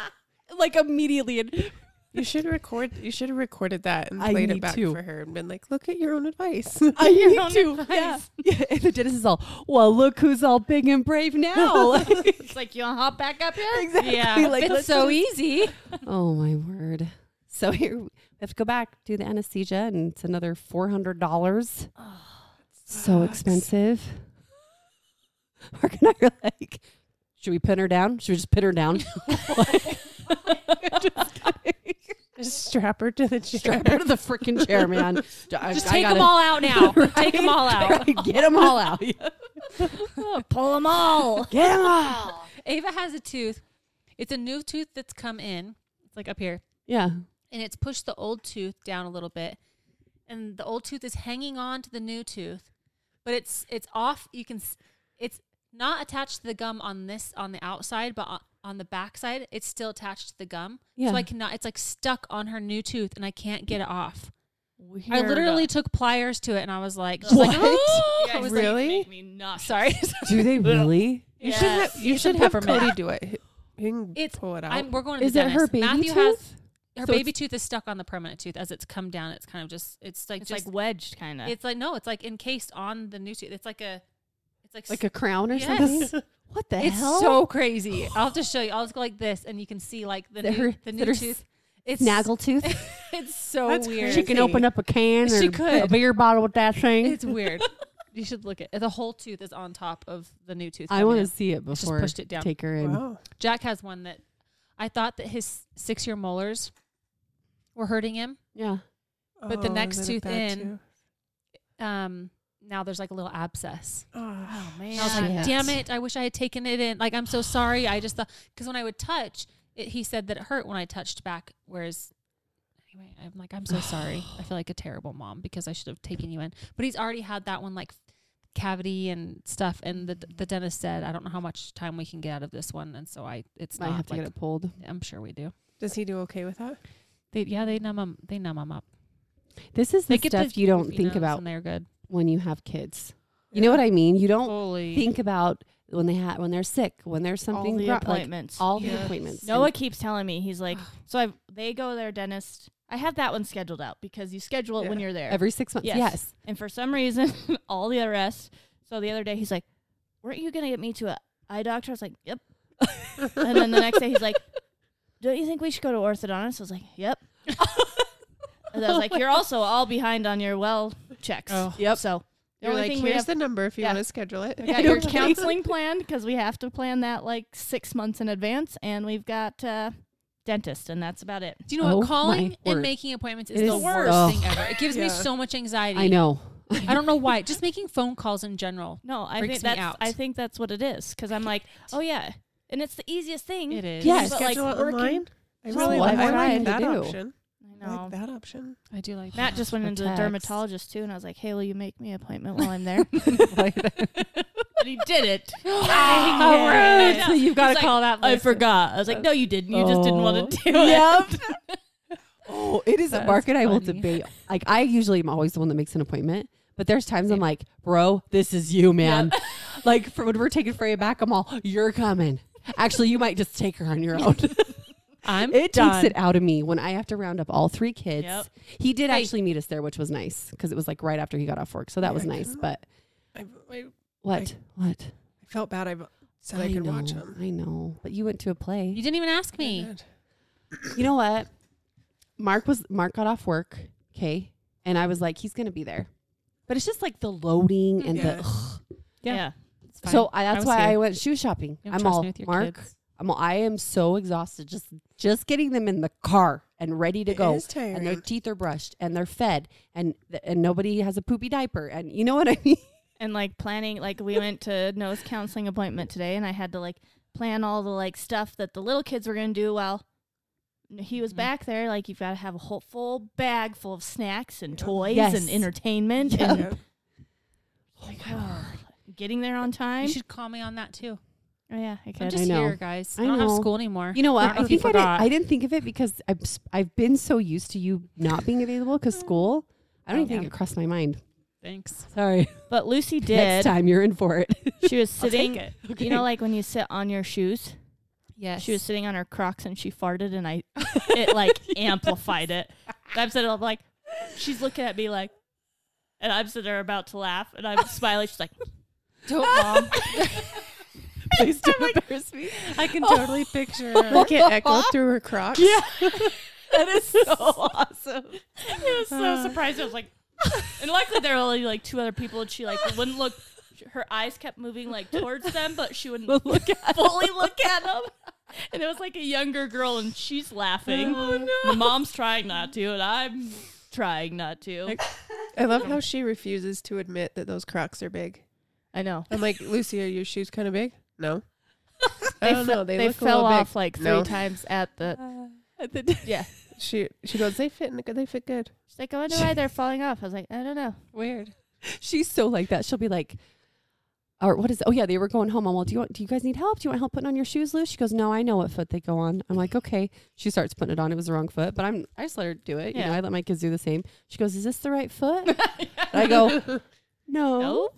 [SPEAKER 3] like immediately and
[SPEAKER 4] You should record. You should have recorded that and
[SPEAKER 3] I
[SPEAKER 4] played it
[SPEAKER 3] need
[SPEAKER 4] back
[SPEAKER 3] to.
[SPEAKER 4] for her and been like, "Look at your own advice."
[SPEAKER 3] I need to. Yeah. yeah. And the dentist is all, well, look who's all big and brave now.
[SPEAKER 1] It's like you want to hop back up here?
[SPEAKER 3] exactly.
[SPEAKER 2] Yeah.
[SPEAKER 3] Like,
[SPEAKER 1] it's
[SPEAKER 3] let's
[SPEAKER 1] so easy.
[SPEAKER 3] Oh my word. So here We have to go back, do the anesthesia, and it's another four hundred dollars.
[SPEAKER 2] Oh,
[SPEAKER 3] So
[SPEAKER 4] sucks.
[SPEAKER 3] expensive. Mark and I are like, should we pin her down? Should we just pin her down?
[SPEAKER 4] Just strap her to the chair.
[SPEAKER 3] Strap her to the freaking chair, man.
[SPEAKER 2] Just take them all out now. Take them all out. Oh,
[SPEAKER 3] Get them all out.
[SPEAKER 1] Pull them all.
[SPEAKER 3] Get them all.
[SPEAKER 2] Ava has a tooth. It's a new tooth that's come in. It's like up here.
[SPEAKER 3] Yeah.
[SPEAKER 2] And it's pushed the old tooth down a little bit. And the old tooth is hanging on to the new tooth. But it's it's off. You can s- it's not attached to the gum on this on the outside, but on, on the back side, it's still attached to the gum.
[SPEAKER 3] Yeah.
[SPEAKER 2] So I cannot it's like stuck on her new tooth and I can't get it off.
[SPEAKER 1] Weird.
[SPEAKER 2] I literally took pliers to it and I was like just like
[SPEAKER 3] What?
[SPEAKER 2] "Oh!"
[SPEAKER 1] Yeah,
[SPEAKER 2] I was like,
[SPEAKER 4] really?
[SPEAKER 1] Make me nuts.
[SPEAKER 2] sorry.
[SPEAKER 3] Do they really?
[SPEAKER 4] You should have. You
[SPEAKER 2] It's a
[SPEAKER 4] should have
[SPEAKER 2] peppermint.
[SPEAKER 4] Cody do it. He- He can
[SPEAKER 2] It's-
[SPEAKER 4] pull it out.
[SPEAKER 2] I'm, we're going to
[SPEAKER 3] Is
[SPEAKER 2] the
[SPEAKER 3] it her
[SPEAKER 2] dentist.
[SPEAKER 3] baby
[SPEAKER 2] Matthew has
[SPEAKER 3] tooth?
[SPEAKER 2] her
[SPEAKER 3] So
[SPEAKER 2] baby tooth is stuck on the permanent tooth as it's come down. It's kind of just it's like
[SPEAKER 1] It's
[SPEAKER 2] just
[SPEAKER 1] like wedged, kind of.
[SPEAKER 2] it's like no, it's like encased on the new tooth. It's like a it's like,
[SPEAKER 3] Like
[SPEAKER 2] s-
[SPEAKER 3] a crown or
[SPEAKER 2] Yes.
[SPEAKER 3] something? What the
[SPEAKER 2] it's
[SPEAKER 3] hell?
[SPEAKER 2] so crazy. I'll have to show you. I'll just go like this, and you can see like the
[SPEAKER 3] That
[SPEAKER 2] new
[SPEAKER 3] her-
[SPEAKER 2] the
[SPEAKER 3] that
[SPEAKER 2] new
[SPEAKER 3] her
[SPEAKER 2] tooth. It's
[SPEAKER 3] Snaggletooth.
[SPEAKER 2] It's so
[SPEAKER 4] That's
[SPEAKER 2] weird.
[SPEAKER 3] She can
[SPEAKER 4] Crazy.
[SPEAKER 3] open up a can or
[SPEAKER 2] She could.
[SPEAKER 3] a beer bottle with that thing.
[SPEAKER 2] It's weird. you should look at the whole tooth is on top of the new tooth.
[SPEAKER 3] I
[SPEAKER 2] coming
[SPEAKER 3] want
[SPEAKER 2] in.
[SPEAKER 3] to see it
[SPEAKER 2] just
[SPEAKER 3] before
[SPEAKER 2] pushed it down.
[SPEAKER 3] take her in.
[SPEAKER 4] wow.
[SPEAKER 2] Jack has one that I thought that his six year molars were hurting him.
[SPEAKER 3] Yeah.
[SPEAKER 2] But the
[SPEAKER 4] Oh,
[SPEAKER 2] next
[SPEAKER 4] is it a
[SPEAKER 2] tooth
[SPEAKER 4] bad
[SPEAKER 2] in-
[SPEAKER 4] tooth?
[SPEAKER 2] Um, now there's like a little abscess.
[SPEAKER 4] Oh.
[SPEAKER 1] oh man.
[SPEAKER 2] And I was like,
[SPEAKER 3] Shit.
[SPEAKER 2] damn it, I wish I had taken it in. Like, I'm so sorry. I just thought, because when I would touch, it, he said that it hurt when I touched back. Whereas, anyway, I'm like, I'm so sorry. I feel like a terrible mom because I should have taken you in. But he's already had that one, like, cavity and stuff. And the, the dentist said, I don't know how much time we can get out of this one. And so I, it's
[SPEAKER 3] Might
[SPEAKER 2] not
[SPEAKER 3] have to
[SPEAKER 2] like,
[SPEAKER 3] get it pulled.
[SPEAKER 2] I'm sure we do.
[SPEAKER 4] Does he do okay with that?
[SPEAKER 2] They, yeah, they numb 'em- they numb 'em up.
[SPEAKER 3] This is the
[SPEAKER 2] they get the
[SPEAKER 3] stuff you don't
[SPEAKER 2] poofy
[SPEAKER 3] think
[SPEAKER 2] nose
[SPEAKER 3] about
[SPEAKER 2] And they're good.
[SPEAKER 3] when you have kids. You know what I mean? You don't
[SPEAKER 2] Holy.
[SPEAKER 3] think about when they ha- when they're sick, when there's something
[SPEAKER 1] all the
[SPEAKER 3] gro- like,
[SPEAKER 1] appointments.
[SPEAKER 3] all the
[SPEAKER 2] Yes.
[SPEAKER 3] appointments.
[SPEAKER 1] Noah
[SPEAKER 3] And
[SPEAKER 1] keeps telling me he's like, so I they go to their dentist. I have that one scheduled out because you schedule it when
[SPEAKER 4] Yeah.
[SPEAKER 1] you're there.
[SPEAKER 3] every six months.
[SPEAKER 1] Yes.
[SPEAKER 3] Yes.
[SPEAKER 1] and for some reason, all the rest. So the other day he's like, weren't you gonna get me to a eye doctor? I was like, yep. and then the next day he's like, don't you think we should go to orthodontist? I was like, yep. and I was like, you're also all behind on your well checks.
[SPEAKER 2] Oh.
[SPEAKER 3] Yep.
[SPEAKER 1] So the
[SPEAKER 4] You're
[SPEAKER 1] only
[SPEAKER 4] like,
[SPEAKER 1] thing we
[SPEAKER 4] here's
[SPEAKER 1] have,
[SPEAKER 4] the number if you
[SPEAKER 1] Yeah.
[SPEAKER 4] want to schedule it.
[SPEAKER 1] we got your
[SPEAKER 3] Please.
[SPEAKER 1] counseling plan because we have to plan that like six months in advance, and we've got uh, dentist, and that's about it.
[SPEAKER 2] Do you know
[SPEAKER 3] Oh my
[SPEAKER 2] what? Calling and
[SPEAKER 3] word.
[SPEAKER 2] making appointments is
[SPEAKER 3] It
[SPEAKER 2] the
[SPEAKER 3] is-
[SPEAKER 2] worst
[SPEAKER 3] Ugh.
[SPEAKER 2] thing ever. It gives me
[SPEAKER 4] Yeah.
[SPEAKER 2] so much anxiety.
[SPEAKER 3] I know.
[SPEAKER 2] I don't know why. Just making phone calls in general.
[SPEAKER 1] No, I
[SPEAKER 2] Freaks
[SPEAKER 1] think
[SPEAKER 2] me
[SPEAKER 1] that's
[SPEAKER 2] out.
[SPEAKER 1] I think that's what it is because I'm like, oh yeah, and it's the easiest thing.
[SPEAKER 2] It is.
[SPEAKER 3] Yes.
[SPEAKER 1] But, like,
[SPEAKER 4] schedule it
[SPEAKER 1] working-
[SPEAKER 4] online. I
[SPEAKER 1] Just
[SPEAKER 4] really
[SPEAKER 1] one
[SPEAKER 4] like, I
[SPEAKER 1] more
[SPEAKER 4] like
[SPEAKER 1] thing to
[SPEAKER 4] that
[SPEAKER 3] do.
[SPEAKER 4] option.
[SPEAKER 1] I
[SPEAKER 4] I
[SPEAKER 1] know.
[SPEAKER 4] like that option.
[SPEAKER 2] I do like
[SPEAKER 1] Matt just went
[SPEAKER 3] For
[SPEAKER 1] into the
[SPEAKER 3] text.
[SPEAKER 1] dermatologist too, and I was like, hey, will you make me an appointment while I'm there? and he did it.
[SPEAKER 2] How rude.
[SPEAKER 1] Yeah.
[SPEAKER 2] So you've got
[SPEAKER 1] He's
[SPEAKER 2] to
[SPEAKER 1] like,
[SPEAKER 2] call that.
[SPEAKER 1] I
[SPEAKER 2] list.
[SPEAKER 1] forgot. I was like, no, you didn't. You just didn't want to do it.
[SPEAKER 3] oh, it is a
[SPEAKER 2] That's
[SPEAKER 3] market I will
[SPEAKER 2] funny.
[SPEAKER 3] debate. Like I usually am always the one that makes an appointment, but there's times I'm like, bro, this is you, man. like for when we're taking Freya back, I'm all, you're coming. Actually, you might just take her on your own.
[SPEAKER 2] I'm
[SPEAKER 3] it
[SPEAKER 2] done.
[SPEAKER 3] takes it out of me when I have to round up all three kids.
[SPEAKER 1] Yep.
[SPEAKER 3] He did
[SPEAKER 2] Hey.
[SPEAKER 3] actually meet us there, which was nice because it was like right after he got off work, so that was
[SPEAKER 4] Yeah, I
[SPEAKER 3] nice.
[SPEAKER 4] cannot-
[SPEAKER 3] But
[SPEAKER 4] I, I
[SPEAKER 3] what? What?
[SPEAKER 4] I felt bad. I bu- said I, could
[SPEAKER 3] know,
[SPEAKER 4] watch them.
[SPEAKER 3] I know, but you went to a play.
[SPEAKER 2] You didn't even ask me.
[SPEAKER 3] you know what? Mark was Mark got off work, okay, and I was like, he's gonna be there, but it's just like the loading and
[SPEAKER 4] Yeah.
[SPEAKER 3] the. ugh.
[SPEAKER 2] Yeah. It's fine.
[SPEAKER 3] So I, that's
[SPEAKER 2] was
[SPEAKER 3] why
[SPEAKER 2] here.
[SPEAKER 3] I went shoe shopping.
[SPEAKER 2] You don't
[SPEAKER 3] I'm
[SPEAKER 2] trust
[SPEAKER 3] all
[SPEAKER 2] me with your
[SPEAKER 3] Mark.
[SPEAKER 2] kids.
[SPEAKER 3] I'm all, I am so exhausted just just getting them in the car and ready to
[SPEAKER 4] It
[SPEAKER 3] go,
[SPEAKER 4] is tiring.
[SPEAKER 3] and their teeth are brushed and they're fed and th- and nobody has a poopy diaper and you know what I mean.
[SPEAKER 1] and like planning like we went to nose counseling appointment today and i had to like plan all the like stuff that the little kids were going to do while he was
[SPEAKER 2] Mhm.
[SPEAKER 1] back there like you've got to have a whole full bag full of snacks and toys
[SPEAKER 3] Yes.
[SPEAKER 1] and entertainment
[SPEAKER 3] Yeah.
[SPEAKER 1] and
[SPEAKER 4] Yeah.
[SPEAKER 1] getting there on time
[SPEAKER 2] You Oh, should call me on that too.
[SPEAKER 1] oh yeah i
[SPEAKER 2] I'm
[SPEAKER 1] could
[SPEAKER 2] just
[SPEAKER 3] I know.
[SPEAKER 2] here, guys. I,
[SPEAKER 3] I
[SPEAKER 2] don't have
[SPEAKER 3] know.
[SPEAKER 2] school anymore.
[SPEAKER 3] You know
[SPEAKER 2] I
[SPEAKER 3] what?
[SPEAKER 2] don't
[SPEAKER 3] I,
[SPEAKER 2] know if you
[SPEAKER 3] think I, did,
[SPEAKER 2] forgot.
[SPEAKER 3] I didn't think of it because I've, s- I've been so used to you not being available because school. I don't even think
[SPEAKER 2] Oh, Yeah.
[SPEAKER 3] it crossed my mind.
[SPEAKER 2] Thanks.
[SPEAKER 3] Sorry.
[SPEAKER 1] but lucy
[SPEAKER 3] Next
[SPEAKER 1] did
[SPEAKER 3] time you're in for it.
[SPEAKER 1] she was sitting
[SPEAKER 2] it.
[SPEAKER 1] you know like when you sit on your shoes
[SPEAKER 2] Yes.
[SPEAKER 1] she was sitting on her crocs and she farted and i it like amplified it i'm sitting up like she's looking at me like and i'm sitting there about to laugh and i'm smiling she's like
[SPEAKER 2] Don't mom.
[SPEAKER 3] Please don't embarrass me.
[SPEAKER 1] Oh.
[SPEAKER 2] I can totally.
[SPEAKER 4] Picture like it echoed through her crotch. Yeah.
[SPEAKER 1] that is so awesome. Uh.
[SPEAKER 2] I was so surprised. I was like,
[SPEAKER 1] And luckily, there were only like two other people, and she like wouldn't look. Her eyes kept moving like towards them, but she wouldn't
[SPEAKER 3] Look at
[SPEAKER 1] fully look at them. And it was like a younger girl, and she's laughing. Oh no! The mom's trying not to, and I'm trying not to.
[SPEAKER 4] I love how she refuses to admit that those Crocs are big.
[SPEAKER 1] I know.
[SPEAKER 4] I'm like, Lucy, are your shoes kind of big? No. I
[SPEAKER 1] They
[SPEAKER 4] don't
[SPEAKER 1] fe-
[SPEAKER 4] know. They,
[SPEAKER 1] they
[SPEAKER 4] look
[SPEAKER 1] fell
[SPEAKER 4] a little
[SPEAKER 1] off like three
[SPEAKER 4] No.
[SPEAKER 1] times at the
[SPEAKER 3] at the d-
[SPEAKER 1] yeah.
[SPEAKER 4] Big. She she goes, they fit. They fit good.
[SPEAKER 1] She's like, I wonder why they're falling off. I was like, I don't know.
[SPEAKER 3] weird. She's so like that. She'll be like, or what is? Oh yeah, they were going home. I'm well. Do you want, do you guys need help? Do you want help putting on your shoes, Lou? She goes, no, I know what foot they go on. I'm like, okay. She starts putting it on. It was the wrong foot, but I'm I just let her do it. You
[SPEAKER 1] Yeah.
[SPEAKER 3] know, I let my kids do the same. She goes, is this the right foot? And I go, no.
[SPEAKER 1] No,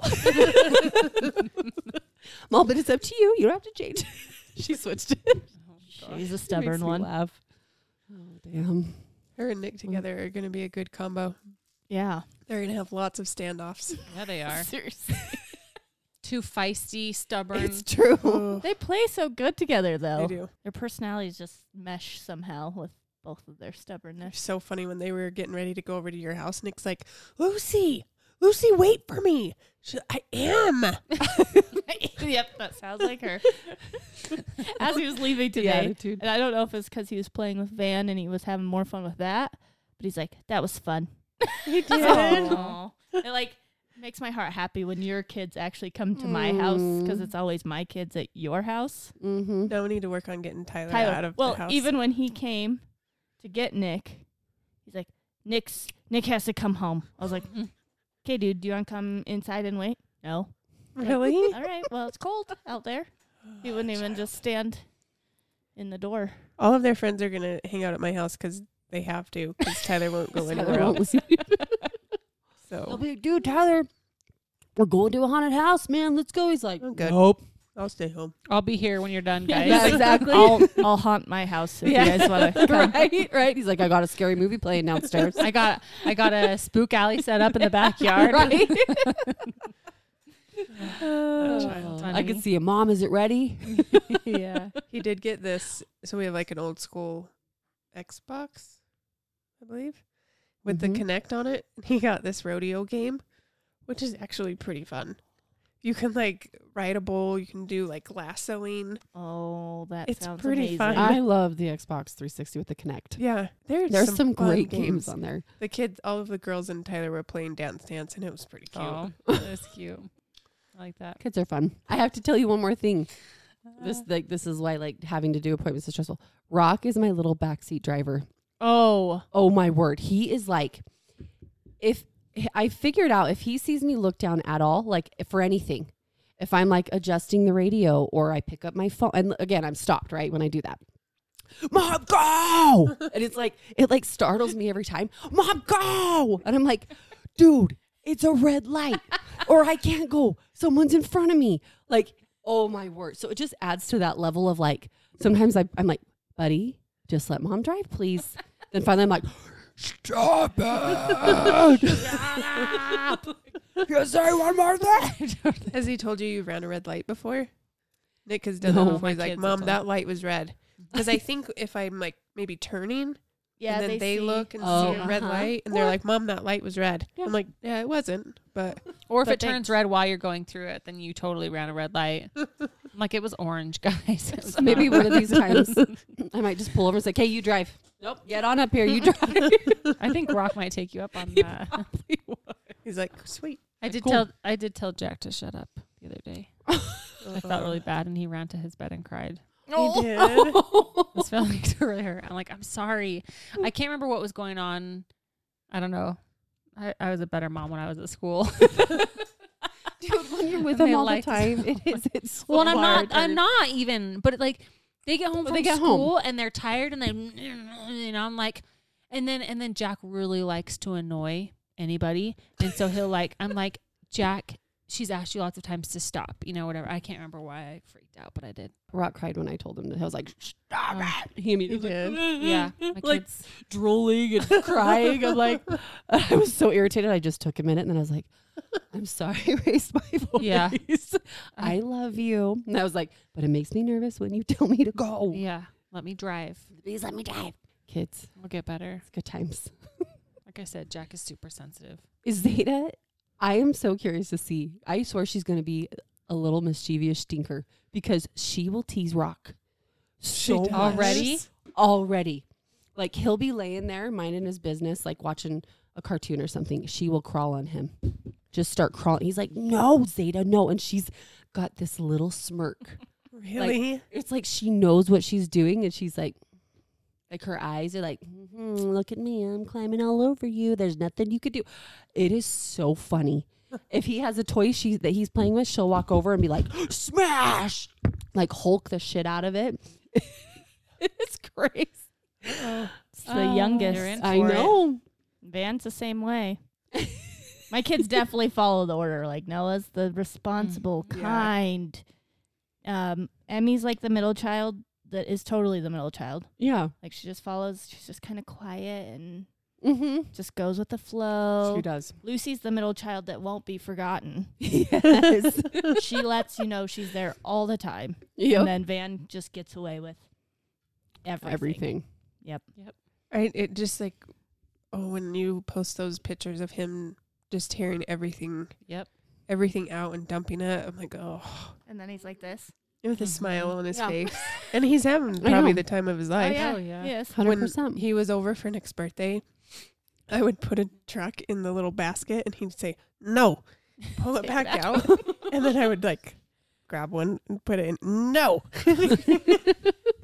[SPEAKER 3] Mom, but it's up to you. You don't have to change. she switched. It
[SPEAKER 1] she's a
[SPEAKER 3] makes
[SPEAKER 1] stubborn
[SPEAKER 3] me
[SPEAKER 1] one.
[SPEAKER 3] Laugh. Oh damn.
[SPEAKER 4] Her and Nick together are going to be a good combo.
[SPEAKER 1] Yeah,
[SPEAKER 4] They're going to have lots of standoffs.
[SPEAKER 2] yeah, they are
[SPEAKER 1] seriously.
[SPEAKER 2] too feisty, stubborn.
[SPEAKER 3] It's true.
[SPEAKER 4] Oh,
[SPEAKER 1] They play so good together,
[SPEAKER 4] they
[SPEAKER 1] though.
[SPEAKER 4] do.
[SPEAKER 1] Their personalities just mesh somehow with both of their
[SPEAKER 4] They're
[SPEAKER 1] stubbornness.
[SPEAKER 4] so funny when they were getting ready to go over to your house. Nick's like, Lucy, Lucy, wait for me. She, I am.
[SPEAKER 1] yep, that sounds like her. As he was leaving
[SPEAKER 3] The
[SPEAKER 1] today,
[SPEAKER 3] attitude.
[SPEAKER 1] and I don't know if it's because he was playing with Van and he was having more fun with that, but he's like, "That was fun."
[SPEAKER 4] He did.
[SPEAKER 1] Aw. it like makes my heart happy when your kids actually come to my house because
[SPEAKER 3] Mm.
[SPEAKER 1] it's always my kids at your house.
[SPEAKER 3] Mm-hmm.
[SPEAKER 4] Now we need to work on getting Tyler,
[SPEAKER 1] Tyler,
[SPEAKER 4] out of
[SPEAKER 1] well,
[SPEAKER 4] the house.
[SPEAKER 1] even when he came to get Nick, he's like, "Nick's Nick has to come home." I was like,
[SPEAKER 2] "Mm."
[SPEAKER 1] "Okay, dude, do you want to come inside and wait?" No.
[SPEAKER 4] really?
[SPEAKER 1] All right. Well, it's cold out there. He wouldn't even just stand in the door.
[SPEAKER 4] All of their friends are going to hang out at my house because they have to because Tyler won't go anywhere
[SPEAKER 3] Tyler won't
[SPEAKER 4] else.
[SPEAKER 3] leave. I'll
[SPEAKER 4] So
[SPEAKER 3] be like, dude, Tyler, we're going to a haunted house, man. Let's go. He's like,
[SPEAKER 4] I'm good.
[SPEAKER 3] nope.
[SPEAKER 4] I'll stay home.
[SPEAKER 2] I'll be here when you're done, guys.
[SPEAKER 1] Yeah,
[SPEAKER 3] Yeah, exactly.
[SPEAKER 1] I'll, I'll haunt my house if you
[SPEAKER 3] Yeah.
[SPEAKER 1] guys want to come.
[SPEAKER 3] right, right. He's like, I got a scary movie playing downstairs.
[SPEAKER 2] I got I got a spook alley set up in the backyard.
[SPEAKER 3] right.
[SPEAKER 4] child.
[SPEAKER 3] I could see a mom. Is it ready?
[SPEAKER 2] yeah.
[SPEAKER 4] He did get this. So we have like an old school Xbox, I believe, with
[SPEAKER 3] Mhm.
[SPEAKER 4] the Connect on it. He got this rodeo game, which is actually pretty fun. You can like ride a bull. You can do like lassoing.
[SPEAKER 1] Oh, that
[SPEAKER 4] It's
[SPEAKER 1] sounds
[SPEAKER 4] pretty
[SPEAKER 1] amazing.
[SPEAKER 4] fun.
[SPEAKER 3] I love the Xbox 360 with the Connect.
[SPEAKER 4] Yeah, there's
[SPEAKER 3] There's some,
[SPEAKER 4] fun
[SPEAKER 3] great games on there.
[SPEAKER 4] The kids, all of the girls and Tyler were playing dance dance, and it was pretty cute.
[SPEAKER 2] Oh, that's cute. I like that.
[SPEAKER 3] Kids are fun. Uh. I have to tell you one more thing. This like this is why like having to do appointments is stressful. Rock is my little backseat driver.
[SPEAKER 2] Oh,
[SPEAKER 3] Oh my word. He is like if I figured out if he sees me look down at all, like for anything, if I'm like adjusting the radio or I pick up my phone and again I'm stopped, right? When I do that. Mom, go! and it's like it like startles me every time. Mom, go! And I'm like, dude, it's a red light. or I can't go. Someone's in front of me. Like, oh my word. So it just adds to that level of like sometimes I, I'm like, buddy, just let mom drive, please. then finally I'm like, Stop it! you say one more thing.
[SPEAKER 4] Has he told you you ran a red light before? Nick has done
[SPEAKER 2] No,
[SPEAKER 4] that before.
[SPEAKER 2] my
[SPEAKER 4] He's like,
[SPEAKER 2] kids
[SPEAKER 4] Mom,
[SPEAKER 2] have
[SPEAKER 4] that light was red. Because I think if I'm like maybe turning,
[SPEAKER 1] Yeah,
[SPEAKER 4] and then they,
[SPEAKER 1] see-
[SPEAKER 4] look and
[SPEAKER 3] Oh,
[SPEAKER 4] see a red
[SPEAKER 3] uh-huh.
[SPEAKER 4] light, and they're like, "Mom, that light was red."
[SPEAKER 3] Yeah.
[SPEAKER 4] I'm like, "Yeah, it wasn't." But
[SPEAKER 2] or if
[SPEAKER 4] But
[SPEAKER 2] it turns red while you're going through it, then you totally ran a red light. I'm like it was orange, guys. It was not-
[SPEAKER 3] Maybe one of these times I might just pull over and say, "Hey, you drive." Nope. Get on up here. You drive.
[SPEAKER 2] I think Rock might take you up on that.
[SPEAKER 4] he's like, "Sweet."
[SPEAKER 2] I did
[SPEAKER 3] Cool.
[SPEAKER 2] tell I did tell Jack to shut up the other day. I felt really bad, and he ran to his bed and cried.
[SPEAKER 4] He did.
[SPEAKER 3] Oh.
[SPEAKER 2] His feelings were really hurt. I'm like, I'm sorry. I can't remember what was going on. I don't know. I, I was a better mom when I was at school.
[SPEAKER 3] Dude, when you're with
[SPEAKER 2] And
[SPEAKER 3] them
[SPEAKER 2] they
[SPEAKER 3] all the
[SPEAKER 2] like to-
[SPEAKER 3] time, it is. It's so
[SPEAKER 2] well, and I'm
[SPEAKER 3] hard.
[SPEAKER 2] not. I'm not even. But like, they get home
[SPEAKER 3] Well,
[SPEAKER 2] from
[SPEAKER 3] they get home.
[SPEAKER 2] school and they're tired, and they, you know, I'm like, and then and then Jack really likes to annoy anybody, and so he'll like, I'm like, Jack, she's asked you lots of times to stop, you know, whatever. I can't remember why I freaked out, but I did.
[SPEAKER 3] Rock cried when I told him that. I was like, "Stop
[SPEAKER 2] Oh.
[SPEAKER 3] it!" He
[SPEAKER 4] He
[SPEAKER 3] immediately
[SPEAKER 4] did.
[SPEAKER 2] Yeah, my
[SPEAKER 3] like
[SPEAKER 2] kids.
[SPEAKER 3] drooling and crying. I'm like, I was so irritated. I just took a minute and then I was like, I'm sorry, I raised my voice.
[SPEAKER 2] Yeah.
[SPEAKER 3] I love you. And I was like, but it makes me nervous when you tell me to go.
[SPEAKER 2] Yeah, let me drive.
[SPEAKER 3] Please let me drive. kids.
[SPEAKER 2] We'll get better.
[SPEAKER 3] It's good times.
[SPEAKER 2] Like I said, Jack is super sensitive.
[SPEAKER 3] Is Zeta? I am so curious to see. I swear she's going to be a little mischievous stinker because she will tease Rock so
[SPEAKER 4] does.
[SPEAKER 3] much
[SPEAKER 2] Already?
[SPEAKER 3] already. Like he'll be laying there minding his business, like watching a cartoon or something. She will crawl on him, just start crawling. He's like, "No, Zeta, no," and she's got this little smirk.
[SPEAKER 4] Really?
[SPEAKER 3] It's like she knows what she's doing, and she's like, like her eyes are like, "Mhm, "Look at me, I'm climbing all over you. There's nothing you could do." It is so funny. If he has a toy she that he's playing with, she'll walk over and be like, "Smash!" Like Hulk the shit out of it. it's crazy.
[SPEAKER 1] It's the youngest.
[SPEAKER 2] You're in
[SPEAKER 3] I
[SPEAKER 2] for it.
[SPEAKER 3] know.
[SPEAKER 1] Van's the same way. My kids definitely follow the order. Like Noah's the responsible,
[SPEAKER 4] Yeah.
[SPEAKER 1] kind. Um, Emmy's like the middle child that is totally the middle child.
[SPEAKER 3] Yeah.
[SPEAKER 1] Like she just follows. She's just kind of quiet and
[SPEAKER 3] Mm-hmm.
[SPEAKER 1] just goes with the flow.
[SPEAKER 3] She does.
[SPEAKER 1] Lucy's the middle child that won't be forgotten.
[SPEAKER 3] yes.
[SPEAKER 1] she lets you know she's there all the time,
[SPEAKER 3] yep.
[SPEAKER 1] and then Van just gets away with everything.
[SPEAKER 3] Everything.
[SPEAKER 4] I, it just like, oh, when you post those pictures of him just tearing everything,
[SPEAKER 2] Yep.
[SPEAKER 4] everything out and dumping it, I'm like, oh,
[SPEAKER 1] And then he's like this.
[SPEAKER 4] with
[SPEAKER 1] Mm-hmm.
[SPEAKER 4] a smile on his face, and
[SPEAKER 3] he's
[SPEAKER 4] he's having
[SPEAKER 3] I
[SPEAKER 4] probably
[SPEAKER 3] know.
[SPEAKER 4] the time of his
[SPEAKER 1] Oh
[SPEAKER 4] life.
[SPEAKER 1] yeah.
[SPEAKER 2] Oh, yeah.
[SPEAKER 1] Yes.
[SPEAKER 3] hundred percent.
[SPEAKER 4] He was over for Nick's birthday. I would put a truck in the little basket, and he'd say, "No," pull it
[SPEAKER 1] Take
[SPEAKER 4] back
[SPEAKER 1] that.
[SPEAKER 4] out, and then I would like grab one and put it in. No,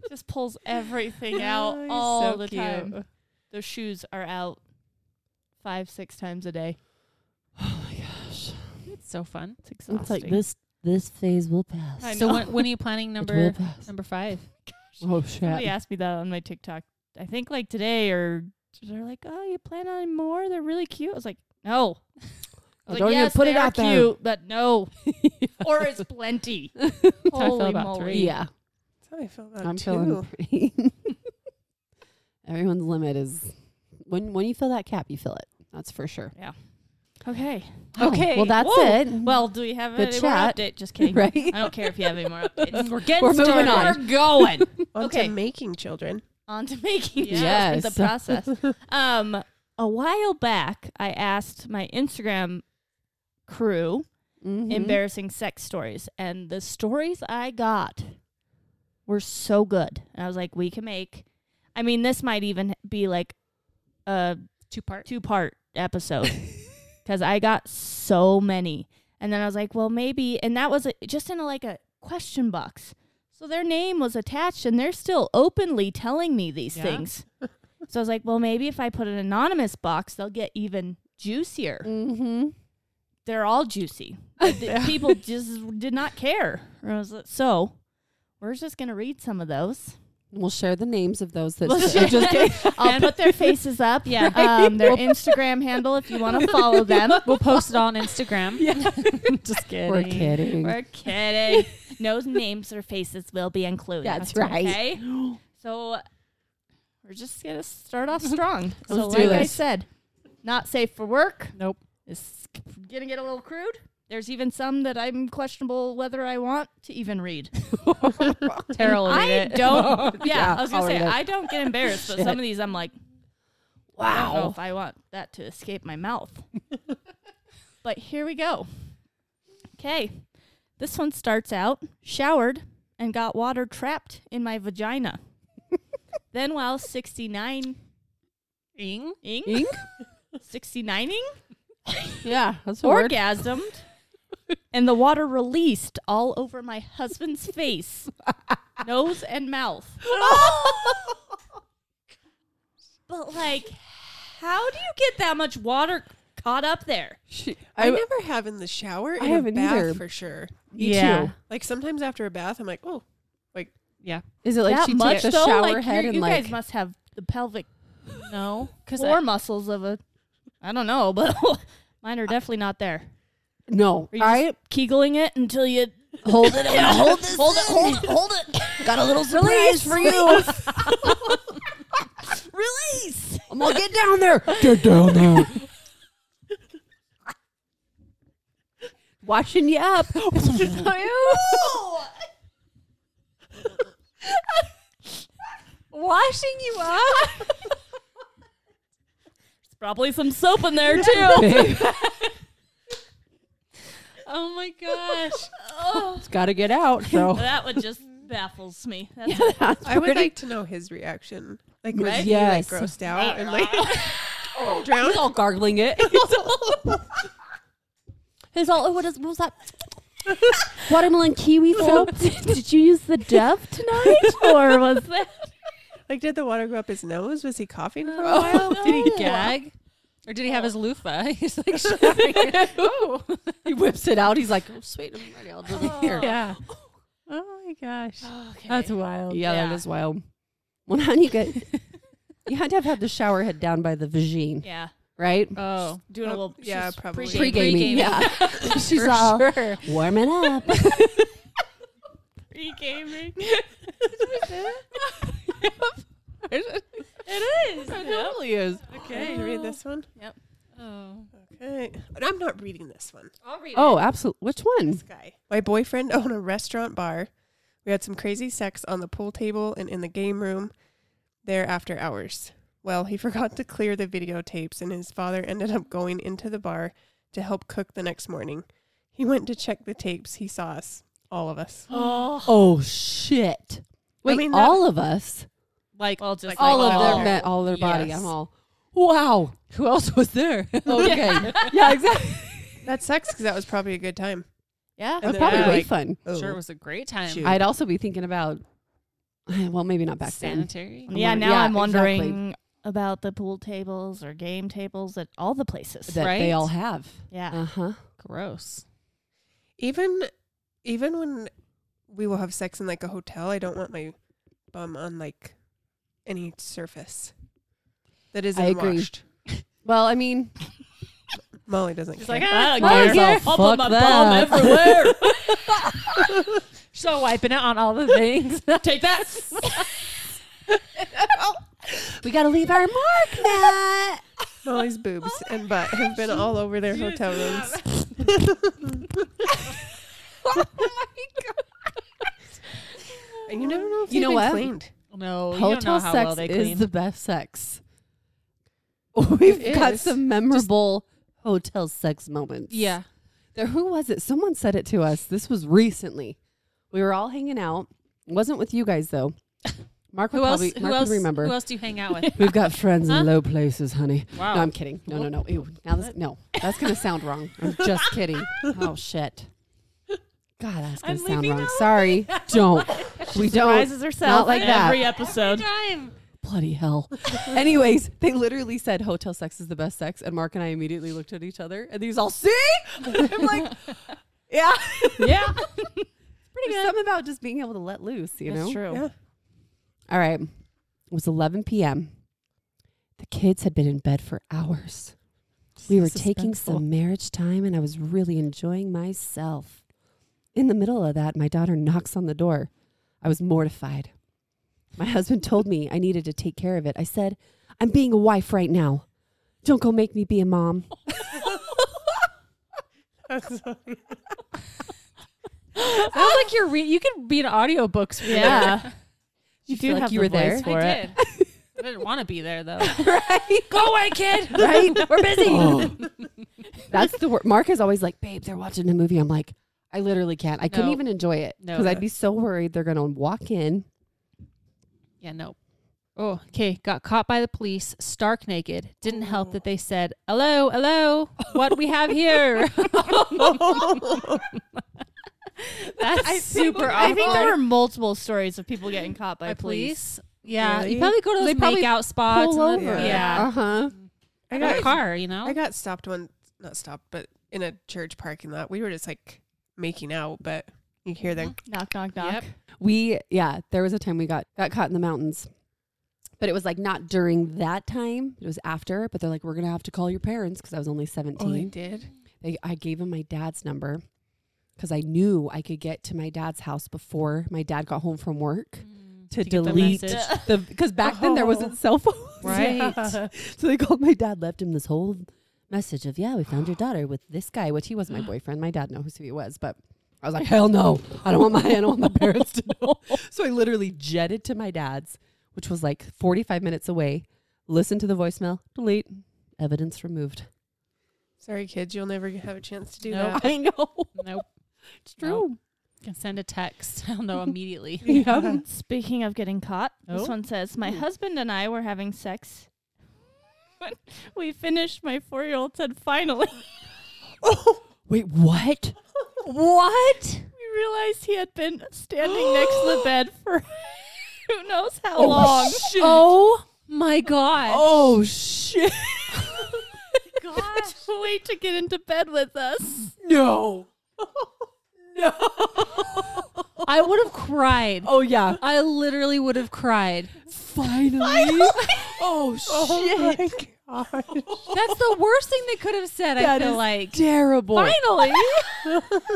[SPEAKER 1] Just pulls everything
[SPEAKER 4] Oh,
[SPEAKER 1] out
[SPEAKER 4] he's
[SPEAKER 1] all
[SPEAKER 4] so
[SPEAKER 1] the
[SPEAKER 4] cute.
[SPEAKER 1] time. Those shoes are out five, six times a day.
[SPEAKER 3] Oh my gosh.
[SPEAKER 2] It's so fun.
[SPEAKER 1] It's exhausting.
[SPEAKER 3] this. This phase will pass.
[SPEAKER 1] I
[SPEAKER 2] So
[SPEAKER 1] know.
[SPEAKER 2] when, when are you planning
[SPEAKER 3] it will
[SPEAKER 2] number
[SPEAKER 3] pass.
[SPEAKER 2] number five?
[SPEAKER 3] Oh shit.
[SPEAKER 1] Somebody asked me that on my TikTok. I think like today or they're like, "Oh, you plan on more? They're really cute." I was like, "No." I
[SPEAKER 3] Oh,
[SPEAKER 1] was like,
[SPEAKER 3] don't even
[SPEAKER 1] yes,
[SPEAKER 3] put
[SPEAKER 1] they
[SPEAKER 3] it
[SPEAKER 1] are
[SPEAKER 3] out there."
[SPEAKER 1] cute, but no. or it's plenty.
[SPEAKER 2] how I feel
[SPEAKER 1] Holy
[SPEAKER 2] about
[SPEAKER 1] moly!
[SPEAKER 2] three.
[SPEAKER 3] Yeah.
[SPEAKER 4] that's how I feel about
[SPEAKER 3] I'm
[SPEAKER 4] two.
[SPEAKER 3] feeling pretty. Everyone's limit is when when you fill that cap, you fill it. That's for sure.
[SPEAKER 1] Okay.
[SPEAKER 3] Well, that's
[SPEAKER 1] Whoa.
[SPEAKER 3] it.
[SPEAKER 1] Well, do we have
[SPEAKER 3] Good
[SPEAKER 1] any
[SPEAKER 3] Mm. chat.
[SPEAKER 1] more update? Just kidding.
[SPEAKER 3] Right?
[SPEAKER 1] I don't care if you have any more updates.
[SPEAKER 2] We're getting
[SPEAKER 3] We're moving
[SPEAKER 2] started.
[SPEAKER 3] on.
[SPEAKER 1] We're going
[SPEAKER 4] on
[SPEAKER 1] Okay.
[SPEAKER 4] to making children.
[SPEAKER 1] on to making
[SPEAKER 3] Yes.
[SPEAKER 1] yes. the process. Um, a while back, I asked my Instagram crew
[SPEAKER 3] Mhm.
[SPEAKER 1] embarrassing sex stories, and the stories I got were so good. And I was like, we can make. I mean, this might even be like a
[SPEAKER 2] Two part.
[SPEAKER 1] two part episode because I got so many. And then I was like, well, maybe. And that was a, just in a, like a question box. So their name was attached and they're still openly telling me these
[SPEAKER 2] Yeah.
[SPEAKER 1] things. so I was like, well, maybe if I put an anonymous box, they'll get even juicier.
[SPEAKER 3] Mhm.
[SPEAKER 1] They're all juicy. But the- People just did not care. And I was like, so we're just going to read some of those.
[SPEAKER 3] We'll share the names of those that.
[SPEAKER 1] We'll
[SPEAKER 3] I'm
[SPEAKER 1] share-
[SPEAKER 3] just kidding.
[SPEAKER 1] I'll put their faces up. Yeah. Um, their Instagram handle if you want to follow them.
[SPEAKER 2] We'll post it on Instagram. Just kidding.
[SPEAKER 3] We're kidding.
[SPEAKER 1] We're kidding. no names or faces will be included.
[SPEAKER 3] That's right.
[SPEAKER 1] Okay. So we're just gonna start off strong. so
[SPEAKER 3] Let's
[SPEAKER 1] like
[SPEAKER 3] do
[SPEAKER 1] I
[SPEAKER 3] this.
[SPEAKER 1] said, not safe for work.
[SPEAKER 2] Nope.
[SPEAKER 1] It's gonna get a little crude. There's even some that I'm questionable whether I want to even read.
[SPEAKER 2] Tara will read
[SPEAKER 1] I
[SPEAKER 2] it.
[SPEAKER 1] don't. Yeah,
[SPEAKER 3] Yeah,
[SPEAKER 1] I was gonna
[SPEAKER 3] I'll
[SPEAKER 1] say
[SPEAKER 3] read it.
[SPEAKER 1] I don't get embarrassed, but
[SPEAKER 3] Shit.
[SPEAKER 1] some of these I'm like, I don't know
[SPEAKER 3] Wow.
[SPEAKER 1] if I want that to escape my mouth. but here we go. Okay. This one starts out showered and got water trapped in my vagina. then while 69
[SPEAKER 2] Ing.
[SPEAKER 1] ing,
[SPEAKER 3] Ink?
[SPEAKER 1] 69 ing,
[SPEAKER 3] Yeah, that's a word.
[SPEAKER 1] orgasmed and the water released all over my husband's face, nose and mouth. But like how do you get that much water caught up there?
[SPEAKER 3] She-
[SPEAKER 4] I,
[SPEAKER 3] I,
[SPEAKER 4] never have in the shower. In a
[SPEAKER 3] haven't
[SPEAKER 4] bath
[SPEAKER 3] either.
[SPEAKER 4] for sure.
[SPEAKER 3] me
[SPEAKER 2] Yeah.
[SPEAKER 3] too.
[SPEAKER 4] Like sometimes after a bath, I'm like, oh,
[SPEAKER 2] Yeah.
[SPEAKER 3] Is it like
[SPEAKER 1] that
[SPEAKER 3] she
[SPEAKER 1] much
[SPEAKER 3] takes the
[SPEAKER 1] though?
[SPEAKER 3] shower
[SPEAKER 1] like
[SPEAKER 3] head
[SPEAKER 1] you
[SPEAKER 3] and
[SPEAKER 1] you
[SPEAKER 3] like
[SPEAKER 1] guys must have the pelvic
[SPEAKER 2] No. Because
[SPEAKER 1] floor muscles of a. I don't know, but mine are definitely not there.
[SPEAKER 3] no?
[SPEAKER 1] Are you
[SPEAKER 3] I
[SPEAKER 1] just keegling it until you
[SPEAKER 3] hold it.
[SPEAKER 1] hold it, hold it, hold it, hold it. Got a little surprise for you. Release.
[SPEAKER 3] I'm gonna get down there. Get down there. Washing you up.
[SPEAKER 1] Washing you up. probably some soap in there too.
[SPEAKER 2] Oh my gosh.
[SPEAKER 1] oh,
[SPEAKER 3] It's got to get out. So
[SPEAKER 1] that would just baffles me. That's
[SPEAKER 4] I would like to know his reaction. Like, was
[SPEAKER 1] Right?
[SPEAKER 4] he like
[SPEAKER 3] Yes.
[SPEAKER 4] grossed out and like drowned?
[SPEAKER 3] all gargling it. It's all. oh, What, is, what was that? Watermelon kiwi soap.
[SPEAKER 1] Did you use the Dove tonight, or was that?
[SPEAKER 4] Like, did the water go up his nose? Was he coughing for a
[SPEAKER 2] Oh,
[SPEAKER 4] while?
[SPEAKER 2] Did he gag? Or did he have his loofah? He's like, showering it. oh,
[SPEAKER 3] he whips it out. He's like, oh, sweet, I'm ready. I'll do it here.
[SPEAKER 2] yeah. Oh my gosh.
[SPEAKER 1] Okay.
[SPEAKER 2] That's wild.
[SPEAKER 3] Yeah,
[SPEAKER 1] Yeah.
[SPEAKER 3] that is wild. Well, how do you get? You had to have had the shower head down by the vagine,
[SPEAKER 1] yeah,
[SPEAKER 3] right?
[SPEAKER 2] Oh,
[SPEAKER 1] doing a
[SPEAKER 4] Prob-
[SPEAKER 1] little
[SPEAKER 4] yeah,
[SPEAKER 1] she's
[SPEAKER 4] probably.
[SPEAKER 1] pre-gaming.
[SPEAKER 3] Pre-gaming, yeah. She's
[SPEAKER 2] for
[SPEAKER 3] all
[SPEAKER 2] sure.
[SPEAKER 3] warming up.
[SPEAKER 1] Pre-gaming.
[SPEAKER 2] It is.
[SPEAKER 3] totally is.
[SPEAKER 4] Okay, you read this one.
[SPEAKER 2] Oh.
[SPEAKER 4] Okay, but I'm not reading this one.
[SPEAKER 1] I'll read
[SPEAKER 3] Oh, absolutely. Which one?
[SPEAKER 4] This guy, my boyfriend, owned a restaurant bar. We had some crazy sex on the pool table and in the game room there after hours. Well, he forgot to clear the videotapes, and his father ended up going into the bar to help cook the next morning. He went to check the tapes. He saw us, all of us.
[SPEAKER 1] Oh,
[SPEAKER 3] Oh shit! Wait,
[SPEAKER 4] mean, that-
[SPEAKER 3] all of us,
[SPEAKER 2] Like,
[SPEAKER 1] well, just
[SPEAKER 3] all
[SPEAKER 1] like
[SPEAKER 3] of
[SPEAKER 4] all.
[SPEAKER 3] their, men, all their body.
[SPEAKER 2] Yes.
[SPEAKER 3] I'm all. Wow.
[SPEAKER 2] who else was there?
[SPEAKER 3] Okay. yeah, exactly.
[SPEAKER 4] That sucks because that was probably a good time.
[SPEAKER 1] Yeah.
[SPEAKER 4] And
[SPEAKER 3] That's
[SPEAKER 4] then
[SPEAKER 3] probably
[SPEAKER 4] they're
[SPEAKER 3] way
[SPEAKER 4] like,
[SPEAKER 3] fun.
[SPEAKER 4] oh.
[SPEAKER 2] Sure, it was a great time.
[SPEAKER 4] Shoot.
[SPEAKER 3] I'd also be thinking about. Well, maybe not back then.
[SPEAKER 2] Sanitary.
[SPEAKER 1] Yeah,
[SPEAKER 3] wonder-
[SPEAKER 1] now
[SPEAKER 3] yeah,
[SPEAKER 1] I'm wondering
[SPEAKER 3] exactly.
[SPEAKER 1] about the pool tables or game tables at all the places.
[SPEAKER 3] That
[SPEAKER 2] Right?
[SPEAKER 3] they all have.
[SPEAKER 1] yeah.
[SPEAKER 3] Uh huh.
[SPEAKER 2] Gross.
[SPEAKER 4] even even when we will have sex in like a hotel, I don't want my bum on like any surface that isn't
[SPEAKER 3] I agree.
[SPEAKER 4] washed.
[SPEAKER 3] Well, I mean,
[SPEAKER 4] Molly doesn't.
[SPEAKER 2] She's
[SPEAKER 4] care.
[SPEAKER 2] like,
[SPEAKER 1] I
[SPEAKER 2] ah,
[SPEAKER 1] don't
[SPEAKER 2] I'll
[SPEAKER 1] care.
[SPEAKER 3] well,
[SPEAKER 2] get-
[SPEAKER 1] I'll put
[SPEAKER 3] fuck
[SPEAKER 1] my
[SPEAKER 3] that.
[SPEAKER 1] bum everywhere.
[SPEAKER 2] She's all wiping it on all the things.
[SPEAKER 1] Take that.
[SPEAKER 3] we got to leave our mark, Matt.
[SPEAKER 4] Molly's boobs and butt have been all over their hotel rooms.
[SPEAKER 2] Oh
[SPEAKER 4] And you never know if
[SPEAKER 3] You
[SPEAKER 4] you
[SPEAKER 3] know
[SPEAKER 4] know been
[SPEAKER 3] what?
[SPEAKER 4] cleaned.
[SPEAKER 2] no, you don't know
[SPEAKER 3] Hotel
[SPEAKER 2] how
[SPEAKER 3] sex
[SPEAKER 2] well they
[SPEAKER 3] is
[SPEAKER 2] clean.
[SPEAKER 3] the best sex. We've
[SPEAKER 4] It
[SPEAKER 3] got
[SPEAKER 4] is.
[SPEAKER 3] some memorable hotel sex moments.
[SPEAKER 2] yeah.
[SPEAKER 3] There, who was it? Someone said it to us. This was recently. We were all hanging out. It wasn't with you guys though. Mark would
[SPEAKER 2] Who else?
[SPEAKER 3] probably
[SPEAKER 2] Who
[SPEAKER 3] Mark
[SPEAKER 2] else?
[SPEAKER 3] would remember.
[SPEAKER 2] Who else do you hang out with?
[SPEAKER 3] We've got friends
[SPEAKER 2] Huh?
[SPEAKER 3] in low places, honey.
[SPEAKER 2] Wow.
[SPEAKER 3] No, I'm kidding. No, no, no. Ew. Now this, no, that's gonna sound wrong. I'm just kidding. Oh shit. God, that's gonna
[SPEAKER 1] I'm
[SPEAKER 3] sound
[SPEAKER 1] leaving
[SPEAKER 3] wrong.
[SPEAKER 1] out
[SPEAKER 3] Sorry. Don't. we don't.
[SPEAKER 1] Surprises herself
[SPEAKER 3] Oh, like
[SPEAKER 1] in
[SPEAKER 3] that.
[SPEAKER 1] every episode.
[SPEAKER 2] time.
[SPEAKER 3] Bloody hell. Anyways, they literally said hotel sex is the best sex, and Mark and I immediately looked at each other, and these all see. I'm like, yeah,
[SPEAKER 1] yeah.
[SPEAKER 3] pretty good. Something about just being able to let loose, you know.
[SPEAKER 1] That's
[SPEAKER 2] Oh.
[SPEAKER 1] true.
[SPEAKER 4] Yeah.
[SPEAKER 3] All right. It was 11 p.m. The kids had been in bed for hours. We were taking some marriage time and I was really enjoying myself. In the middle of that, my daughter knocks on the door. I was mortified. My husband told me I needed to take care of it. I said, I'm being a wife right now. Don't go make me be a mom.
[SPEAKER 2] Sounds like you're re- you could be an audiobooks reader.
[SPEAKER 1] Yeah.
[SPEAKER 3] You feel like you were there?
[SPEAKER 2] I did. I didn't want to be there though.
[SPEAKER 3] Right?
[SPEAKER 2] Go away, kid.
[SPEAKER 3] Right?
[SPEAKER 2] We're busy.
[SPEAKER 3] That's the word. Mark is always like, babe, they're watching a movie. I'm like, I literally can't. I couldn't
[SPEAKER 2] No.
[SPEAKER 3] even enjoy it
[SPEAKER 2] No.
[SPEAKER 3] because I'd be so worried they're going to walk in.
[SPEAKER 2] Yeah, no. Oh, okay. Got caught by the police, stark naked. Didn't help that they said, "Hello, hello, what we have here." That's super
[SPEAKER 1] I think there
[SPEAKER 2] awkward.
[SPEAKER 1] were multiple stories of people getting caught by,
[SPEAKER 2] By
[SPEAKER 1] police.
[SPEAKER 2] police. Yeah,
[SPEAKER 4] Really?
[SPEAKER 2] you probably go to
[SPEAKER 3] They
[SPEAKER 2] those
[SPEAKER 3] probably
[SPEAKER 2] makeout spots.
[SPEAKER 3] Pull
[SPEAKER 2] and
[SPEAKER 3] over.
[SPEAKER 2] then-
[SPEAKER 4] over.
[SPEAKER 2] Yeah,
[SPEAKER 3] Uh huh.
[SPEAKER 4] I
[SPEAKER 2] Or a
[SPEAKER 4] got
[SPEAKER 2] car. You know.
[SPEAKER 4] I got stopped one not stopped, but in a church parking lot. We were just like making out, but you hear them
[SPEAKER 1] Knock, knock, knock.
[SPEAKER 2] Yep.
[SPEAKER 3] We yeah, there was a time we got got caught in the mountains. But it was like not during that time. It was after, but they're like we're going to have to call your parents cuz I was only 17.
[SPEAKER 4] Oh, they did?
[SPEAKER 3] They- I gave him my dad's number cuz I knew I could get to my dad's house before my dad got home from work to,
[SPEAKER 2] Mm, get the
[SPEAKER 3] delete
[SPEAKER 2] message.
[SPEAKER 3] the cuz back then there wasn't cell phones.
[SPEAKER 2] Right.
[SPEAKER 3] So they called my dad, left him this whole message of, yeah, we found your daughter with this guy, which he was my boyfriend. My dad knows who he was, but I was like, hell no, I don't want my, I don't want my parents to know. So I literally jetted to my dad's, which was like 45 minutes away, listened to the voicemail, delete, Evidence removed.
[SPEAKER 4] Sorry, kids, you'll never have a chance to do
[SPEAKER 2] Nope.
[SPEAKER 4] that.
[SPEAKER 3] I know.
[SPEAKER 2] Nope.
[SPEAKER 3] It's
[SPEAKER 2] true. Can send a text. I'll know immediately.
[SPEAKER 3] Yeah.
[SPEAKER 1] Speaking of getting caught,
[SPEAKER 2] Oh.
[SPEAKER 1] this one says My husband and I were having sex. When we finished, my four year old said, Finally.
[SPEAKER 3] Wait, what?
[SPEAKER 1] What? We realized he had been standing next to the bed for who knows how long.
[SPEAKER 2] Oh my god.
[SPEAKER 3] Oh shit.
[SPEAKER 1] Gosh. Wait to get into bed with us.
[SPEAKER 3] No. no.
[SPEAKER 2] I would have cried.
[SPEAKER 3] Oh yeah.
[SPEAKER 2] I literally would have cried.
[SPEAKER 3] Finally. Oh shit.
[SPEAKER 4] Oh my gosh.
[SPEAKER 2] That's the worst thing they could have said, I
[SPEAKER 3] That
[SPEAKER 2] feel
[SPEAKER 3] is
[SPEAKER 2] like.
[SPEAKER 3] Terrible.
[SPEAKER 2] Finally.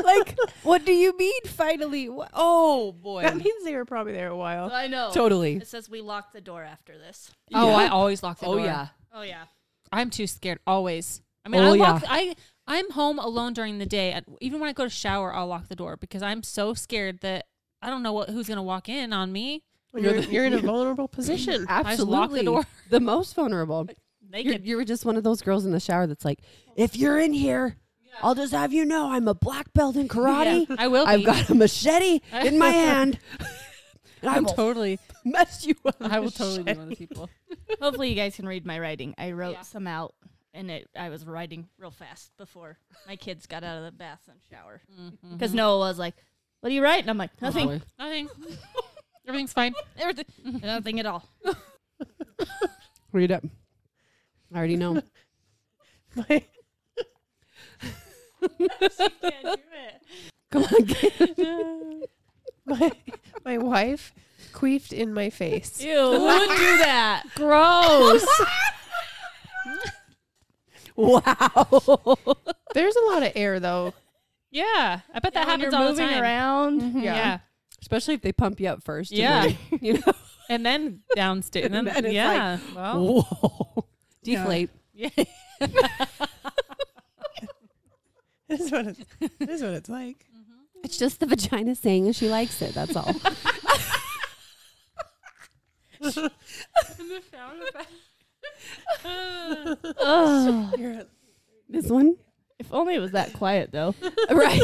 [SPEAKER 3] like what do you mean finally? Wha- Oh boy.
[SPEAKER 4] That means they were probably there a while.
[SPEAKER 1] I know.
[SPEAKER 3] totally.
[SPEAKER 1] It says we locked the door after this.
[SPEAKER 2] Oh, I always lock the
[SPEAKER 3] Oh
[SPEAKER 2] door.
[SPEAKER 3] yeah.
[SPEAKER 1] Oh, yeah.
[SPEAKER 2] I'm too scared always. I mean,
[SPEAKER 3] Oh,
[SPEAKER 2] I lock I I'm home alone during the day. And Even when I go to shower, I'll lock the door because I'm so scared that I don't know what who's going to walk in on me.
[SPEAKER 4] When you're,
[SPEAKER 3] You're the-
[SPEAKER 4] you're in a vulnerable position.
[SPEAKER 2] I just lock the
[SPEAKER 3] Absolutely.
[SPEAKER 2] door.
[SPEAKER 3] the most vulnerable. You're,
[SPEAKER 1] Naked.
[SPEAKER 3] you were just one of those girls in the shower that's like, if you're in here, I'll just have you know I'm a black belt in karate.
[SPEAKER 2] Yeah, I will be.
[SPEAKER 3] I've got a machete in my hand. And I
[SPEAKER 2] I'm
[SPEAKER 3] will
[SPEAKER 2] totally
[SPEAKER 3] mess you up.
[SPEAKER 2] I will totally be one of the people.
[SPEAKER 1] Hopefully, you guys can read my writing. I wrote
[SPEAKER 2] Yeah.
[SPEAKER 1] some out, and it, I was writing real fast before my kids got out of the bath and shower.
[SPEAKER 2] Mm-hmm.
[SPEAKER 1] Because Noah was like, "What do you write?" And I'm like, "Nothing,
[SPEAKER 2] Nothing. Everything's fine.
[SPEAKER 1] everything, nothing at all."
[SPEAKER 3] Read up. I already know.
[SPEAKER 4] My-
[SPEAKER 3] Come on, get
[SPEAKER 4] my, my wife queefed in my face.
[SPEAKER 1] Ew, who would do that?
[SPEAKER 2] Gross.
[SPEAKER 3] Wow.
[SPEAKER 4] There's a lot of air though.
[SPEAKER 2] yeah. I bet
[SPEAKER 1] When
[SPEAKER 2] that happens
[SPEAKER 1] you're
[SPEAKER 2] all the
[SPEAKER 1] moving
[SPEAKER 2] time. Mm-hmm.
[SPEAKER 1] around.
[SPEAKER 2] Yeah.
[SPEAKER 3] Especially if they pump you up first. and
[SPEAKER 2] Yeah.
[SPEAKER 3] then, you know.
[SPEAKER 2] And then downstairs.
[SPEAKER 3] And
[SPEAKER 2] And then,
[SPEAKER 3] then it's
[SPEAKER 2] yeah. well,
[SPEAKER 3] Oh. Whoa. Deflate.
[SPEAKER 2] yeah.
[SPEAKER 4] This is what it's, this is what it's like.
[SPEAKER 3] It's just the vagina saying she likes it. That's all.
[SPEAKER 1] Ugh.
[SPEAKER 4] You're a-
[SPEAKER 3] this one,
[SPEAKER 1] if only it was that quiet, though.
[SPEAKER 3] right?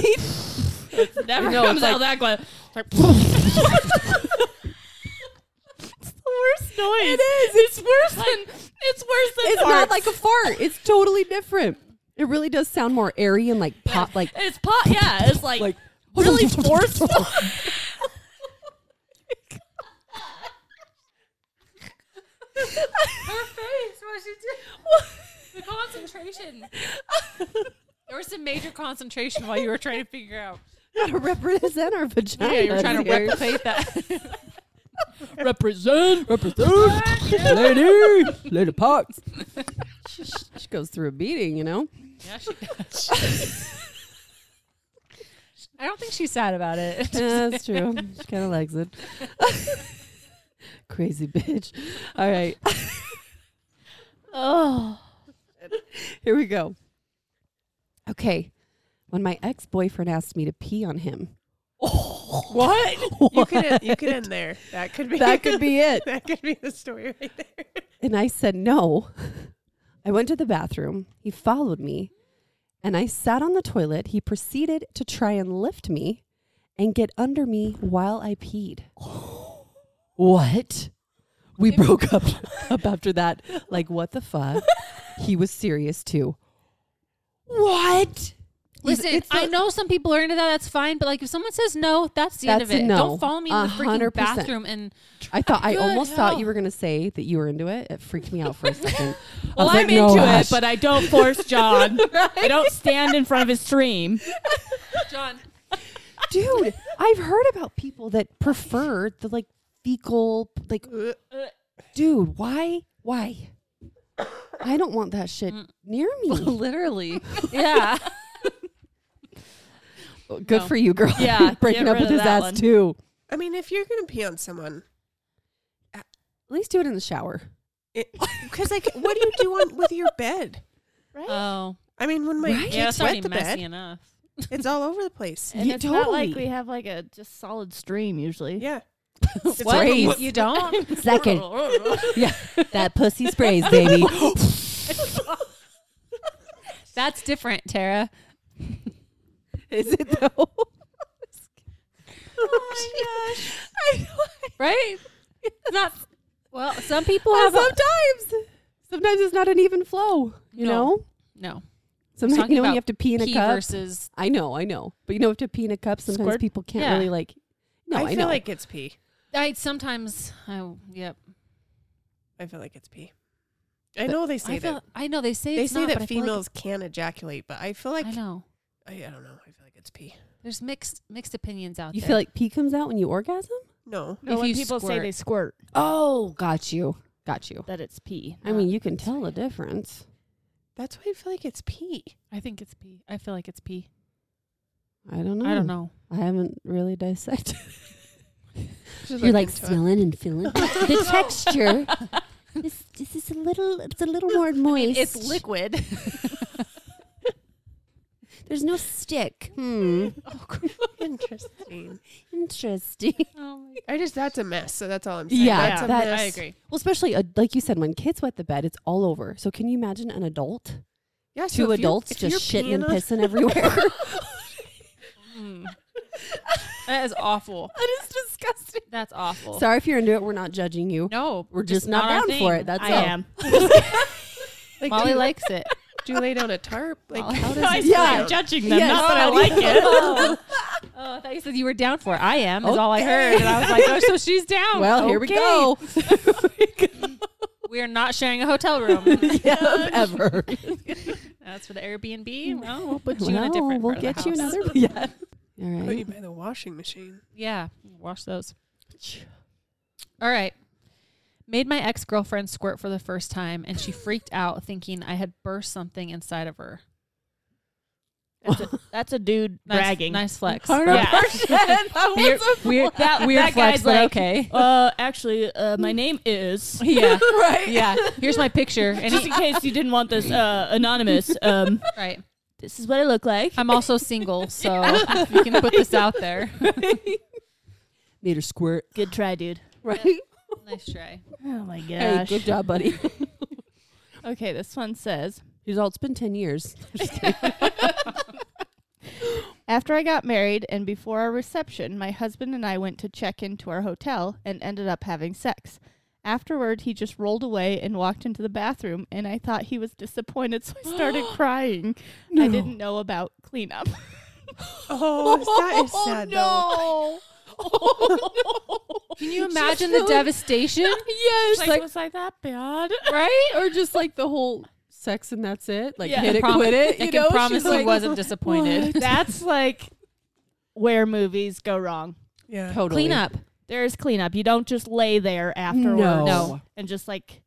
[SPEAKER 2] Never
[SPEAKER 1] No,
[SPEAKER 2] comes
[SPEAKER 1] it's
[SPEAKER 2] out that way.
[SPEAKER 1] It's the worst noise. It is. It's worse than. It's worse than.
[SPEAKER 3] It's
[SPEAKER 1] farts.
[SPEAKER 3] not like a fart. It's totally different. It really does sound more airy and like pop, like
[SPEAKER 1] It's pot. Yeah, it's like,
[SPEAKER 3] like
[SPEAKER 1] really forceful.
[SPEAKER 2] Her face, what she did. The concentration. there was some major concentration while you were trying to figure out.
[SPEAKER 3] how to represent our vagina.
[SPEAKER 2] Yeah, you were trying to
[SPEAKER 3] here.
[SPEAKER 2] replicate that.
[SPEAKER 3] represent, represent, lady, lady pox. She, she goes through a beating, you know.
[SPEAKER 2] yeah, she I don't think she's sad about it.
[SPEAKER 3] Yeah, that's true. She kind of likes it. Crazy bitch. All right,
[SPEAKER 1] oh,
[SPEAKER 3] here we go. Okay, when my ex boyfriend asked me to pee on him.
[SPEAKER 4] What? You could
[SPEAKER 3] What?
[SPEAKER 4] end, you could end there. That could be
[SPEAKER 3] That could be it.
[SPEAKER 4] that could be the story right there.
[SPEAKER 3] And I said, No. I went to the bathroom. He followed me and I sat on the toilet. He proceeded to try and lift me and get under me while I peed. What? We broke up, up after that. Like, what the fuck? He was serious too. What?
[SPEAKER 2] Listen,
[SPEAKER 3] It's
[SPEAKER 2] I
[SPEAKER 3] a-
[SPEAKER 2] know some people are into that. That's fine. But like, if someone says no, that's the end
[SPEAKER 3] That's
[SPEAKER 2] of it.
[SPEAKER 3] a no.
[SPEAKER 2] Don't follow me in
[SPEAKER 3] A
[SPEAKER 2] the freaking
[SPEAKER 3] hundred percent.
[SPEAKER 2] bathroom. And
[SPEAKER 3] I thought I
[SPEAKER 2] Good
[SPEAKER 3] almost thought you
[SPEAKER 2] hell.
[SPEAKER 3] were gonna say that you were into it. It freaked me out for a second. I
[SPEAKER 1] well,
[SPEAKER 3] was
[SPEAKER 1] I'm
[SPEAKER 3] like, no,
[SPEAKER 1] into
[SPEAKER 3] Ash.
[SPEAKER 1] it, but I don't force John. I don't stand in front of his stream.
[SPEAKER 2] John,
[SPEAKER 3] dude i've heard about people that prefer the like fecal like dude why why i don't want that shit
[SPEAKER 1] Mm.
[SPEAKER 3] near me
[SPEAKER 2] literally, yeah.
[SPEAKER 3] good
[SPEAKER 2] No.
[SPEAKER 3] for you girl
[SPEAKER 1] Yeah,
[SPEAKER 3] breaking
[SPEAKER 1] get
[SPEAKER 3] up
[SPEAKER 1] rid
[SPEAKER 3] with
[SPEAKER 1] of
[SPEAKER 3] his
[SPEAKER 1] that
[SPEAKER 3] ass
[SPEAKER 1] one.
[SPEAKER 3] too
[SPEAKER 4] I mean, if you're gonna pee on someone,
[SPEAKER 3] at least do it in the shower
[SPEAKER 4] because like, what do you do on with your bed?
[SPEAKER 2] Oh,
[SPEAKER 4] I mean, when my
[SPEAKER 3] Right?
[SPEAKER 4] kids
[SPEAKER 2] yeah. That's already
[SPEAKER 4] wet the
[SPEAKER 2] messy
[SPEAKER 4] bed,
[SPEAKER 2] enough.
[SPEAKER 4] it's all over the place.
[SPEAKER 1] And
[SPEAKER 3] Yeah,
[SPEAKER 1] it's not like
[SPEAKER 3] totally.
[SPEAKER 1] we have like a just solid stream usually.
[SPEAKER 4] Yeah,
[SPEAKER 3] It's
[SPEAKER 2] What?
[SPEAKER 3] sprays.
[SPEAKER 2] You don't?
[SPEAKER 1] Oh
[SPEAKER 3] second yeah that pussy sprays baby
[SPEAKER 2] That's different, Tara.
[SPEAKER 3] Is it though?
[SPEAKER 2] Oh my gosh. right? It's Not well, some people
[SPEAKER 3] Well,
[SPEAKER 2] have a-
[SPEAKER 3] sometimes, sometimes it's not an even flow. You
[SPEAKER 2] No.
[SPEAKER 3] know,
[SPEAKER 2] no
[SPEAKER 3] sometimes
[SPEAKER 2] talking
[SPEAKER 3] you know when
[SPEAKER 2] about
[SPEAKER 3] you have to pee in a
[SPEAKER 2] pee
[SPEAKER 3] cup.
[SPEAKER 2] versus
[SPEAKER 3] I know, I know, but you know, have to pee in a cup. Sometimes
[SPEAKER 1] Squirt?
[SPEAKER 3] people can't
[SPEAKER 2] Yeah.
[SPEAKER 3] really like. No, I,
[SPEAKER 4] I feel
[SPEAKER 3] know.
[SPEAKER 4] like it's pee.
[SPEAKER 2] I sometimes I yep.
[SPEAKER 4] I feel like it's pee. I know they say
[SPEAKER 2] I feel
[SPEAKER 4] that
[SPEAKER 2] I know they say
[SPEAKER 4] they
[SPEAKER 2] it's
[SPEAKER 4] say
[SPEAKER 2] not, but I
[SPEAKER 4] that
[SPEAKER 2] feel like
[SPEAKER 4] females can ejaculate, but I feel
[SPEAKER 2] it's-
[SPEAKER 4] like
[SPEAKER 2] I
[SPEAKER 4] I,
[SPEAKER 2] know
[SPEAKER 4] I don't know. I feel like it's pee.
[SPEAKER 2] there's mixed mixed opinions out
[SPEAKER 3] you
[SPEAKER 2] there.
[SPEAKER 3] feel like pee comes out when you orgasm.
[SPEAKER 4] No,
[SPEAKER 1] No,
[SPEAKER 2] If
[SPEAKER 1] when
[SPEAKER 2] you
[SPEAKER 1] people say
[SPEAKER 2] squirt.
[SPEAKER 1] they squirt,
[SPEAKER 3] Oh, got you, got you.
[SPEAKER 1] that it's pee.
[SPEAKER 3] I mean, you can tell the difference.
[SPEAKER 4] that's why I feel like it's pee.
[SPEAKER 2] I think it's pee. I feel like it's pee.
[SPEAKER 3] I don't know.
[SPEAKER 2] I don't know.
[SPEAKER 3] I haven't really dissected.
[SPEAKER 4] Should
[SPEAKER 3] You're
[SPEAKER 4] look
[SPEAKER 3] like
[SPEAKER 4] into it.
[SPEAKER 3] smelling and feeling the texture. This, this is a little. It's a little more moist.
[SPEAKER 2] It's liquid.
[SPEAKER 3] There's no stick. Hmm.
[SPEAKER 4] Oh, Interesting.
[SPEAKER 3] Interesting.
[SPEAKER 2] oh my
[SPEAKER 4] I just that's a mess. So that's all I'm saying.
[SPEAKER 3] Yeah,
[SPEAKER 4] that's a
[SPEAKER 3] that-
[SPEAKER 4] mess.
[SPEAKER 2] I agree.
[SPEAKER 3] Well, especially uh, like you said, when kids wet the bed, it's all over. So can you imagine an adult,
[SPEAKER 4] Yeah, so
[SPEAKER 3] two
[SPEAKER 4] if you're-
[SPEAKER 3] adults
[SPEAKER 4] if
[SPEAKER 3] just
[SPEAKER 4] you're
[SPEAKER 3] shitting and
[SPEAKER 4] peeing on-
[SPEAKER 3] pissing everywhere?
[SPEAKER 2] That is awful.
[SPEAKER 3] that is disgusting.
[SPEAKER 2] That's awful.
[SPEAKER 3] Sorry if you're into it. We're not judging you.
[SPEAKER 2] no,
[SPEAKER 3] we're just, not,
[SPEAKER 2] our
[SPEAKER 3] down for
[SPEAKER 2] thing.
[SPEAKER 3] it. That's
[SPEAKER 1] I
[SPEAKER 3] all.
[SPEAKER 1] am.
[SPEAKER 4] Like,
[SPEAKER 2] Molly
[SPEAKER 4] do, you-
[SPEAKER 2] likes it.
[SPEAKER 4] do you lay down a tarp? Like
[SPEAKER 2] Molly-
[SPEAKER 4] how
[SPEAKER 2] I
[SPEAKER 4] does it
[SPEAKER 3] Yeah.
[SPEAKER 4] feel?
[SPEAKER 3] I'm
[SPEAKER 1] judging
[SPEAKER 3] them, Yes. not that I like
[SPEAKER 2] oh, I thought you said you were down for it. I am is all I heard, and I was like, oh, so she's down.
[SPEAKER 3] Oh. Well, here we
[SPEAKER 2] Okay.
[SPEAKER 3] go.
[SPEAKER 2] We are not sharing a hotel room.
[SPEAKER 3] yeah, ever.
[SPEAKER 2] That's for the Airbnb. Well, we'll put you in a
[SPEAKER 3] Well,
[SPEAKER 2] different.
[SPEAKER 3] We'll
[SPEAKER 2] part
[SPEAKER 3] get
[SPEAKER 2] of the
[SPEAKER 3] you
[SPEAKER 2] house.
[SPEAKER 3] another. Yeah. All
[SPEAKER 4] Put you
[SPEAKER 3] right.
[SPEAKER 4] by the washing machine.
[SPEAKER 2] Yeah, wash those. All right. Made my ex girlfriend squirt for the first time, and she freaked out, thinking I had burst something inside of her.
[SPEAKER 1] That's a, that's a dude
[SPEAKER 2] Nice,
[SPEAKER 1] bragging.
[SPEAKER 2] nice flex.
[SPEAKER 1] Yeah.
[SPEAKER 2] Weird, weird, that weird
[SPEAKER 1] That
[SPEAKER 2] flex,
[SPEAKER 1] guy's
[SPEAKER 2] but
[SPEAKER 1] like-
[SPEAKER 2] okay.
[SPEAKER 1] uh, actually, uh, my name is.
[SPEAKER 2] Yeah,
[SPEAKER 3] Right.
[SPEAKER 2] yeah. Here's my picture, and
[SPEAKER 1] Just
[SPEAKER 2] he,
[SPEAKER 1] in case you didn't want this uh, anonymous, um,
[SPEAKER 2] right.
[SPEAKER 1] this is what I look like.
[SPEAKER 2] I'm also single, so you can put this out there.
[SPEAKER 3] Made her squirt.
[SPEAKER 1] Good try, dude.
[SPEAKER 3] Right.
[SPEAKER 2] Nice try.
[SPEAKER 1] Oh my
[SPEAKER 3] Hey, good job, buddy.
[SPEAKER 1] Okay, this one says
[SPEAKER 3] He's all. It's been ten years.
[SPEAKER 1] After I got married and before our reception, my husband and I went to check into our hotel and ended up having sex. Afterward, he just rolled away and walked into the bathroom, and I thought he was disappointed, so I started crying. I didn't know about cleanup.
[SPEAKER 4] Oh, that is sad though.
[SPEAKER 2] Can you imagine the devastation?
[SPEAKER 3] yes. Like,
[SPEAKER 1] was I that bad?
[SPEAKER 3] right? Or just like the whole sex and that's it. Like
[SPEAKER 1] Yeah.
[SPEAKER 3] hit it,
[SPEAKER 2] Prom-
[SPEAKER 3] quit it.
[SPEAKER 2] I
[SPEAKER 3] You
[SPEAKER 2] can
[SPEAKER 3] know?
[SPEAKER 2] promise
[SPEAKER 3] She's
[SPEAKER 2] he
[SPEAKER 3] like,
[SPEAKER 2] wasn't disappointed.
[SPEAKER 1] That's like where movies go wrong.
[SPEAKER 4] Yeah.
[SPEAKER 3] Totally.
[SPEAKER 2] Clean up.
[SPEAKER 1] There is cleanup. You don't just lay there afterwards
[SPEAKER 3] No.
[SPEAKER 2] No.
[SPEAKER 1] and just like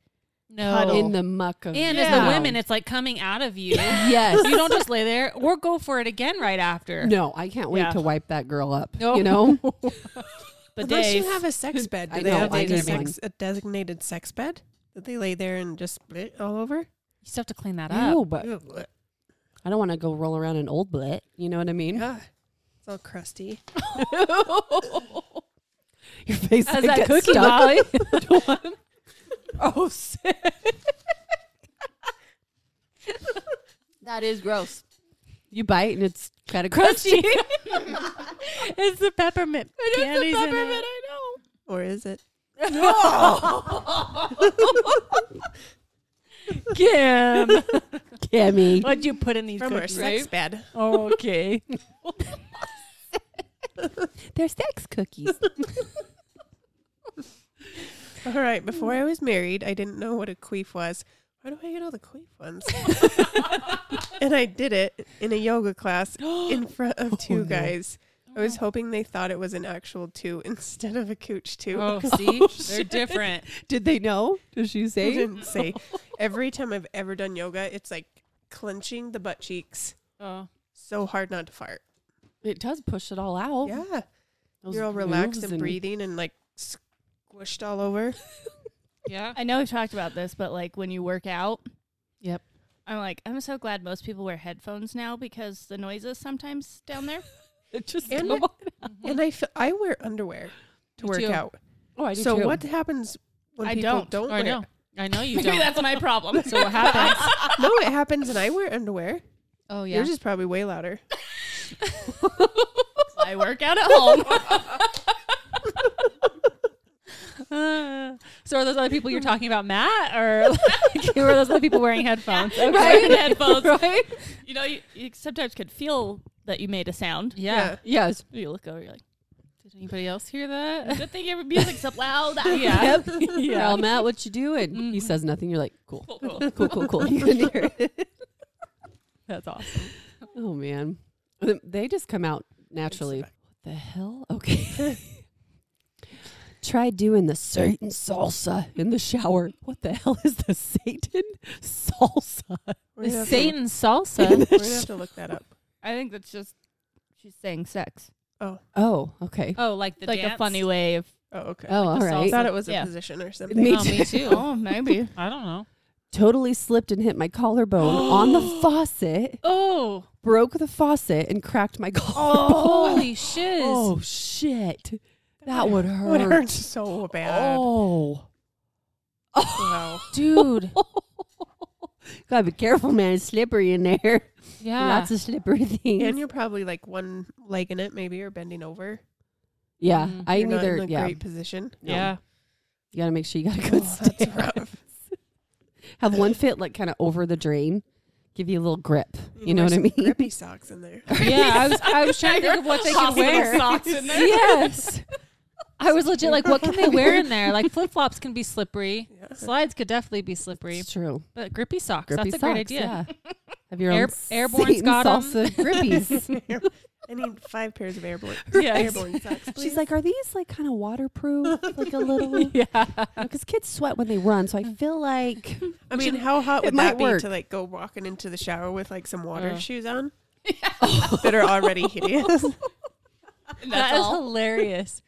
[SPEAKER 2] No.
[SPEAKER 1] Cuddle.
[SPEAKER 3] in the muck of
[SPEAKER 2] and as
[SPEAKER 1] Yeah.
[SPEAKER 2] the women, it's like coming out of you.
[SPEAKER 3] yes.
[SPEAKER 2] you don't just lay there or go for it again right after.
[SPEAKER 3] No, I can't wait
[SPEAKER 1] Yeah.
[SPEAKER 3] to wipe that girl up.
[SPEAKER 2] No.
[SPEAKER 3] You know,
[SPEAKER 1] but
[SPEAKER 4] Unless
[SPEAKER 1] days.
[SPEAKER 4] you have a sex bed, do
[SPEAKER 3] I
[SPEAKER 4] they
[SPEAKER 3] know,
[SPEAKER 4] have
[SPEAKER 2] I
[SPEAKER 4] like a,
[SPEAKER 2] need
[SPEAKER 3] one.
[SPEAKER 4] sex, a designated sex bed that they lay there and just bleh all over?
[SPEAKER 2] You still have to clean that up.
[SPEAKER 3] no, but
[SPEAKER 4] Ew, bleh.
[SPEAKER 3] I don't want to go roll around in old blit. You know what I mean?
[SPEAKER 4] Yeah, it's all crusty.
[SPEAKER 3] Your face
[SPEAKER 2] How's
[SPEAKER 3] like,
[SPEAKER 2] that
[SPEAKER 3] gets
[SPEAKER 2] cookie,
[SPEAKER 3] stuck.
[SPEAKER 2] Molly?
[SPEAKER 3] Oh, sick.
[SPEAKER 1] that is gross.
[SPEAKER 3] you bite and it's kind of crusty.
[SPEAKER 2] it's the peppermint. candies in it.
[SPEAKER 1] I know.
[SPEAKER 4] Or is it?
[SPEAKER 2] Kim,
[SPEAKER 3] Kimmy,
[SPEAKER 2] what'd you put in these
[SPEAKER 4] From our
[SPEAKER 2] cookies?
[SPEAKER 4] sex bed.
[SPEAKER 2] Oh, okay.
[SPEAKER 3] they're sex cookies.
[SPEAKER 4] All right. Before I was married, I didn't know what a queef was. Why do I get all the queef ones? and I did it in a yoga class in front of two
[SPEAKER 3] Oh, no.
[SPEAKER 4] guys. I was hoping they thought it was an actual two instead of a cooch two.
[SPEAKER 2] Oh, see, they're different.
[SPEAKER 3] Did they know? Did she
[SPEAKER 4] They
[SPEAKER 3] say?
[SPEAKER 4] didn't say. Every time I've ever done yoga, it's like clenching the butt cheeks
[SPEAKER 2] Oh,
[SPEAKER 4] so hard not to fart.
[SPEAKER 3] It does push it all out.
[SPEAKER 4] Yeah.
[SPEAKER 3] Oh. Those
[SPEAKER 4] You're all relaxed
[SPEAKER 3] grooves
[SPEAKER 4] and breathing and like squished all over.
[SPEAKER 2] yeah.
[SPEAKER 1] I know we've talked about this, but like when you work out.
[SPEAKER 2] Yep.
[SPEAKER 1] I'm like, I'm so glad most people wear headphones now because the noises sometimes down there.
[SPEAKER 3] It just
[SPEAKER 4] And
[SPEAKER 3] come
[SPEAKER 4] it-
[SPEAKER 3] on.
[SPEAKER 4] And I f- I wear underwear to
[SPEAKER 2] Me
[SPEAKER 4] work
[SPEAKER 2] too.
[SPEAKER 4] out.
[SPEAKER 3] Oh, I do
[SPEAKER 4] So
[SPEAKER 3] too.
[SPEAKER 4] what happens when
[SPEAKER 1] I
[SPEAKER 4] people
[SPEAKER 1] don't.
[SPEAKER 4] don't, wear
[SPEAKER 2] I know. I know you
[SPEAKER 1] Maybe
[SPEAKER 2] don't.
[SPEAKER 1] that's my problem.
[SPEAKER 2] So what happens?
[SPEAKER 4] No, it happens and I wear underwear.
[SPEAKER 2] Oh yeah.
[SPEAKER 4] Yours is probably way louder.
[SPEAKER 1] I work out at home.
[SPEAKER 2] Uh, so are those other people you're talking about, Matt, or like, were those other people wearing headphones? Okay.
[SPEAKER 1] Right? Headphones.
[SPEAKER 3] right?
[SPEAKER 1] You know, you, you sometimes could feel that you made a sound.
[SPEAKER 2] Yeah.
[SPEAKER 3] Yes.
[SPEAKER 1] You look over, you're like,
[SPEAKER 2] Did anybody else hear that?
[SPEAKER 1] good thing your music's up loud.
[SPEAKER 2] yeah.
[SPEAKER 3] Yeah. Well, Matt, what you doing? He says nothing. You're like, cool, cool, cool, cool. You can hear it.
[SPEAKER 2] That's awesome.
[SPEAKER 3] Oh man, Th- they just come out naturally. What the hell? Okay. Try doing the Satan salsa in the shower. What the hell is the Satan salsa?
[SPEAKER 4] We're gonna have to-
[SPEAKER 2] Satan salsa.
[SPEAKER 4] We're gonna have to look that up.
[SPEAKER 1] I think that's just she's saying sex,
[SPEAKER 3] Oh, okay.
[SPEAKER 2] Oh, like the
[SPEAKER 1] like
[SPEAKER 2] dance?
[SPEAKER 1] a funny way of.
[SPEAKER 4] Oh, okay.
[SPEAKER 3] Oh, all
[SPEAKER 2] the
[SPEAKER 4] I
[SPEAKER 3] right.
[SPEAKER 4] thought it was a
[SPEAKER 1] Yeah.
[SPEAKER 4] position or something.
[SPEAKER 3] Me
[SPEAKER 2] Oh,
[SPEAKER 3] too.
[SPEAKER 2] me too.
[SPEAKER 1] maybe.
[SPEAKER 2] I don't know.
[SPEAKER 3] Totally slipped and hit my collarbone on the faucet,
[SPEAKER 2] Oh,
[SPEAKER 3] broke the faucet, and cracked my collarbone.
[SPEAKER 2] holy shiz!
[SPEAKER 3] Oh, shit. That would
[SPEAKER 4] It
[SPEAKER 3] hurt.
[SPEAKER 4] would hurt so bad.
[SPEAKER 3] Oh.
[SPEAKER 4] Wow.
[SPEAKER 2] Dude,
[SPEAKER 3] Gotta be careful, man. It's slippery in there.
[SPEAKER 2] yeah.
[SPEAKER 3] Lots of slippery things.
[SPEAKER 4] And you're probably like one leg in it, maybe, or bending over.
[SPEAKER 3] Yeah,
[SPEAKER 2] Mm.
[SPEAKER 3] I
[SPEAKER 4] You're not
[SPEAKER 3] neither.
[SPEAKER 4] in a
[SPEAKER 3] Yeah,
[SPEAKER 4] great position.
[SPEAKER 3] No.
[SPEAKER 2] yeah.
[SPEAKER 3] you gotta make sure you got a
[SPEAKER 4] Oh,
[SPEAKER 3] good
[SPEAKER 4] that's
[SPEAKER 3] stick.
[SPEAKER 4] rough.
[SPEAKER 3] Have one fit like kind of over the drain, give you a little grip. You know
[SPEAKER 4] Wear
[SPEAKER 3] what I
[SPEAKER 4] some
[SPEAKER 3] mean?
[SPEAKER 4] Grippy socks in there.
[SPEAKER 2] Yeah, I was I was trying to think of what they could wear. Yes. I was legit like, what can they wear in there? Like flip flops can be slippery.
[SPEAKER 4] Yeah.
[SPEAKER 2] Slides could definitely be slippery,
[SPEAKER 3] It's true.
[SPEAKER 2] but grippy socks.
[SPEAKER 3] Grippy
[SPEAKER 2] that's a
[SPEAKER 3] socks,
[SPEAKER 2] great idea.
[SPEAKER 3] Yeah. Have your
[SPEAKER 2] Air-
[SPEAKER 3] own
[SPEAKER 2] Airborne's
[SPEAKER 3] Satan
[SPEAKER 2] got 'em.
[SPEAKER 3] salsa grippies.
[SPEAKER 4] I need five pairs of airborne,
[SPEAKER 2] Yes.
[SPEAKER 4] airborne socks.
[SPEAKER 3] She's
[SPEAKER 4] please.
[SPEAKER 3] like, are these like kind of waterproof? Like a little,
[SPEAKER 2] Yeah.
[SPEAKER 3] because kids sweat when they run. So I feel like
[SPEAKER 4] I mean, how hot
[SPEAKER 3] It
[SPEAKER 4] would
[SPEAKER 3] might
[SPEAKER 4] that be
[SPEAKER 3] work.
[SPEAKER 4] to like go walking into the shower with like some water
[SPEAKER 2] Uh.
[SPEAKER 4] shoes on that are already hideous?
[SPEAKER 1] That's
[SPEAKER 2] That is
[SPEAKER 1] all.
[SPEAKER 2] hilarious.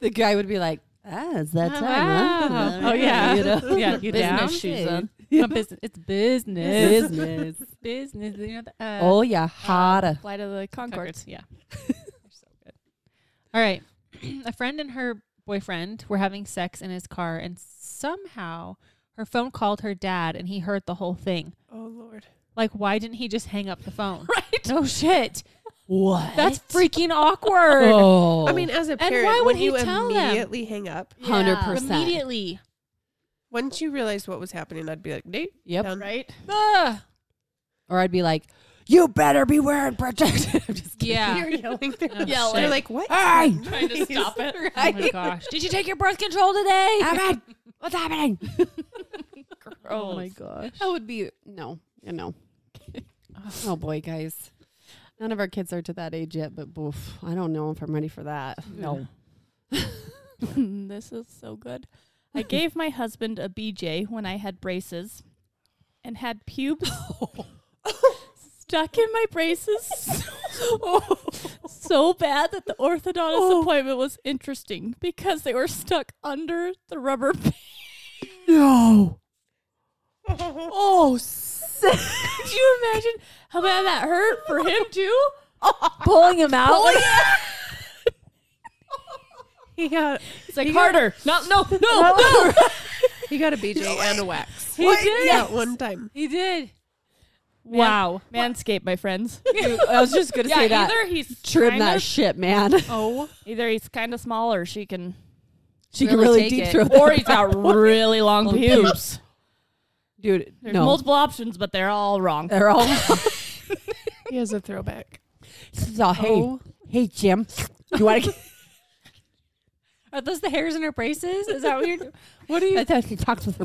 [SPEAKER 3] the guy would be like, ah, it's that time. huh?
[SPEAKER 2] Wow. Oh yeah.
[SPEAKER 3] You know?
[SPEAKER 2] Yeah, you
[SPEAKER 1] Business
[SPEAKER 2] down?
[SPEAKER 1] shoes on.
[SPEAKER 2] Not business. It's business.
[SPEAKER 3] Business.
[SPEAKER 2] business. You know the, uh,
[SPEAKER 3] Oh yeah, hotter.
[SPEAKER 1] Flight of the Concords.
[SPEAKER 2] Concords, Yeah. They're so good. All right. A friend and her boyfriend were having sex in his car, and somehow her phone called her dad, and he heard the whole thing.
[SPEAKER 4] oh lord,
[SPEAKER 2] Like, why didn't he just hang up the phone?
[SPEAKER 1] Right.
[SPEAKER 2] No shit.
[SPEAKER 3] What?
[SPEAKER 2] That's freaking awkward.
[SPEAKER 3] Oh,
[SPEAKER 4] I mean, as a
[SPEAKER 2] why
[SPEAKER 4] parent,
[SPEAKER 2] would
[SPEAKER 4] when
[SPEAKER 2] he
[SPEAKER 4] you
[SPEAKER 2] tell them?
[SPEAKER 4] immediately hang up,
[SPEAKER 3] Hundred
[SPEAKER 1] Yeah.
[SPEAKER 3] percent.
[SPEAKER 2] Immediately.
[SPEAKER 4] once you realized what was happening, I'd be like, Nate,
[SPEAKER 3] Yep.
[SPEAKER 4] done.
[SPEAKER 1] Right?
[SPEAKER 2] Ugh.
[SPEAKER 3] Or I'd be like, "You better be wearing protection." I'm just kidding.
[SPEAKER 2] Yeah.
[SPEAKER 4] You're yelling through.
[SPEAKER 2] Oh,
[SPEAKER 4] Yeah,
[SPEAKER 1] shit.
[SPEAKER 4] you're like, what?
[SPEAKER 3] Hey,
[SPEAKER 1] Trying to stop it.
[SPEAKER 2] Oh my gosh. Did you take your birth control today?
[SPEAKER 3] Evan, what's happening?
[SPEAKER 2] Oh my gosh.
[SPEAKER 3] That would be no, you know. oh boy, guys, none of our kids are to that age yet, but boof, I don't know if I'm ready for that. No.
[SPEAKER 1] this is so good. I gave my husband a BJ when I had braces and had pubes stuck in my braces so bad that the orthodontist appointment was interesting because they were stuck under the rubber band.
[SPEAKER 3] No. Oh, sick.
[SPEAKER 1] Could you imagine how bad that hurt for him too?
[SPEAKER 2] Pulling him out.
[SPEAKER 4] He got
[SPEAKER 1] It's like harder. No, no, no, no.
[SPEAKER 4] he got a BJ and a wax.
[SPEAKER 2] He did.
[SPEAKER 4] Yeah, one time.
[SPEAKER 2] He did.
[SPEAKER 1] Man-
[SPEAKER 2] Wow.
[SPEAKER 1] Manscaped, my friends.
[SPEAKER 3] I was just gonna say that.
[SPEAKER 1] either he's
[SPEAKER 3] Trim
[SPEAKER 1] kind
[SPEAKER 3] that
[SPEAKER 1] of-
[SPEAKER 3] shit, man.
[SPEAKER 2] Oh.
[SPEAKER 1] either he's kind of small or she can
[SPEAKER 3] she can really
[SPEAKER 1] take
[SPEAKER 3] deep
[SPEAKER 1] it.
[SPEAKER 3] throat
[SPEAKER 1] or
[SPEAKER 3] that
[SPEAKER 1] he's got really long pubes.
[SPEAKER 3] dude.
[SPEAKER 1] There's
[SPEAKER 3] no,
[SPEAKER 1] multiple options, but they're all wrong.
[SPEAKER 3] they're all.
[SPEAKER 4] He has a throwback.
[SPEAKER 3] so, hey, hey, Jim, you want to?
[SPEAKER 2] Are those the hairs in her braces? Is that what you're What are you
[SPEAKER 3] That's how she talks with her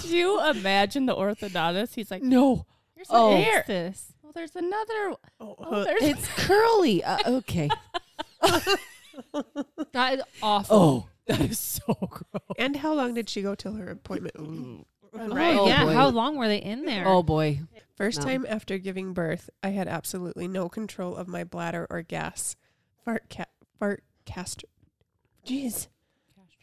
[SPEAKER 1] Could you imagine the orthodontist? He's like,
[SPEAKER 3] no.
[SPEAKER 1] here's an
[SPEAKER 3] Oh.
[SPEAKER 1] hair.
[SPEAKER 2] this?
[SPEAKER 1] Well, there's another.
[SPEAKER 4] Oh,
[SPEAKER 1] Oh,
[SPEAKER 4] uh,
[SPEAKER 1] there's
[SPEAKER 3] It's curly. Uh, okay.
[SPEAKER 2] That is awful.
[SPEAKER 3] Oh, that is so gross.
[SPEAKER 4] and how long did she go till her appointment? Ooh.
[SPEAKER 2] Right.
[SPEAKER 3] Oh,
[SPEAKER 2] yeah.
[SPEAKER 3] boy.
[SPEAKER 2] How long were they in there?
[SPEAKER 3] Oh boy.
[SPEAKER 4] First
[SPEAKER 3] No.
[SPEAKER 4] time after giving birth, I had absolutely no control of my bladder or gas. Fart cat fart cast Jeez.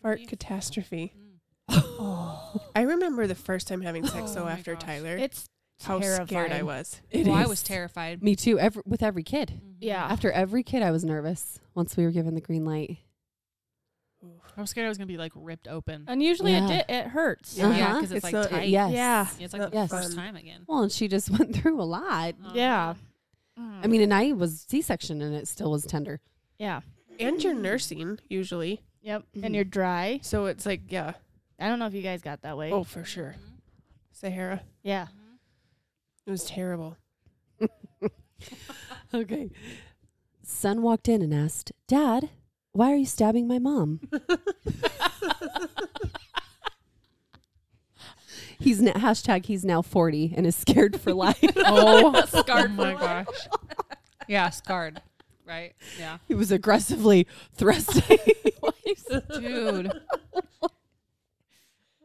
[SPEAKER 4] Fart catastrophe.
[SPEAKER 2] Mm.
[SPEAKER 3] Oh,
[SPEAKER 4] I remember the first time having sex
[SPEAKER 2] Oh
[SPEAKER 4] though
[SPEAKER 2] my
[SPEAKER 4] after
[SPEAKER 2] gosh.
[SPEAKER 4] Tyler.
[SPEAKER 1] it's
[SPEAKER 4] how scared I
[SPEAKER 1] terrifying.
[SPEAKER 4] was.
[SPEAKER 3] It
[SPEAKER 2] well, I
[SPEAKER 3] is.
[SPEAKER 2] was terrified.
[SPEAKER 3] Me too. Every, with every kid.
[SPEAKER 1] yeah.
[SPEAKER 3] After every kid, I was nervous. Once we were given the green light.
[SPEAKER 2] I was scared I was gonna be like ripped open.
[SPEAKER 1] And usually it
[SPEAKER 3] Yeah.
[SPEAKER 1] di- it hurts.
[SPEAKER 4] Yeah.
[SPEAKER 2] Yeah,
[SPEAKER 3] Uh-huh.
[SPEAKER 2] because it's,
[SPEAKER 4] It's
[SPEAKER 2] like
[SPEAKER 4] not- it-
[SPEAKER 2] tight.
[SPEAKER 3] Yes.
[SPEAKER 1] Yeah.
[SPEAKER 2] It's like the
[SPEAKER 3] Yes.
[SPEAKER 2] first
[SPEAKER 4] Fun.
[SPEAKER 2] time again.
[SPEAKER 3] Well, and she just went through a lot.
[SPEAKER 2] Um,
[SPEAKER 1] Yeah.
[SPEAKER 3] I mean, and I was C-section and it still was tender.
[SPEAKER 1] hmm. yeah.
[SPEAKER 4] And you're nursing usually.
[SPEAKER 1] Yep.
[SPEAKER 3] Mhm.
[SPEAKER 1] And you're dry.
[SPEAKER 4] So it's like, yeah.
[SPEAKER 1] I don't know if you guys got that way.
[SPEAKER 4] Oh, for sure. Sahara.
[SPEAKER 1] Yeah.
[SPEAKER 4] It was terrible.
[SPEAKER 3] Okay. Son walked in and asked, Dad, why are you stabbing my mom? he's now, hashtag he's now 40 and is scared for life.
[SPEAKER 2] oh, scarred. my gosh. Yeah, scarred. Right. Yeah.
[SPEAKER 3] he was aggressively thrusting.
[SPEAKER 2] Dude.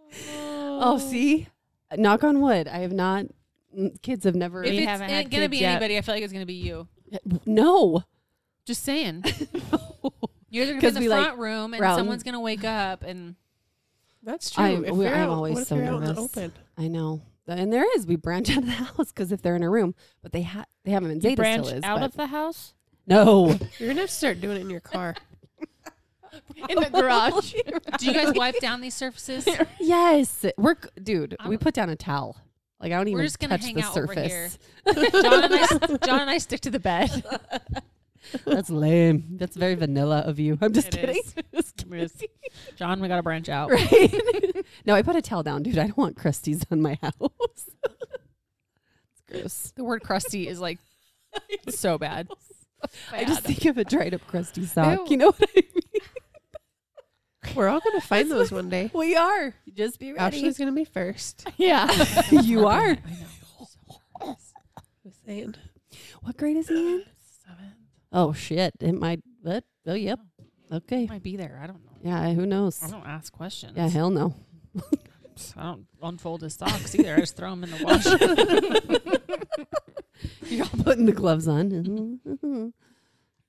[SPEAKER 3] oh, see? Knock on wood. I have not, mm, kids have never,
[SPEAKER 2] If
[SPEAKER 1] We
[SPEAKER 2] it's
[SPEAKER 1] haven't had
[SPEAKER 2] in- gonna be
[SPEAKER 1] kids yet.
[SPEAKER 2] anybody, I feel like it's gonna be you.
[SPEAKER 3] no.
[SPEAKER 2] Just saying. You're either gonna be in
[SPEAKER 3] 'Cause we,
[SPEAKER 2] the
[SPEAKER 3] like,
[SPEAKER 2] front room and
[SPEAKER 3] round-
[SPEAKER 2] someone's gonna wake up and
[SPEAKER 4] That's true.
[SPEAKER 3] I'm-
[SPEAKER 4] If
[SPEAKER 3] we-
[SPEAKER 4] you're
[SPEAKER 3] I'm
[SPEAKER 4] out-
[SPEAKER 3] always
[SPEAKER 4] what if
[SPEAKER 3] so
[SPEAKER 4] you're out in the
[SPEAKER 3] nervous.
[SPEAKER 4] open?
[SPEAKER 3] I know. And there is. We branch out of the house because if they're in a room, but they ha- they haven't been.
[SPEAKER 1] You
[SPEAKER 3] Zeta
[SPEAKER 1] branch
[SPEAKER 3] still is.
[SPEAKER 1] out
[SPEAKER 3] but-
[SPEAKER 1] of the house
[SPEAKER 3] no.
[SPEAKER 4] You're gonna have to start doing it in your car.
[SPEAKER 1] in the garage.
[SPEAKER 2] do you guys wipe down these surfaces?
[SPEAKER 3] Yes, we're c- dude.
[SPEAKER 2] I
[SPEAKER 3] we
[SPEAKER 2] don't-
[SPEAKER 3] put down a towel. Like I don't even
[SPEAKER 2] We're just gonna
[SPEAKER 3] touch
[SPEAKER 2] hang
[SPEAKER 3] the
[SPEAKER 2] out over here.
[SPEAKER 3] surface.
[SPEAKER 2] John and I John and I stick to the bed.
[SPEAKER 3] That's lame. That's very vanilla of you. I'm just
[SPEAKER 2] It
[SPEAKER 3] kidding.
[SPEAKER 2] is. John, we gotta branch out.
[SPEAKER 3] Right? no, I put a towel down, dude. I don't want crusties on my house. it's gross.
[SPEAKER 2] The word crusty is like so bad.
[SPEAKER 3] I just think of a dried up crusty sock. You know what I mean?
[SPEAKER 4] We're all gonna find those one day.
[SPEAKER 3] We are. Just be ready.
[SPEAKER 4] Ashley's gonna be first.
[SPEAKER 1] yeah.
[SPEAKER 3] you are.
[SPEAKER 2] I know.
[SPEAKER 4] Just saying.
[SPEAKER 3] What grade is he in?
[SPEAKER 2] Seven.
[SPEAKER 3] Oh shit! It might. What? Oh yep. Okay.
[SPEAKER 2] Might be there. I don't know.
[SPEAKER 3] Yeah. Who knows?
[SPEAKER 2] Oh I don't ask questions.
[SPEAKER 3] Yeah. Hell no.
[SPEAKER 2] I don't unfold his socks either. I just throw them in the washer.
[SPEAKER 3] You're all putting the gloves Mm-hmm. on.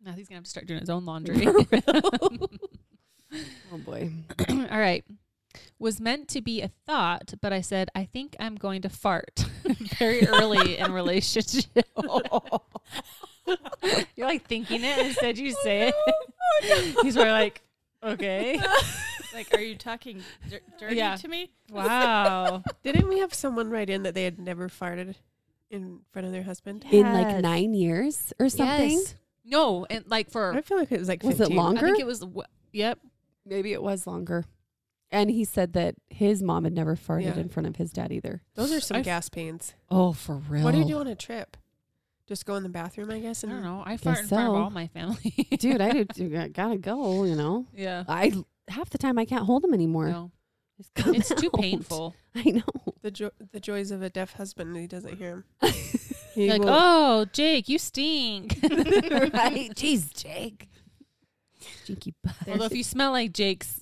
[SPEAKER 2] now he's gonna have to start doing his own laundry.
[SPEAKER 3] Oh boy.
[SPEAKER 2] All right. Was meant to be a thought, but I said, I think I'm going to fart very early in relationship. You're like thinking it instead you say it. He's probably like, okay.
[SPEAKER 1] like, are you talking dir- dirty
[SPEAKER 2] Yeah.
[SPEAKER 1] to me?
[SPEAKER 2] Wow.
[SPEAKER 4] Didn't we have someone write in that they had never farted in front of their husband?
[SPEAKER 3] In like
[SPEAKER 1] Yes.
[SPEAKER 3] nine years or something.
[SPEAKER 2] Yes. No, and like for
[SPEAKER 4] I feel like it was like
[SPEAKER 3] Was it
[SPEAKER 4] 15.
[SPEAKER 3] long?
[SPEAKER 2] I think it was wh- yep.
[SPEAKER 3] Maybe it was longer. And he said that his mom had never farted
[SPEAKER 4] Yeah.
[SPEAKER 3] in front of his dad either.
[SPEAKER 4] Those are some
[SPEAKER 2] I've-
[SPEAKER 4] gas pains.
[SPEAKER 3] Oh, for real.
[SPEAKER 4] What do you do on a trip? Just go in the bathroom, I guess.
[SPEAKER 2] I
[SPEAKER 4] And
[SPEAKER 2] don't know. I
[SPEAKER 3] Guess
[SPEAKER 2] fart in front of
[SPEAKER 3] so.
[SPEAKER 2] all my family.
[SPEAKER 3] Dude, I do too. I gotta go, you know.
[SPEAKER 2] yeah.
[SPEAKER 3] I half the time I can't hold him anymore.
[SPEAKER 2] No.
[SPEAKER 3] It's, come
[SPEAKER 2] It's too
[SPEAKER 3] out.
[SPEAKER 2] painful.
[SPEAKER 3] I know.
[SPEAKER 4] the jo- the joys of a deaf husband. He doesn't hear him.
[SPEAKER 2] You're
[SPEAKER 4] He
[SPEAKER 2] like,
[SPEAKER 4] will-
[SPEAKER 2] oh, Jake, you stink.
[SPEAKER 3] right? Jeez, Jake. Jinky butt.
[SPEAKER 2] Although if you smell like Jake's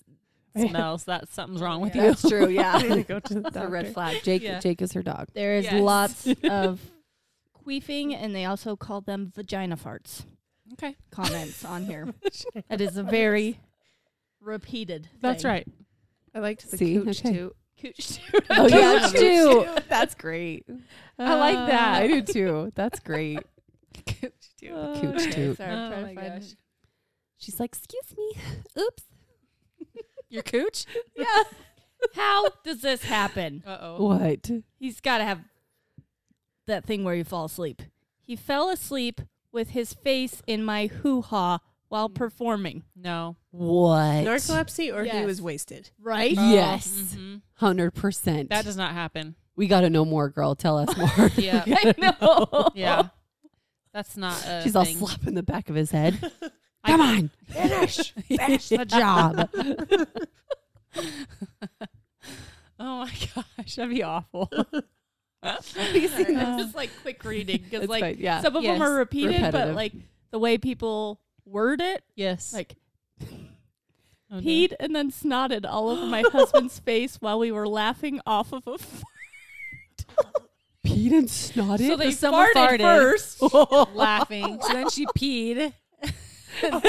[SPEAKER 2] smells, that something's wrong with
[SPEAKER 4] Yeah.
[SPEAKER 2] you.
[SPEAKER 3] That's true,
[SPEAKER 4] I'm
[SPEAKER 3] yeah.
[SPEAKER 4] gonna go to the
[SPEAKER 3] That's a red
[SPEAKER 4] doctor.
[SPEAKER 3] flag. Jake
[SPEAKER 2] Yeah.
[SPEAKER 3] Jake is her dog.
[SPEAKER 1] There is
[SPEAKER 2] Yes.
[SPEAKER 1] lots of queefing, and they also call them vagina farts.
[SPEAKER 2] Okay.
[SPEAKER 1] Comments on here. That is a very repeated.
[SPEAKER 2] That's
[SPEAKER 1] thing.
[SPEAKER 2] right.
[SPEAKER 4] I liked the
[SPEAKER 3] See?
[SPEAKER 4] cooch
[SPEAKER 3] Okay.
[SPEAKER 4] too.
[SPEAKER 1] Cooch
[SPEAKER 3] Oh yeah,
[SPEAKER 1] Cooch
[SPEAKER 3] too. That's great.
[SPEAKER 1] I like that.
[SPEAKER 3] I do too. That's great.
[SPEAKER 1] Uh,
[SPEAKER 3] Cooch toot.
[SPEAKER 1] Sorry, I'm
[SPEAKER 2] Oh
[SPEAKER 1] trying to
[SPEAKER 2] my
[SPEAKER 1] find-
[SPEAKER 2] gosh.
[SPEAKER 3] She's like, excuse me. Oops.
[SPEAKER 2] Your cooch?
[SPEAKER 1] Yeah. How does this happen?
[SPEAKER 2] Uh oh.
[SPEAKER 3] What?
[SPEAKER 1] He's got to have that thing where you fall asleep. He fell asleep with his face in my hoo ha while
[SPEAKER 2] Mm.
[SPEAKER 1] performing.
[SPEAKER 2] No.
[SPEAKER 3] What?
[SPEAKER 4] Narcolepsy, or he
[SPEAKER 1] Yes.
[SPEAKER 4] was wasted.
[SPEAKER 1] Right?
[SPEAKER 3] Yes.
[SPEAKER 2] Mhm.
[SPEAKER 3] 100%.
[SPEAKER 2] That does not happen.
[SPEAKER 3] we got to know more, girl. Tell us more.
[SPEAKER 2] Yeah.
[SPEAKER 1] I know.
[SPEAKER 2] Yeah. That's not a
[SPEAKER 3] She's all
[SPEAKER 2] thing.
[SPEAKER 3] flopping the back of his head.
[SPEAKER 2] I-
[SPEAKER 3] Come on.
[SPEAKER 4] Finish.
[SPEAKER 3] Finish the job.
[SPEAKER 2] Oh my gosh, that'd be awful.
[SPEAKER 1] It's just like quick reading because
[SPEAKER 3] It's
[SPEAKER 1] like
[SPEAKER 3] fine, yeah.
[SPEAKER 1] some of
[SPEAKER 2] Uh, Yes.
[SPEAKER 1] them are repeated,
[SPEAKER 3] Repetitive.
[SPEAKER 1] but like the way people word it,
[SPEAKER 2] yes.
[SPEAKER 1] like
[SPEAKER 2] Oh, no.
[SPEAKER 1] peed and then snotted all over my husband's face while we were laughing off of a. F-
[SPEAKER 3] Pete and snotted.
[SPEAKER 1] so they
[SPEAKER 2] someone
[SPEAKER 1] farted,
[SPEAKER 2] farted.
[SPEAKER 1] first.
[SPEAKER 2] laughing. So then she peed.
[SPEAKER 4] That's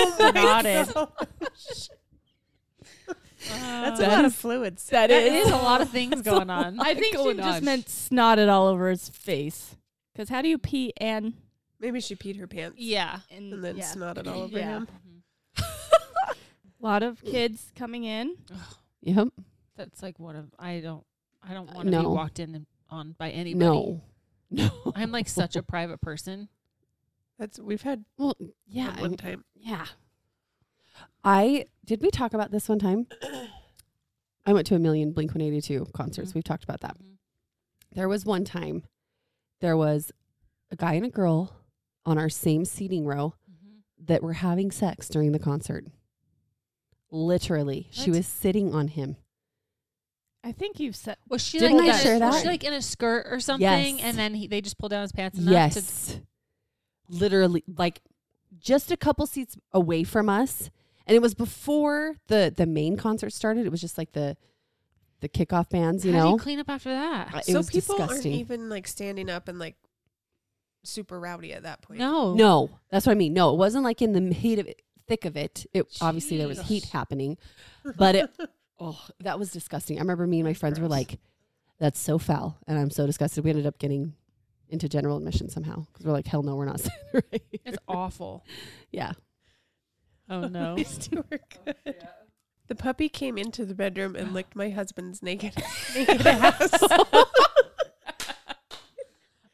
[SPEAKER 2] That's
[SPEAKER 4] a lot of fluids.
[SPEAKER 2] that is a lot of things going on.
[SPEAKER 1] I think she
[SPEAKER 2] Going
[SPEAKER 1] just
[SPEAKER 2] on.
[SPEAKER 1] meant snotted all over his face. Because how do you pee and
[SPEAKER 4] Maybe she peed her pants
[SPEAKER 2] Yeah.
[SPEAKER 1] and,
[SPEAKER 4] and then
[SPEAKER 1] yeah.
[SPEAKER 4] snotted all over
[SPEAKER 1] Yeah.
[SPEAKER 4] him.
[SPEAKER 1] A lot of kids coming in.
[SPEAKER 3] Yep.
[SPEAKER 2] That's like one of I don't I don't
[SPEAKER 3] Uh,
[SPEAKER 2] want to be
[SPEAKER 3] no.
[SPEAKER 2] walked in and on by anybody.
[SPEAKER 3] No. No.
[SPEAKER 2] I'm like such a private person.
[SPEAKER 4] That's we've had
[SPEAKER 3] Well,
[SPEAKER 4] that
[SPEAKER 3] yeah.
[SPEAKER 4] one
[SPEAKER 3] I-
[SPEAKER 4] time.
[SPEAKER 3] Yeah. I did we talk about this one time? I went to a million Blink 182 concerts.
[SPEAKER 2] Mhm.
[SPEAKER 3] We've talked about that.
[SPEAKER 2] Mhm.
[SPEAKER 3] There was one time there was a guy and a girl on our same seating row
[SPEAKER 2] Mhm.
[SPEAKER 3] that were having sex during the concert. Literally, she
[SPEAKER 2] What?
[SPEAKER 3] was sitting on him.
[SPEAKER 1] I think you've said
[SPEAKER 2] Was she
[SPEAKER 3] Didn't
[SPEAKER 2] like
[SPEAKER 3] I
[SPEAKER 2] in a-
[SPEAKER 3] share
[SPEAKER 2] Was she
[SPEAKER 3] that?
[SPEAKER 2] like in a skirt or something?
[SPEAKER 3] Yes.
[SPEAKER 2] And then he, they just pulled down his pants enough to
[SPEAKER 3] Yes. Literally like just a couple seats away from us. And it was before the the main concert started. It was just like the the kickoff bands, you
[SPEAKER 2] How do
[SPEAKER 3] know.
[SPEAKER 2] you clean up after that?
[SPEAKER 3] Uh, it
[SPEAKER 4] so
[SPEAKER 3] was
[SPEAKER 4] people
[SPEAKER 3] disgusting.
[SPEAKER 4] aren't even like standing up and like super rowdy at that point.
[SPEAKER 2] No.
[SPEAKER 3] No, that's what I mean. No, it wasn't like in the heat of it, thick of it. It obviously there was
[SPEAKER 2] Jeez.
[SPEAKER 3] heat happening, but it oh that was disgusting. I remember me and my friends were
[SPEAKER 4] Gross.
[SPEAKER 3] like, "That's so foul," and I'm so disgusted. We ended up getting into general admission somehow because we're like, "Hell no, we're not." sitting right here."
[SPEAKER 2] It's awful.
[SPEAKER 3] yeah,
[SPEAKER 2] Oh no.
[SPEAKER 4] These two are good. The puppy came into the bedroom and licked my husband's naked, naked ass.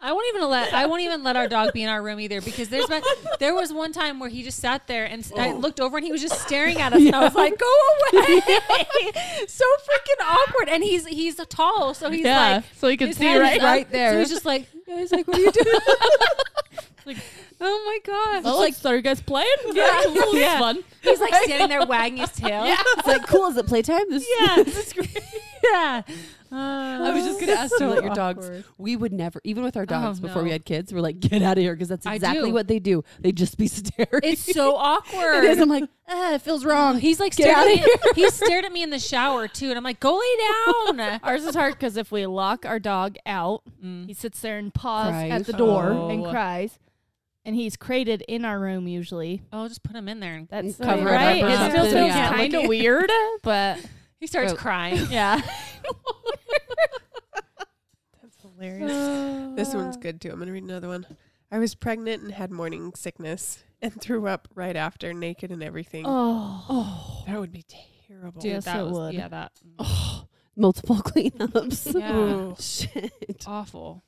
[SPEAKER 2] I won't even let I won't even let our dog be in our room either because there's been, there was one time where he just sat there and s-
[SPEAKER 3] Oh.
[SPEAKER 2] I looked over and he was just staring at us and I was like, "Go away!" so freaking awkward. And he's he's tall, so he's like
[SPEAKER 1] so you
[SPEAKER 2] his head is up, So he's just like he's like, "What are you doing?" like, oh my gosh!
[SPEAKER 1] Oh, like, so are you guys playing? Yeah,
[SPEAKER 2] Yeah.
[SPEAKER 1] fun.
[SPEAKER 2] he's like standing there wagging his tail. Yeah,
[SPEAKER 3] it's like cool. Is it playtime? This
[SPEAKER 2] yeah, yeah. Oh. I
[SPEAKER 3] I was just gonna ask to let your dogs. We would never, even with our dogs, before we
[SPEAKER 2] Oh, no.
[SPEAKER 3] had kids, we're like, "Get out of here," because that's
[SPEAKER 2] I
[SPEAKER 3] exactly
[SPEAKER 2] do.
[SPEAKER 3] what they do. They just be staring.
[SPEAKER 2] It's so awkward.
[SPEAKER 3] It is. I'm like, ah, it feels wrong.
[SPEAKER 2] He's like
[SPEAKER 3] Get
[SPEAKER 2] stared
[SPEAKER 3] outta
[SPEAKER 2] at me. He stared at me in the shower too, and I'm like, "Go lay down." Mm.
[SPEAKER 1] Ours is hard because if we lock our dog out, he sits there and paws
[SPEAKER 3] Cries.
[SPEAKER 1] at the door
[SPEAKER 2] Oh.
[SPEAKER 1] and cries. And he's crated in our room usually.
[SPEAKER 2] Oh, just put him in there. And
[SPEAKER 1] That's
[SPEAKER 3] Cover
[SPEAKER 1] right.
[SPEAKER 3] it up or
[SPEAKER 1] It still
[SPEAKER 3] something.
[SPEAKER 1] feels
[SPEAKER 2] Yeah.
[SPEAKER 1] kind of weird, but
[SPEAKER 2] he starts
[SPEAKER 3] Oh.
[SPEAKER 2] crying.
[SPEAKER 1] yeah.
[SPEAKER 4] This one's good too. I'm gonna read another one. I was pregnant and had morning sickness and threw up right after, naked and everything.
[SPEAKER 1] Oh.
[SPEAKER 4] That would be terrible.
[SPEAKER 1] Dude. Yes,
[SPEAKER 2] that
[SPEAKER 1] it
[SPEAKER 2] was,
[SPEAKER 1] would.
[SPEAKER 2] Yeah, that
[SPEAKER 3] multiple cleanups. Oh,
[SPEAKER 2] yeah,
[SPEAKER 4] Ooh.
[SPEAKER 3] Shit.
[SPEAKER 2] awful.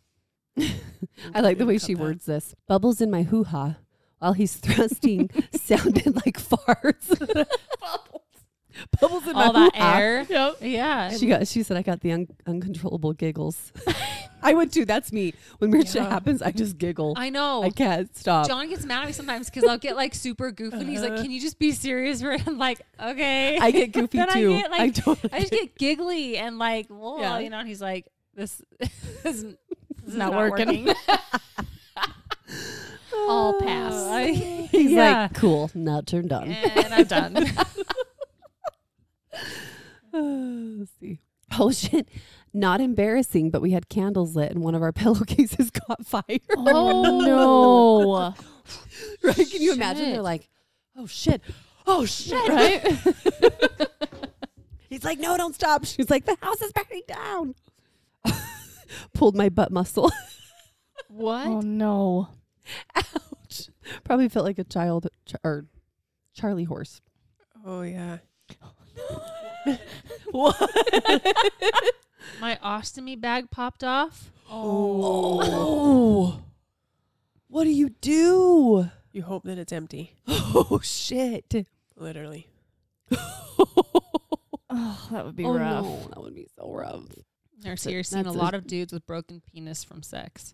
[SPEAKER 3] I like the
[SPEAKER 4] Cut
[SPEAKER 3] way she
[SPEAKER 4] that.
[SPEAKER 3] words this. Bubbles in my hoo ha while he's thrusting sounded like farts. Bubbles. Bubbles in
[SPEAKER 2] All
[SPEAKER 3] my
[SPEAKER 2] that
[SPEAKER 3] hoo-ha.
[SPEAKER 2] air.
[SPEAKER 1] Yep.
[SPEAKER 2] Yeah,
[SPEAKER 3] She got. She said, "I got the un- uncontrollable giggles." I would too. That's me. When weird shit
[SPEAKER 4] Yeah.
[SPEAKER 3] happens, I just giggle. I,
[SPEAKER 2] I know.
[SPEAKER 3] can't stop.
[SPEAKER 2] John gets mad at me sometimes because I'll get like super goofy, and he's like, "Can you just be serious?" For I'm like, "Okay."
[SPEAKER 3] I get goofy
[SPEAKER 2] Then I
[SPEAKER 3] too.
[SPEAKER 2] get, like-
[SPEAKER 3] I totally.
[SPEAKER 2] I just get giggly and like, well,
[SPEAKER 3] Yeah.
[SPEAKER 2] you know. And he's like, "This, this, is- this is
[SPEAKER 1] not working. All pass.
[SPEAKER 2] I-
[SPEAKER 3] He's
[SPEAKER 2] yeah.
[SPEAKER 3] like, cool. Now turned on.
[SPEAKER 2] and I'm done.
[SPEAKER 3] Let's see. Oh shit. Not embarrassing, but we had candles lit and one of our pillowcases caught fire.
[SPEAKER 2] Oh,
[SPEAKER 1] Oh
[SPEAKER 3] right? Can you imagine? They're
[SPEAKER 2] Shit.
[SPEAKER 3] like, oh shit. Oh shit.
[SPEAKER 1] no. right?
[SPEAKER 3] He's like, no, don't stop. She's like, the house is burning down. Pulled my butt muscle.
[SPEAKER 2] what?
[SPEAKER 1] Oh no.
[SPEAKER 3] Ouch. Probably felt like a child ch- or Charlie horse.
[SPEAKER 4] Oh yeah.
[SPEAKER 2] My ostomy bag popped off.
[SPEAKER 3] Oh. What do you do?
[SPEAKER 4] You hope that it's empty.
[SPEAKER 3] Oh shit.
[SPEAKER 4] Literally.
[SPEAKER 1] Oh, that would be
[SPEAKER 3] Oh,
[SPEAKER 1] rough.
[SPEAKER 3] no, that would be so rough.
[SPEAKER 2] Or
[SPEAKER 3] a-
[SPEAKER 2] so you're seeing a
[SPEAKER 3] that's a-
[SPEAKER 2] lot of dudes with broken penis from sex.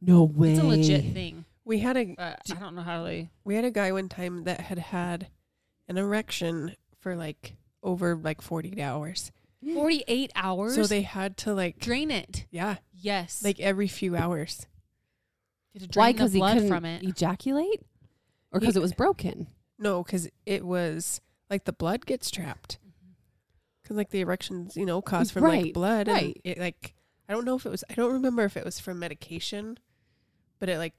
[SPEAKER 3] No way.
[SPEAKER 2] It's a legit thing,
[SPEAKER 4] We had a
[SPEAKER 2] but I don't know how they.
[SPEAKER 4] we had a guy one time that had had an erection for like over like 48 hours.
[SPEAKER 2] Forty-eight hours.
[SPEAKER 4] So they had to like
[SPEAKER 2] drain it.
[SPEAKER 4] yeah,
[SPEAKER 2] Yes.
[SPEAKER 4] like every few hours.
[SPEAKER 2] You had to
[SPEAKER 3] Why?
[SPEAKER 2] drain the
[SPEAKER 3] Because he
[SPEAKER 2] blood
[SPEAKER 3] couldn't
[SPEAKER 2] from it.
[SPEAKER 3] ejaculate, or because
[SPEAKER 4] He-
[SPEAKER 3] it was broken.
[SPEAKER 4] No, cuz it was like the blood gets trapped.
[SPEAKER 2] Mm-hmm.
[SPEAKER 4] Cuz like the erections, you know, caused from
[SPEAKER 3] Right,
[SPEAKER 4] like blood
[SPEAKER 3] right.
[SPEAKER 4] and it like I don't know if it was I don't remember if it was from medication, but it like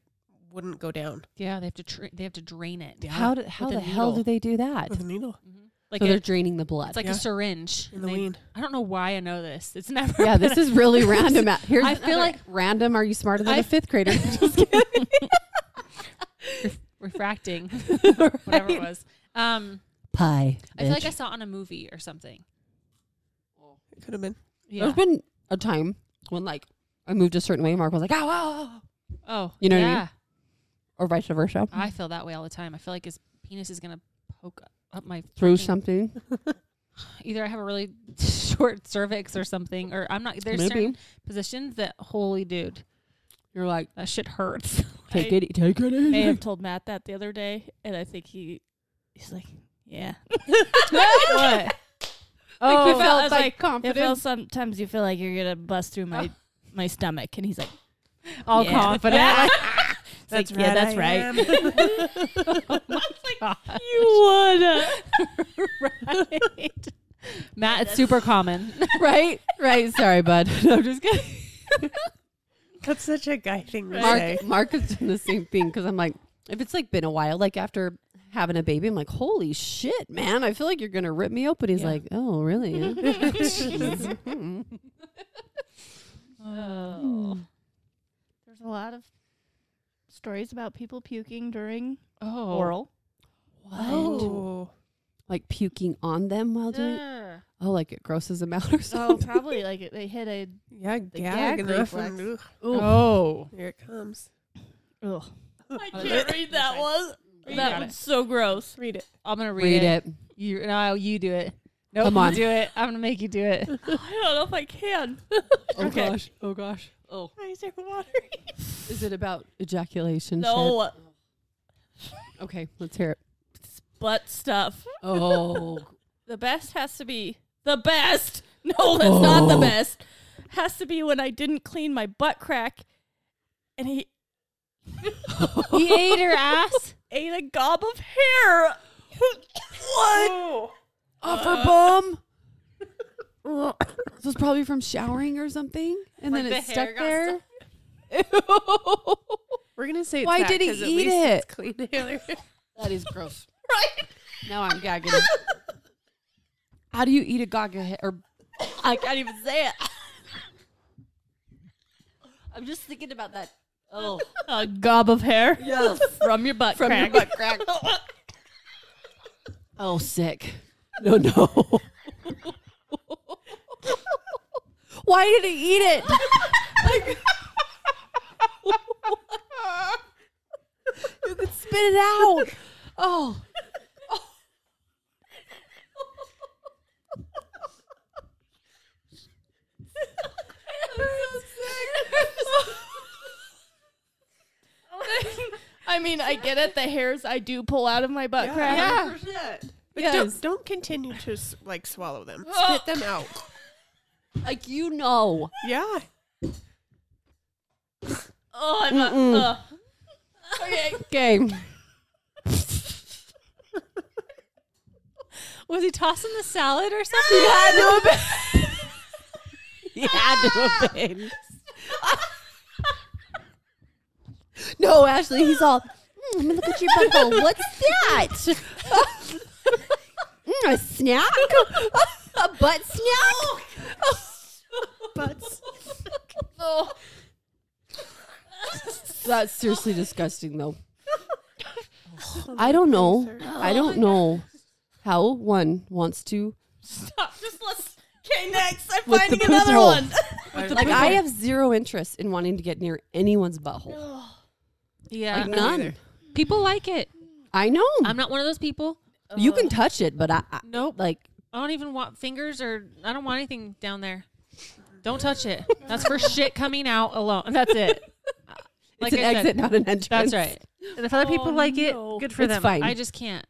[SPEAKER 4] wouldn't go down
[SPEAKER 2] yeah, they have to. Tra- they have to drain it.
[SPEAKER 4] Yeah.
[SPEAKER 3] How do, how
[SPEAKER 2] a
[SPEAKER 3] the hell do
[SPEAKER 2] needle.
[SPEAKER 3] they do that?
[SPEAKER 4] with a needle
[SPEAKER 2] Mhm. Like
[SPEAKER 3] so
[SPEAKER 2] a,
[SPEAKER 3] they're draining the blood.
[SPEAKER 2] it's like
[SPEAKER 4] Yeah.
[SPEAKER 2] a syringe.
[SPEAKER 4] in
[SPEAKER 2] And
[SPEAKER 4] the
[SPEAKER 2] they-
[SPEAKER 4] lean.
[SPEAKER 2] I don't know why I know this. It's never.
[SPEAKER 3] yeah, this
[SPEAKER 2] been-
[SPEAKER 3] is really random. Out- Here's
[SPEAKER 2] I feel like
[SPEAKER 3] random. Are you smarter than a
[SPEAKER 2] I-
[SPEAKER 3] a fifth grader?
[SPEAKER 2] refracting, whatever it was. Um,
[SPEAKER 3] pie.
[SPEAKER 2] I feel like I
[SPEAKER 3] bitch.
[SPEAKER 2] saw it on a movie or something.
[SPEAKER 4] It could have been.
[SPEAKER 2] Yeah.
[SPEAKER 3] There's been a time when like I moved a certain way, Mark was like, "Ow, ow, ow,"
[SPEAKER 2] Oh,
[SPEAKER 3] You know what I mean?
[SPEAKER 2] yeah.
[SPEAKER 3] or vice versa,
[SPEAKER 2] I feel that way all the time. I feel like his penis is gonna poke up my fucking-
[SPEAKER 3] through something.
[SPEAKER 2] Either I have a really short cervix or something, or I'm not. There's
[SPEAKER 3] Maybe
[SPEAKER 2] certain positions that holy dude,
[SPEAKER 3] you're like,
[SPEAKER 2] that shit hurts.
[SPEAKER 3] "Take
[SPEAKER 1] I
[SPEAKER 3] it, take it
[SPEAKER 1] may
[SPEAKER 3] easy."
[SPEAKER 1] have told Matt that the other day, and I think he he's like, yeah.
[SPEAKER 3] what?
[SPEAKER 1] Oh,
[SPEAKER 3] you
[SPEAKER 1] I
[SPEAKER 3] felt
[SPEAKER 1] was
[SPEAKER 3] like,
[SPEAKER 1] like, It
[SPEAKER 3] confident.
[SPEAKER 1] feels sometimes you feel like you're gonna bust through my my stomach, and he's like,
[SPEAKER 2] all
[SPEAKER 1] Yeah.
[SPEAKER 2] confident.
[SPEAKER 1] Yeah.
[SPEAKER 4] That's
[SPEAKER 1] It's like, yeah, that's
[SPEAKER 4] I
[SPEAKER 1] right.
[SPEAKER 4] am.
[SPEAKER 2] you would, right? Matt, it's super common.
[SPEAKER 3] right, right. Sorry, bud. No, I'm just kidding.
[SPEAKER 4] that's such a guy thing to say.
[SPEAKER 3] Mark, Mark has done the same thing because I'm like, if it's like been a while, like after having a baby, I'm like, holy shit, man, I feel like you're gonna rip me open. He's
[SPEAKER 2] Yeah.
[SPEAKER 3] like, oh, really? Yeah.
[SPEAKER 2] Oh.
[SPEAKER 1] There's a lot of stories about people puking during
[SPEAKER 2] oh.
[SPEAKER 1] oral.
[SPEAKER 3] what?
[SPEAKER 4] Oh,
[SPEAKER 3] Like puking on them while doing? it?
[SPEAKER 2] Ugh.
[SPEAKER 3] Oh, like it grosses them out or
[SPEAKER 1] Oh,
[SPEAKER 3] something.
[SPEAKER 1] probably like they hit a
[SPEAKER 4] yeah, gag,
[SPEAKER 1] gag
[SPEAKER 4] and off and-
[SPEAKER 1] reflex.
[SPEAKER 4] ugh,
[SPEAKER 3] Oh,
[SPEAKER 4] here it comes.
[SPEAKER 1] Ugh. I
[SPEAKER 2] Oh,
[SPEAKER 1] can't
[SPEAKER 2] that-
[SPEAKER 1] read that
[SPEAKER 2] okay.
[SPEAKER 1] one.
[SPEAKER 2] You
[SPEAKER 1] That
[SPEAKER 2] got
[SPEAKER 1] one's
[SPEAKER 2] it.
[SPEAKER 1] so gross.
[SPEAKER 4] Read it.
[SPEAKER 2] I'm gonna read,
[SPEAKER 3] read
[SPEAKER 2] it.
[SPEAKER 3] it.
[SPEAKER 2] You no, you do it. No,
[SPEAKER 3] Come
[SPEAKER 2] you
[SPEAKER 3] on.
[SPEAKER 2] do it. I'm gonna make you do it.
[SPEAKER 1] I don't know if I can.
[SPEAKER 3] Oh
[SPEAKER 1] Okay.
[SPEAKER 3] gosh. Oh gosh.
[SPEAKER 2] Oh,
[SPEAKER 4] Why is there water?
[SPEAKER 3] Is it about ejaculation? shit?
[SPEAKER 1] No,
[SPEAKER 3] Okay, let's hear it.
[SPEAKER 1] butt stuff.
[SPEAKER 3] Oh.
[SPEAKER 1] The best has to be the best. No, that's not the
[SPEAKER 3] Oh.
[SPEAKER 1] best. Has to be when I didn't clean my butt crack, and he
[SPEAKER 2] he ate her ass.
[SPEAKER 1] ate a gob of hair. what?
[SPEAKER 4] Oh,
[SPEAKER 3] Off her bum. This was probably from showering or something, and
[SPEAKER 2] Like
[SPEAKER 3] then
[SPEAKER 2] the
[SPEAKER 3] it stuck
[SPEAKER 2] hair got
[SPEAKER 3] there.
[SPEAKER 4] we're gonna say. It's
[SPEAKER 3] Why
[SPEAKER 4] that
[SPEAKER 3] did he
[SPEAKER 4] 'cause at
[SPEAKER 3] eat
[SPEAKER 4] least it's
[SPEAKER 3] it?
[SPEAKER 4] Clean earlier.
[SPEAKER 3] that is gross.
[SPEAKER 1] Right?
[SPEAKER 3] Now I'm gagging. How do you eat a gaga he- or
[SPEAKER 1] I can't even say it.
[SPEAKER 3] I'm just thinking about that. Oh,
[SPEAKER 1] A gob of hair. Yes. From your butt
[SPEAKER 3] from
[SPEAKER 1] crack.
[SPEAKER 3] your butt crack. oh, sick. No, no. Why did he eat it? Like- you could spit it out. Oh.
[SPEAKER 1] I mean, I get it. The hairs I do pull out of my butt crack.
[SPEAKER 3] Yeah.
[SPEAKER 4] But
[SPEAKER 3] Yes.
[SPEAKER 4] don't, don't continue to s- like swallow them. Spit them out.
[SPEAKER 3] Like you know.
[SPEAKER 4] Yeah.
[SPEAKER 1] Oh, I'm not. Ugh. Okay.
[SPEAKER 3] Uh, Okay.
[SPEAKER 2] Was he tossing the salad or something?
[SPEAKER 3] You had to have been. no, Ashley, he's all. Mm, look at your butthole. What's that? mm, a snack? a butt snack?
[SPEAKER 4] Butts.
[SPEAKER 1] Oh.
[SPEAKER 3] That's seriously disgusting, though. I don't know. I don't know how one wants to.
[SPEAKER 1] Stop. Just let's. Okay, next. I'm
[SPEAKER 3] With the
[SPEAKER 1] finding
[SPEAKER 3] poop
[SPEAKER 1] another
[SPEAKER 3] hole.
[SPEAKER 1] one.
[SPEAKER 3] Like, I have zero interest in wanting to get near anyone's butthole.
[SPEAKER 2] Yeah,
[SPEAKER 3] Like, none.
[SPEAKER 2] people like it.
[SPEAKER 3] I know.
[SPEAKER 2] I'm not one of those people.
[SPEAKER 3] you can touch it, but I, I
[SPEAKER 2] Nope.
[SPEAKER 3] like
[SPEAKER 2] I don't even want fingers or I don't want anything down there. Don't touch it. That's for shit coming out alone. That's it. Like
[SPEAKER 3] it's an
[SPEAKER 2] I
[SPEAKER 3] exit,
[SPEAKER 2] said,
[SPEAKER 3] not an entrance.
[SPEAKER 2] that's right. And if other people
[SPEAKER 1] Oh,
[SPEAKER 2] like
[SPEAKER 1] no.
[SPEAKER 2] it, good for
[SPEAKER 3] It's
[SPEAKER 2] them.
[SPEAKER 3] fine.
[SPEAKER 2] I just can't.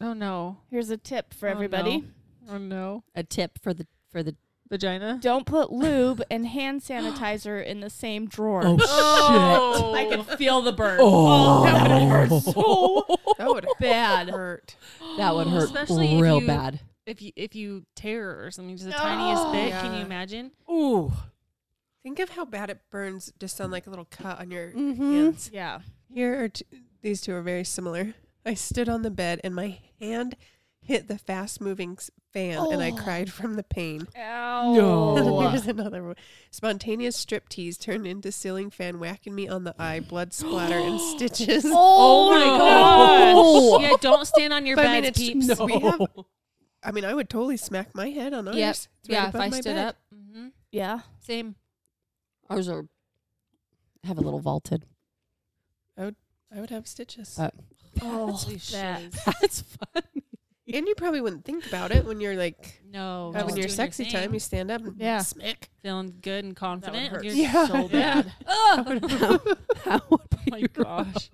[SPEAKER 2] Oh no.
[SPEAKER 1] Here's a tip for
[SPEAKER 2] Oh,
[SPEAKER 1] everybody.
[SPEAKER 2] no. Oh no.
[SPEAKER 3] A tip for the for the
[SPEAKER 2] Vagina.
[SPEAKER 1] Don't put lube and hand sanitizer in the same drawer.
[SPEAKER 2] Oh,
[SPEAKER 1] I can feel the burn.
[SPEAKER 3] Oh.
[SPEAKER 1] that would hurt so
[SPEAKER 4] That would
[SPEAKER 1] bad.
[SPEAKER 4] hurt.
[SPEAKER 3] that would hurt
[SPEAKER 2] Especially if
[SPEAKER 3] real
[SPEAKER 2] you-
[SPEAKER 3] bad.
[SPEAKER 2] if you if you tear it or something just the tiniest bit, can you
[SPEAKER 4] Yeah.
[SPEAKER 2] imagine?
[SPEAKER 3] Ooh,
[SPEAKER 4] Think of how bad it burns just on like a little cut on your
[SPEAKER 3] Mhm.
[SPEAKER 4] hands.
[SPEAKER 1] Yeah.
[SPEAKER 4] Here are t- these two are very similar. I stood on the bed and my hand hit the fast moving fan and I
[SPEAKER 2] Oh.
[SPEAKER 4] cried from the pain.
[SPEAKER 1] Ow.
[SPEAKER 4] Here's another one. Spontaneous striptease turned into ceiling fan whacking me on the eye, blood splatter, and stitches.
[SPEAKER 1] Oh, my
[SPEAKER 2] Oh.
[SPEAKER 1] god.
[SPEAKER 2] yeah, don't stand on your
[SPEAKER 4] But
[SPEAKER 2] bed,
[SPEAKER 4] I mean,
[SPEAKER 2] peeps.
[SPEAKER 4] it's- we have- I mean, I would totally smack my head on ours.
[SPEAKER 2] Yep.
[SPEAKER 4] It's right
[SPEAKER 2] Yeah, if
[SPEAKER 4] above
[SPEAKER 2] I
[SPEAKER 4] my
[SPEAKER 2] stood
[SPEAKER 4] bed.
[SPEAKER 2] up. Mm-hmm.
[SPEAKER 1] yeah.
[SPEAKER 2] Same.
[SPEAKER 3] Ours are have a little vaulted.
[SPEAKER 4] I would have stitches.
[SPEAKER 3] Uh,
[SPEAKER 1] Oh,
[SPEAKER 2] Holy
[SPEAKER 1] that.
[SPEAKER 2] shiz.
[SPEAKER 3] That's fun.
[SPEAKER 4] and you probably wouldn't think about it when you're like
[SPEAKER 2] No. just
[SPEAKER 4] having
[SPEAKER 2] doing
[SPEAKER 4] your sexy
[SPEAKER 2] thing.
[SPEAKER 4] time. You stand up and
[SPEAKER 1] Yeah.
[SPEAKER 4] smack.
[SPEAKER 2] feeling good and confident.
[SPEAKER 1] hurt
[SPEAKER 2] You're
[SPEAKER 4] Yeah.
[SPEAKER 2] so
[SPEAKER 1] Yeah.
[SPEAKER 2] bad.
[SPEAKER 3] how, how would
[SPEAKER 2] Oh my gosh.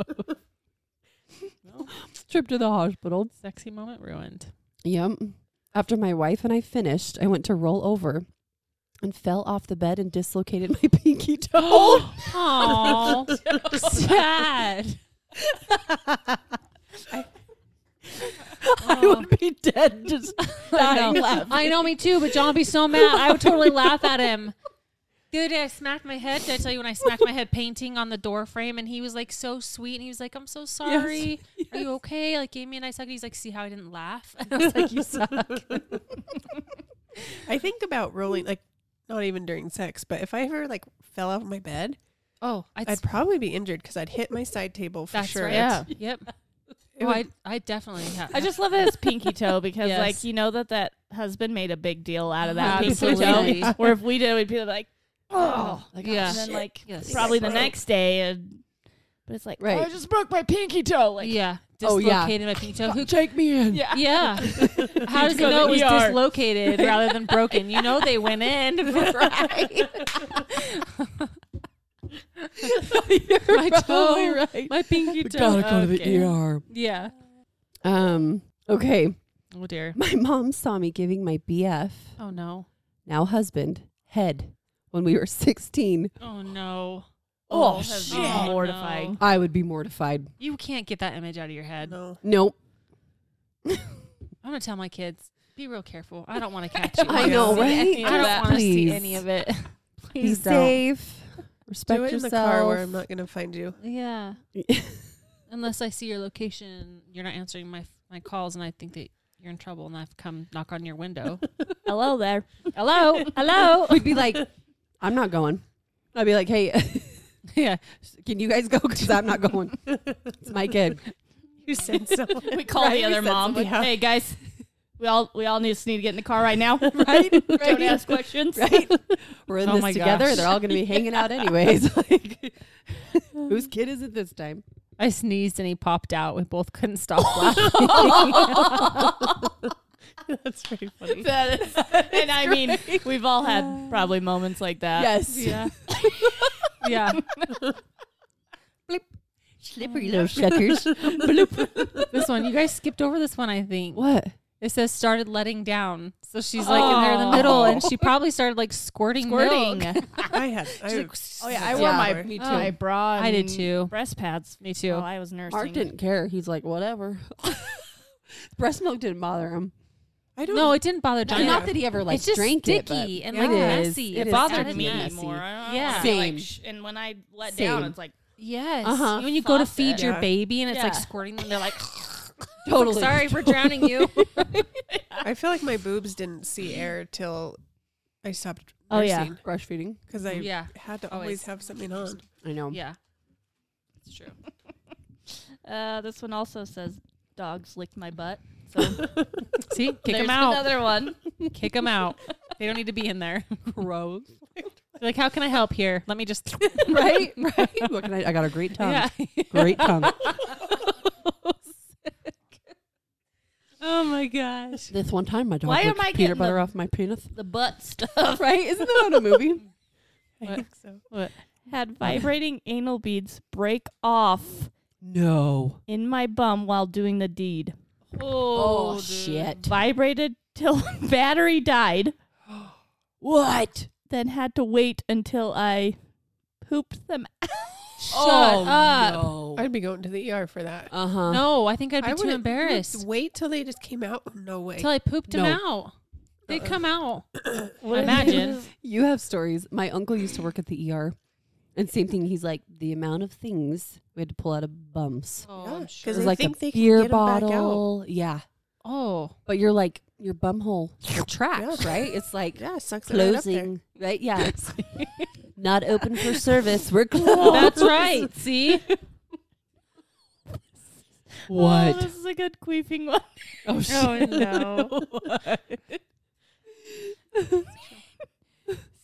[SPEAKER 3] trip to the hospital
[SPEAKER 2] Sexy moment ruined.
[SPEAKER 3] Yep. After my wife and I finished, I went to roll over and fell off the bed and dislocated my pinky toe.
[SPEAKER 2] Oh, sad.
[SPEAKER 3] I would be dead just
[SPEAKER 2] I
[SPEAKER 3] dying
[SPEAKER 2] know.
[SPEAKER 3] laughing.
[SPEAKER 2] I know me too, but John would be so mad. I would totally laugh at him. The other day I smacked my head. Did I tell you when I smacked my head painting on the door frame and he was like so sweet and he was like, I'm so sorry. Are you okay? Like gave me a nice hug. He's like, see how I didn't laugh? And I was like, You suck.
[SPEAKER 4] I think about rolling, like, not even during sex, but if I ever like fell off my bed,
[SPEAKER 2] oh, I'd,
[SPEAKER 4] I'd probably be injured because I'd hit my side table for
[SPEAKER 2] that's
[SPEAKER 4] sure.
[SPEAKER 2] right.
[SPEAKER 1] Yeah.
[SPEAKER 2] Yep.
[SPEAKER 4] It
[SPEAKER 2] oh,
[SPEAKER 4] would-
[SPEAKER 2] I I definitely have
[SPEAKER 1] I just love it as pinky toe because,
[SPEAKER 2] Yes.
[SPEAKER 1] like, you know that that husband made a big deal out of that pinky
[SPEAKER 2] Absolutely.
[SPEAKER 1] toe. Where if we did, we'd be like, oh,
[SPEAKER 2] yeah.
[SPEAKER 1] and then like
[SPEAKER 2] Yes.
[SPEAKER 1] probably the next day, and but it's like, oh, I
[SPEAKER 3] Right.
[SPEAKER 1] just broke my pinky toe. Like,
[SPEAKER 2] yeah.
[SPEAKER 3] Oh, yeah.
[SPEAKER 2] Dislocated my pinky toe. Who
[SPEAKER 3] Take me in.
[SPEAKER 1] yeah.
[SPEAKER 2] Yeah. How does it
[SPEAKER 1] go to
[SPEAKER 2] know it was
[SPEAKER 1] ER.
[SPEAKER 2] dislocated rather than broken? You know they went in.
[SPEAKER 3] You're
[SPEAKER 2] My
[SPEAKER 3] probably
[SPEAKER 2] toe.
[SPEAKER 3] right.
[SPEAKER 2] My pinky
[SPEAKER 3] We
[SPEAKER 2] toe.
[SPEAKER 3] gotta go to
[SPEAKER 2] Okay.
[SPEAKER 3] the ER.
[SPEAKER 2] Yeah.
[SPEAKER 3] Um. Okay.
[SPEAKER 2] Oh dear.
[SPEAKER 3] My mom saw me giving my BF,
[SPEAKER 2] Oh no.
[SPEAKER 3] now husband, head when we were 16.
[SPEAKER 2] Oh no.
[SPEAKER 1] Oh,
[SPEAKER 3] Oh,
[SPEAKER 1] that's
[SPEAKER 3] shit.
[SPEAKER 1] mortifying.
[SPEAKER 2] no.
[SPEAKER 3] I would be mortified.
[SPEAKER 2] You can't get that image out of your head.
[SPEAKER 4] No.
[SPEAKER 3] Nope.
[SPEAKER 2] I'm gonna tell my kids. Be real careful. I don't want to catch you.
[SPEAKER 3] I
[SPEAKER 2] don't
[SPEAKER 4] know,
[SPEAKER 2] wanna see any
[SPEAKER 3] right?
[SPEAKER 2] of
[SPEAKER 3] I don't
[SPEAKER 2] that.
[SPEAKER 3] wanna see
[SPEAKER 2] Please.
[SPEAKER 3] any of
[SPEAKER 2] it.
[SPEAKER 3] Be
[SPEAKER 2] Please don't.
[SPEAKER 3] safe. Respect
[SPEAKER 4] Do it in
[SPEAKER 3] yourself.
[SPEAKER 4] the car where I'm not going to find you.
[SPEAKER 2] Yeah. Unless I see your location, you're not answering my my calls, and I think that you're in trouble, and I've come knock on your window.
[SPEAKER 1] Hello there.
[SPEAKER 2] Hello. Hello.
[SPEAKER 3] We'd be like, I'm not going. I'd be like, hey,
[SPEAKER 2] yeah.
[SPEAKER 3] can you guys go? Because I'm not going. It's my kid.
[SPEAKER 4] You said so.
[SPEAKER 1] We call
[SPEAKER 4] Right,
[SPEAKER 1] the other
[SPEAKER 4] we said
[SPEAKER 1] mom.
[SPEAKER 4] something. Yeah.
[SPEAKER 1] Hey guys, we all we all just need to get in the car right now.
[SPEAKER 3] Right?
[SPEAKER 1] Don't ask questions.
[SPEAKER 3] Right? We're in
[SPEAKER 2] Oh my
[SPEAKER 3] this together.
[SPEAKER 2] gosh.
[SPEAKER 3] They're all going to be hanging out anyways. like, whose kid is it this time?
[SPEAKER 2] I sneezed and he popped out. We both couldn't stop laughing.
[SPEAKER 4] That's pretty funny.
[SPEAKER 1] That is- and I mean, we've all had probably moments like that.
[SPEAKER 3] yes.
[SPEAKER 2] yeah. yeah.
[SPEAKER 3] Slippery little shuckers. Bloop.
[SPEAKER 2] This one, you guys skipped over this one, I think.
[SPEAKER 3] What?
[SPEAKER 2] It says started letting down. So she's like in there in the middle and she probably started like Oh. squirting,
[SPEAKER 1] Squirting.
[SPEAKER 2] milk.
[SPEAKER 4] I had. I,
[SPEAKER 1] Oh yeah, I
[SPEAKER 3] Yeah.
[SPEAKER 1] wore my
[SPEAKER 4] Yeah.
[SPEAKER 1] me
[SPEAKER 2] too.
[SPEAKER 1] my bra. And
[SPEAKER 2] I did too.
[SPEAKER 1] Breast pads.
[SPEAKER 2] Me too.
[SPEAKER 1] Oh, I was nursing.
[SPEAKER 3] Mark didn't care. He's like, whatever. Breast milk didn't bother him.
[SPEAKER 4] I don't.
[SPEAKER 2] no, it didn't bother John.
[SPEAKER 3] Not that he ever like
[SPEAKER 2] it's just
[SPEAKER 3] drank
[SPEAKER 2] sticky
[SPEAKER 3] it.
[SPEAKER 2] and
[SPEAKER 3] Yeah.
[SPEAKER 2] like
[SPEAKER 3] It is.
[SPEAKER 2] messy.
[SPEAKER 3] It
[SPEAKER 2] It,
[SPEAKER 3] is
[SPEAKER 2] bothered
[SPEAKER 3] kinda
[SPEAKER 2] me.
[SPEAKER 3] messy.
[SPEAKER 1] more. I don't
[SPEAKER 2] Yeah.
[SPEAKER 1] wanna be
[SPEAKER 3] Same.
[SPEAKER 1] Like, sh- and when I let down,
[SPEAKER 3] Same.
[SPEAKER 1] it's like
[SPEAKER 2] Yes.
[SPEAKER 3] Uh-huh.
[SPEAKER 2] When you go to
[SPEAKER 1] Faucet.
[SPEAKER 2] feed your
[SPEAKER 4] Yeah.
[SPEAKER 2] baby and it's like
[SPEAKER 1] Yeah.
[SPEAKER 2] squirting them, they're like,
[SPEAKER 3] But totally.
[SPEAKER 2] sorry, we're drowning you.
[SPEAKER 4] I feel like my boobs didn't see air till I stopped.
[SPEAKER 1] Oh, yeah.
[SPEAKER 3] Brush feeding.
[SPEAKER 4] Because I
[SPEAKER 2] Yeah.
[SPEAKER 4] had to
[SPEAKER 2] Always.
[SPEAKER 4] always have something on.
[SPEAKER 3] I know.
[SPEAKER 2] Yeah. It's true.
[SPEAKER 1] uh, this one also says dogs licked my butt. So
[SPEAKER 2] See, kick
[SPEAKER 1] there's
[SPEAKER 2] him out.
[SPEAKER 1] another one.
[SPEAKER 2] Kick them out. They don't need to be in there. Gross. like, how can I help here? Let me just.
[SPEAKER 3] right? Right. What can I? I got a great tongue.
[SPEAKER 2] yeah.
[SPEAKER 3] Great tongue.
[SPEAKER 2] Oh my gosh.
[SPEAKER 3] This one time, my dog
[SPEAKER 1] Why
[SPEAKER 3] licked
[SPEAKER 1] am I getting
[SPEAKER 3] peanut butter
[SPEAKER 1] the-
[SPEAKER 3] off my penis.
[SPEAKER 1] The butt stuff
[SPEAKER 3] Right? Isn't that on a movie?
[SPEAKER 4] I think so.
[SPEAKER 1] had vibrating anal beads break off
[SPEAKER 3] no.
[SPEAKER 1] in my bum while doing the deed.
[SPEAKER 3] Oh,
[SPEAKER 2] dude.
[SPEAKER 3] shit.
[SPEAKER 1] Vibrated till battery died,
[SPEAKER 3] What?
[SPEAKER 1] then had to wait until I pooped them out.
[SPEAKER 2] Shut
[SPEAKER 3] oh,
[SPEAKER 2] up.
[SPEAKER 3] No.
[SPEAKER 4] I'd be going to the ER for that.
[SPEAKER 3] Uh huh.
[SPEAKER 2] No, I think I'd be
[SPEAKER 4] I
[SPEAKER 2] too
[SPEAKER 4] wouldn't-
[SPEAKER 2] embarrassed.
[SPEAKER 4] Wait till they just came out. No way.
[SPEAKER 2] Until I pooped them out. They come out. Imagine.
[SPEAKER 3] You have stories. My uncle used to work at the ER, and same thing. He's like the amount of things we had to pull out of bums.
[SPEAKER 2] Oh, I'm
[SPEAKER 4] Yeah,
[SPEAKER 2] sure.
[SPEAKER 3] It was
[SPEAKER 4] I
[SPEAKER 3] like
[SPEAKER 4] think
[SPEAKER 3] a
[SPEAKER 4] they can
[SPEAKER 3] beer
[SPEAKER 4] get 'em back out.
[SPEAKER 3] bottle. Yeah.
[SPEAKER 2] Oh,
[SPEAKER 3] But you're like your bumhole trapped, right? It's like
[SPEAKER 4] Yeah, it sucks it right up there.
[SPEAKER 3] closing, right? Yeah, not open for service. We're closed.
[SPEAKER 2] that's right. See,
[SPEAKER 1] Oh, this is a good queefing one.
[SPEAKER 3] Oh,
[SPEAKER 2] Oh, no.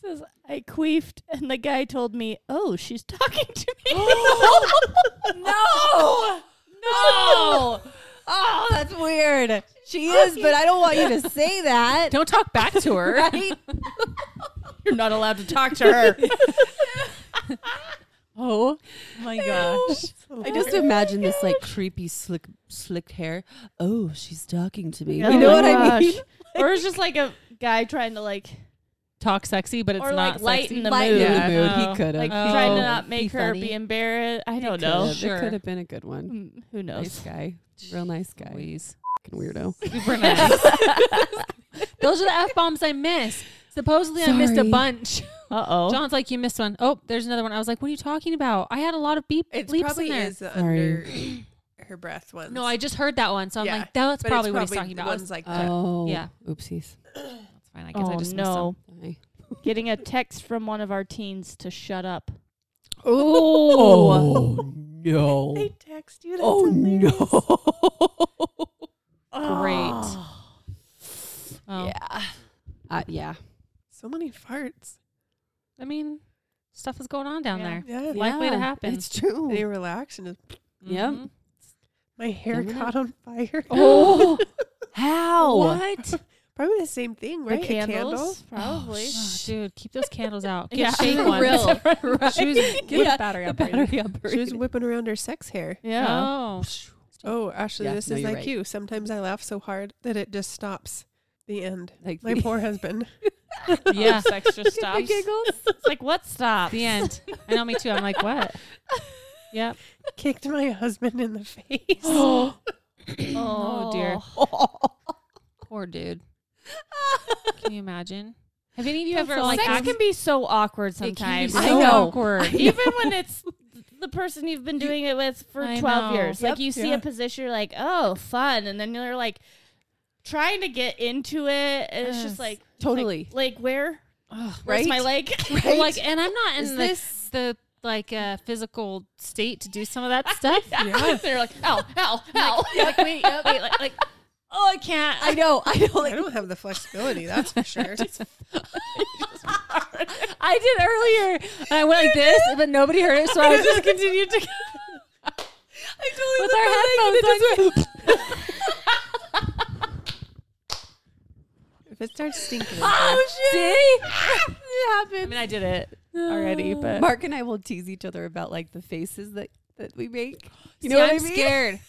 [SPEAKER 1] Says I queefed, and the guy told me, "Oh, she's talking to me."
[SPEAKER 3] no, no. Oh, that's weird. She is, but I don't want you to say that.
[SPEAKER 2] don't talk back to her.
[SPEAKER 3] Right?
[SPEAKER 1] You're not allowed to talk to her.
[SPEAKER 3] Oh,
[SPEAKER 2] my gosh.
[SPEAKER 3] I just imagine this like creepy slick slicked hair. Oh, she's talking to me.
[SPEAKER 1] Oh
[SPEAKER 3] you know what
[SPEAKER 1] my
[SPEAKER 3] I mean?
[SPEAKER 1] gosh. or it's just like a guy trying to like,
[SPEAKER 2] Talk sexy, but it's
[SPEAKER 1] or like
[SPEAKER 2] not
[SPEAKER 1] lighten
[SPEAKER 2] sexy.
[SPEAKER 1] the
[SPEAKER 3] Lighten
[SPEAKER 1] mood,
[SPEAKER 2] the Yeah, mood.
[SPEAKER 3] He
[SPEAKER 2] no.
[SPEAKER 3] could have.
[SPEAKER 1] like
[SPEAKER 2] Oh,
[SPEAKER 1] trying to not
[SPEAKER 2] be
[SPEAKER 1] make her
[SPEAKER 2] funny.
[SPEAKER 1] be embarrassed. I don't know.
[SPEAKER 2] Sure.
[SPEAKER 3] It could have been a good one.
[SPEAKER 1] Mm, Who
[SPEAKER 3] Nice
[SPEAKER 1] knows?
[SPEAKER 3] guy. Real nice guy.
[SPEAKER 2] Please.
[SPEAKER 3] Fucking weirdo.
[SPEAKER 2] Super nice. Those are the f bombs I miss. Supposedly, I missed a
[SPEAKER 3] Sorry.
[SPEAKER 2] bunch.
[SPEAKER 1] Uh oh.
[SPEAKER 2] John's like, you missed one. Oh, there's another one. I was like, what are you talking about? I had a lot of beep
[SPEAKER 4] It
[SPEAKER 2] bleeps
[SPEAKER 4] probably
[SPEAKER 2] in there.
[SPEAKER 4] is the
[SPEAKER 3] Sorry.
[SPEAKER 4] under her breath ones.
[SPEAKER 2] No, I just heard that one, so I'm
[SPEAKER 4] Yeah,
[SPEAKER 2] like, that's
[SPEAKER 4] But it's
[SPEAKER 2] probably what he's talking
[SPEAKER 4] the
[SPEAKER 2] about. I was-
[SPEAKER 4] Ones like that.
[SPEAKER 3] Oh.
[SPEAKER 2] Uh, Yeah.
[SPEAKER 3] Oopsies.
[SPEAKER 2] That's fine. I guess I
[SPEAKER 1] Oh
[SPEAKER 2] just missed some.
[SPEAKER 1] no!
[SPEAKER 3] Sorry.
[SPEAKER 1] Getting a text from one of our teens to shut up.
[SPEAKER 3] Oh no.
[SPEAKER 4] They text you. That's
[SPEAKER 3] oh
[SPEAKER 4] hilarious.
[SPEAKER 3] no.
[SPEAKER 2] Great. Oh,
[SPEAKER 3] Ah. Yeah. Uh, yeah.
[SPEAKER 4] So many farts.
[SPEAKER 2] I mean, stuff is going on down
[SPEAKER 1] Yeah.
[SPEAKER 2] there.
[SPEAKER 4] Yeah.
[SPEAKER 2] Likely to
[SPEAKER 3] Yeah,
[SPEAKER 2] happen.
[SPEAKER 3] It's true.
[SPEAKER 4] They relax and just,
[SPEAKER 3] Yep.
[SPEAKER 2] Mhm.
[SPEAKER 4] my hair
[SPEAKER 3] Feminine.
[SPEAKER 4] caught on fire.
[SPEAKER 3] Oh, how?
[SPEAKER 1] What?
[SPEAKER 4] Probably the same thing, right?
[SPEAKER 1] The
[SPEAKER 4] A candle.
[SPEAKER 1] candles, probably.
[SPEAKER 2] Oh, dude, keep those candles out. Get
[SPEAKER 1] Yeah.
[SPEAKER 2] shade
[SPEAKER 1] For
[SPEAKER 2] ones.
[SPEAKER 1] real.
[SPEAKER 2] She was
[SPEAKER 3] Yeah,
[SPEAKER 2] the battery
[SPEAKER 3] The
[SPEAKER 2] operated.
[SPEAKER 3] battery operated.
[SPEAKER 4] She was whipping around her sex hair.
[SPEAKER 1] Yeah.
[SPEAKER 2] Oh.
[SPEAKER 4] Oh, Ashley,
[SPEAKER 3] Yeah,
[SPEAKER 4] this
[SPEAKER 3] no,
[SPEAKER 4] is
[SPEAKER 3] you're
[SPEAKER 4] like
[SPEAKER 3] right.
[SPEAKER 4] you. Sometimes I laugh so hard that it just stops. The end.
[SPEAKER 3] like
[SPEAKER 4] My poor husband.
[SPEAKER 2] Yeah.
[SPEAKER 1] sex just stops. It's like what stops?
[SPEAKER 2] the end. I know me too. I'm like, what? Yep.
[SPEAKER 4] kicked my husband in the face.
[SPEAKER 2] oh
[SPEAKER 1] Oh,
[SPEAKER 2] dear.
[SPEAKER 1] dear.
[SPEAKER 2] Poor dude. Can you imagine? Have any of you ever like
[SPEAKER 1] sex
[SPEAKER 2] act-
[SPEAKER 1] can be so awkward
[SPEAKER 2] It can
[SPEAKER 1] sometimes.
[SPEAKER 2] be
[SPEAKER 3] I
[SPEAKER 2] so
[SPEAKER 3] know.
[SPEAKER 2] awkward.
[SPEAKER 1] Even when it's the person you've been doing it with for
[SPEAKER 2] I
[SPEAKER 1] 12
[SPEAKER 2] know.
[SPEAKER 1] years. Like
[SPEAKER 4] Yep.
[SPEAKER 1] you see
[SPEAKER 4] Yeah.
[SPEAKER 1] a position, you're like, oh, fun. And then you're like trying to get into it. And it's
[SPEAKER 2] Yes.
[SPEAKER 1] just like,
[SPEAKER 3] Totally.
[SPEAKER 1] like, like where?
[SPEAKER 2] Ugh.
[SPEAKER 1] Where's my
[SPEAKER 3] Right?
[SPEAKER 1] leg?
[SPEAKER 2] Well, Like, and I'm not in
[SPEAKER 3] Is
[SPEAKER 2] the,
[SPEAKER 3] this-
[SPEAKER 2] the like uh, physical state to do some of that stuff.
[SPEAKER 1] And they're like, ow, ow, ow.
[SPEAKER 2] Like, wait, yeah, wait, like, like, oh, I can't.
[SPEAKER 3] I know. I know.
[SPEAKER 4] I
[SPEAKER 3] Like,
[SPEAKER 4] don't have the flexibility, that's for sure.
[SPEAKER 2] I did earlier. And I went like this, but nobody heard it, so I just continued to. I totally with our headphones
[SPEAKER 4] if it starts stinking,
[SPEAKER 2] Oh shit!
[SPEAKER 3] Ah, it
[SPEAKER 2] I
[SPEAKER 3] happened
[SPEAKER 2] mean, I did it already, but
[SPEAKER 3] Mark and I will tease each other about like the faces that that we make. You know
[SPEAKER 2] See,
[SPEAKER 3] what
[SPEAKER 2] I'm
[SPEAKER 3] I mean?
[SPEAKER 2] scared.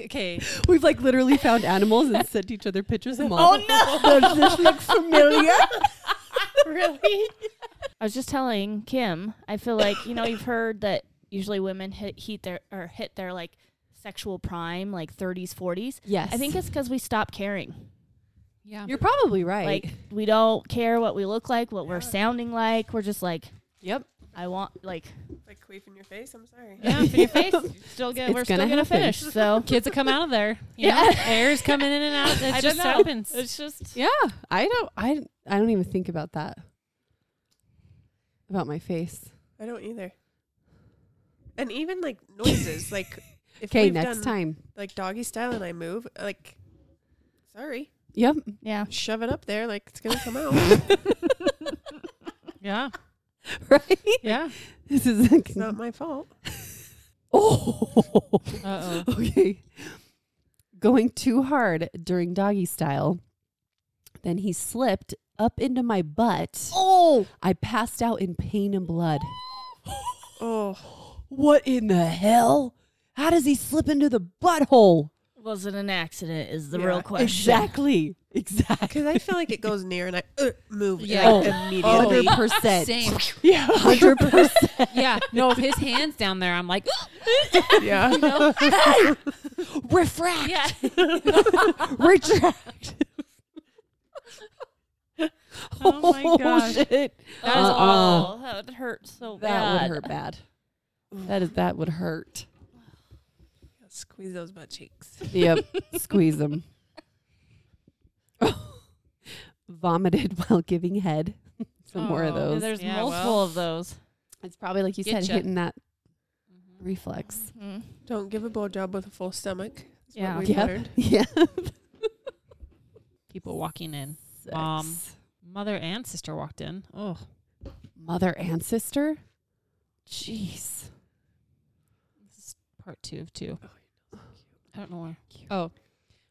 [SPEAKER 2] Okay,
[SPEAKER 3] We've like literally found animals and sent each other pictures of them.
[SPEAKER 1] Oh,
[SPEAKER 3] no! Does this look familiar?
[SPEAKER 1] really? I was just telling Kim, I feel like, you know, you've heard that usually women hit, heat their, or hit their like sexual prime, like 30s, 40s.
[SPEAKER 3] Yes.
[SPEAKER 1] I think it's because we stop caring.
[SPEAKER 2] yeah.
[SPEAKER 3] you're probably right.
[SPEAKER 1] Like we don't care what we look like, what we're sounding like. We're just like,
[SPEAKER 3] yep.
[SPEAKER 1] I want like
[SPEAKER 4] like queef in your face, I'm sorry.
[SPEAKER 1] yeah, in your face. Still gonna,
[SPEAKER 3] It's
[SPEAKER 1] we're still
[SPEAKER 3] gonna
[SPEAKER 1] gonna
[SPEAKER 3] happen.
[SPEAKER 1] finish. So
[SPEAKER 2] Kids will come out of there. You
[SPEAKER 1] Yeah.
[SPEAKER 2] know, air's coming in and out. It
[SPEAKER 1] I
[SPEAKER 2] just
[SPEAKER 1] don't know.
[SPEAKER 2] happens.
[SPEAKER 1] it's just
[SPEAKER 3] Yeah, I don't. I I don't even think about that. About my face.
[SPEAKER 4] I don't either. And even like noises, like if
[SPEAKER 3] Okay,
[SPEAKER 4] we've
[SPEAKER 3] next
[SPEAKER 4] done,
[SPEAKER 3] time.
[SPEAKER 4] like doggy style and I move, like sorry,
[SPEAKER 3] Yep.
[SPEAKER 1] yeah.
[SPEAKER 4] shove it up there, like it's gonna come out.
[SPEAKER 2] Yeah,
[SPEAKER 3] Right.
[SPEAKER 2] yeah.
[SPEAKER 3] This is. Like,
[SPEAKER 4] it's not my fault.
[SPEAKER 3] oh.
[SPEAKER 2] Uh oh.
[SPEAKER 3] okay. Going too hard during doggy style. Then he slipped up into my butt.
[SPEAKER 1] Oh,
[SPEAKER 3] I passed out in pain and blood.
[SPEAKER 4] Oh,
[SPEAKER 3] What in the hell? How does he slip into the butthole?
[SPEAKER 1] was it an accident? Is the
[SPEAKER 4] Yeah,
[SPEAKER 1] real question.
[SPEAKER 3] Exactly. Exactly.
[SPEAKER 4] because I feel like it goes near and I uh, move
[SPEAKER 2] Yeah.
[SPEAKER 4] yeah. like,
[SPEAKER 3] Oh.
[SPEAKER 4] immediately.
[SPEAKER 3] Hundred percent.
[SPEAKER 2] Same.
[SPEAKER 4] Yeah,
[SPEAKER 3] Hundred percent.
[SPEAKER 2] Yeah. No, if his hands down there, I'm like,
[SPEAKER 3] Oh.
[SPEAKER 4] yeah.
[SPEAKER 3] Refract.
[SPEAKER 2] yeah.
[SPEAKER 3] Retract.
[SPEAKER 2] Oh my gosh.
[SPEAKER 3] shit.
[SPEAKER 1] That is
[SPEAKER 3] Uh-uh.
[SPEAKER 1] awful. That would hurt so
[SPEAKER 3] That
[SPEAKER 1] bad.
[SPEAKER 3] would hurt bad. That is that would hurt.
[SPEAKER 4] Squeeze those butt cheeks.
[SPEAKER 3] Yep. Squeeze them. vomited while giving head. Some more of
[SPEAKER 2] Oh,
[SPEAKER 3] those.
[SPEAKER 5] There's
[SPEAKER 2] Yeah,
[SPEAKER 5] multiple
[SPEAKER 2] well.
[SPEAKER 5] of those.
[SPEAKER 3] It's probably like you said,
[SPEAKER 2] Getcha.
[SPEAKER 3] hitting that Mm-hmm. reflex.
[SPEAKER 1] Mhm.
[SPEAKER 4] Don't give a blowjob with a full stomach. That's
[SPEAKER 2] Yeah.
[SPEAKER 4] what we
[SPEAKER 3] Yep.
[SPEAKER 4] learned.
[SPEAKER 3] Yeah.
[SPEAKER 2] People walking in.
[SPEAKER 3] Sex.
[SPEAKER 2] Um, Mother and sister walked in. Oh,
[SPEAKER 3] Mother and sister. Jeez.
[SPEAKER 2] this is part two of two. I don't know where. Oh,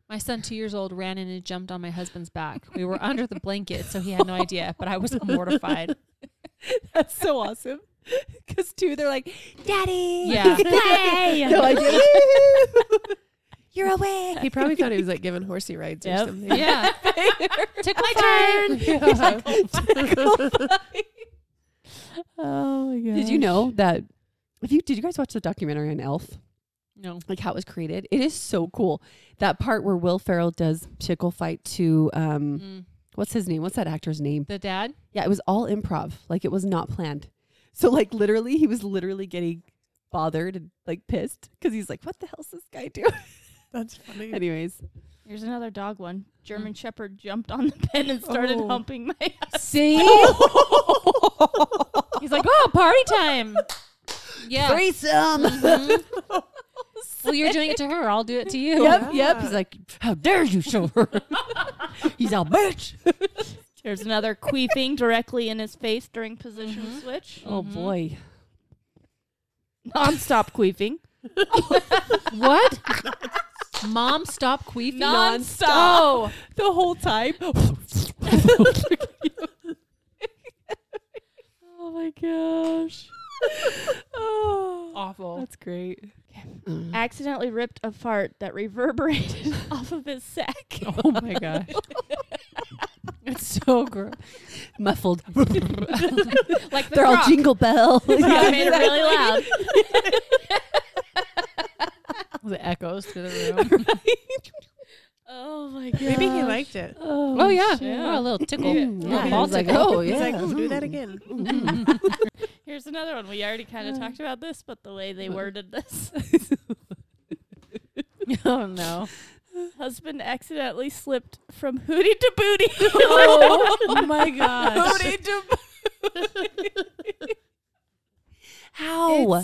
[SPEAKER 2] my son, two years old, ran in and jumped on my husband's back. We were under the blanket, so he had no idea, but I was mortified.
[SPEAKER 3] That's so awesome. Because two, they're like, Daddy.
[SPEAKER 2] Yeah.
[SPEAKER 1] Hey!
[SPEAKER 3] They're like, "Ew, You're awake.
[SPEAKER 4] He probably thought he was like giving horsey rides
[SPEAKER 5] Yep.
[SPEAKER 4] or something.
[SPEAKER 2] Yeah. Took my turn.
[SPEAKER 5] Oh my god.
[SPEAKER 3] Did you know that? If you did, you guys watch the documentary on Elf,
[SPEAKER 2] No.
[SPEAKER 3] like how it was created. It is so cool. That part where Will Ferrell does tickle fight to um,
[SPEAKER 2] Mm.
[SPEAKER 3] what's his name? What's that actor's name?
[SPEAKER 2] The dad?
[SPEAKER 3] Yeah, it was all improv. Like it was not planned. So like literally, he was literally getting bothered and like pissed because he's like, "What the hell's this guy doing?"
[SPEAKER 4] That's funny.
[SPEAKER 3] Anyways,
[SPEAKER 1] Here's another dog one. German
[SPEAKER 3] Mm.
[SPEAKER 1] Shepherd jumped on the bed and started
[SPEAKER 4] Oh.
[SPEAKER 1] humping my
[SPEAKER 2] See? He's like, oh, party time. Yeah.
[SPEAKER 3] threesome.
[SPEAKER 2] Mhm. well, you're doing it to her. I'll do it to you.
[SPEAKER 3] yep, yep. He's like, "How dare you show her?" he's all bitch.
[SPEAKER 1] There's another queefing directly in his face during position switch.
[SPEAKER 3] Oh boy.
[SPEAKER 1] Non-stop queefing.
[SPEAKER 2] What? Mom, stop queefing.
[SPEAKER 1] Non-stop.
[SPEAKER 3] The whole time.
[SPEAKER 5] Oh my gosh. Oh.
[SPEAKER 2] Awful.
[SPEAKER 3] That's great.
[SPEAKER 1] Accidentally ripped a fart that reverberated off of his sack.
[SPEAKER 2] Oh my gosh. it's so gross.
[SPEAKER 3] Muffled.
[SPEAKER 1] Like the
[SPEAKER 3] They're all
[SPEAKER 1] frog.
[SPEAKER 3] jingle bells.
[SPEAKER 1] The frog made it really loud.
[SPEAKER 5] The echoes through the room.
[SPEAKER 1] Oh my god.
[SPEAKER 4] Maybe he liked it.
[SPEAKER 3] Oh,
[SPEAKER 2] Oh, yeah.
[SPEAKER 1] Yeah.
[SPEAKER 2] Oh, a little tickle.
[SPEAKER 4] Yeah.
[SPEAKER 2] A
[SPEAKER 3] Yeah.
[SPEAKER 2] little
[SPEAKER 4] He's
[SPEAKER 2] ball
[SPEAKER 3] like,
[SPEAKER 2] tickle.
[SPEAKER 3] oh,
[SPEAKER 4] He's
[SPEAKER 3] yeah.
[SPEAKER 4] like, "Ooh, do that again.
[SPEAKER 1] Here's another one. We already kind of talked about this, but the way they worded this.
[SPEAKER 5] oh no.
[SPEAKER 1] Husband accidentally slipped from hootie to booty.
[SPEAKER 5] Oh my gosh.
[SPEAKER 3] How?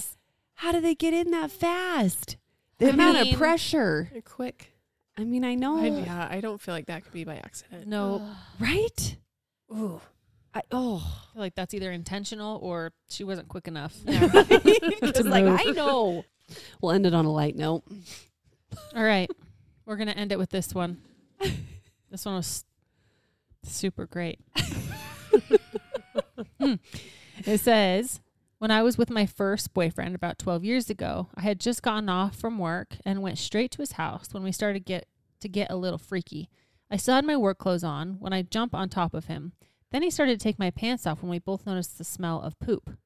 [SPEAKER 3] How do they get in that fast? The
[SPEAKER 2] I
[SPEAKER 3] amount
[SPEAKER 2] mean-
[SPEAKER 3] of pressure.
[SPEAKER 4] They're quick.
[SPEAKER 3] I mean, I know,
[SPEAKER 4] I, yeah, I don't feel like that could be by accident.
[SPEAKER 2] No,
[SPEAKER 3] right?
[SPEAKER 4] Ooh.
[SPEAKER 3] I, oh,
[SPEAKER 2] I feel like that's either intentional or she wasn't quick enough.
[SPEAKER 3] it's like I know. We'll end it on a light note.
[SPEAKER 2] All right. We're going to end it with this one. This one was super great. Hmm. It says When I was with my first boyfriend about 12 years ago, I had just gotten off from work and went straight to his house when we started get to get a little freaky. I still had my work clothes on when I jump on top of him. Then he started to take my pants off when we both noticed the smell of poop.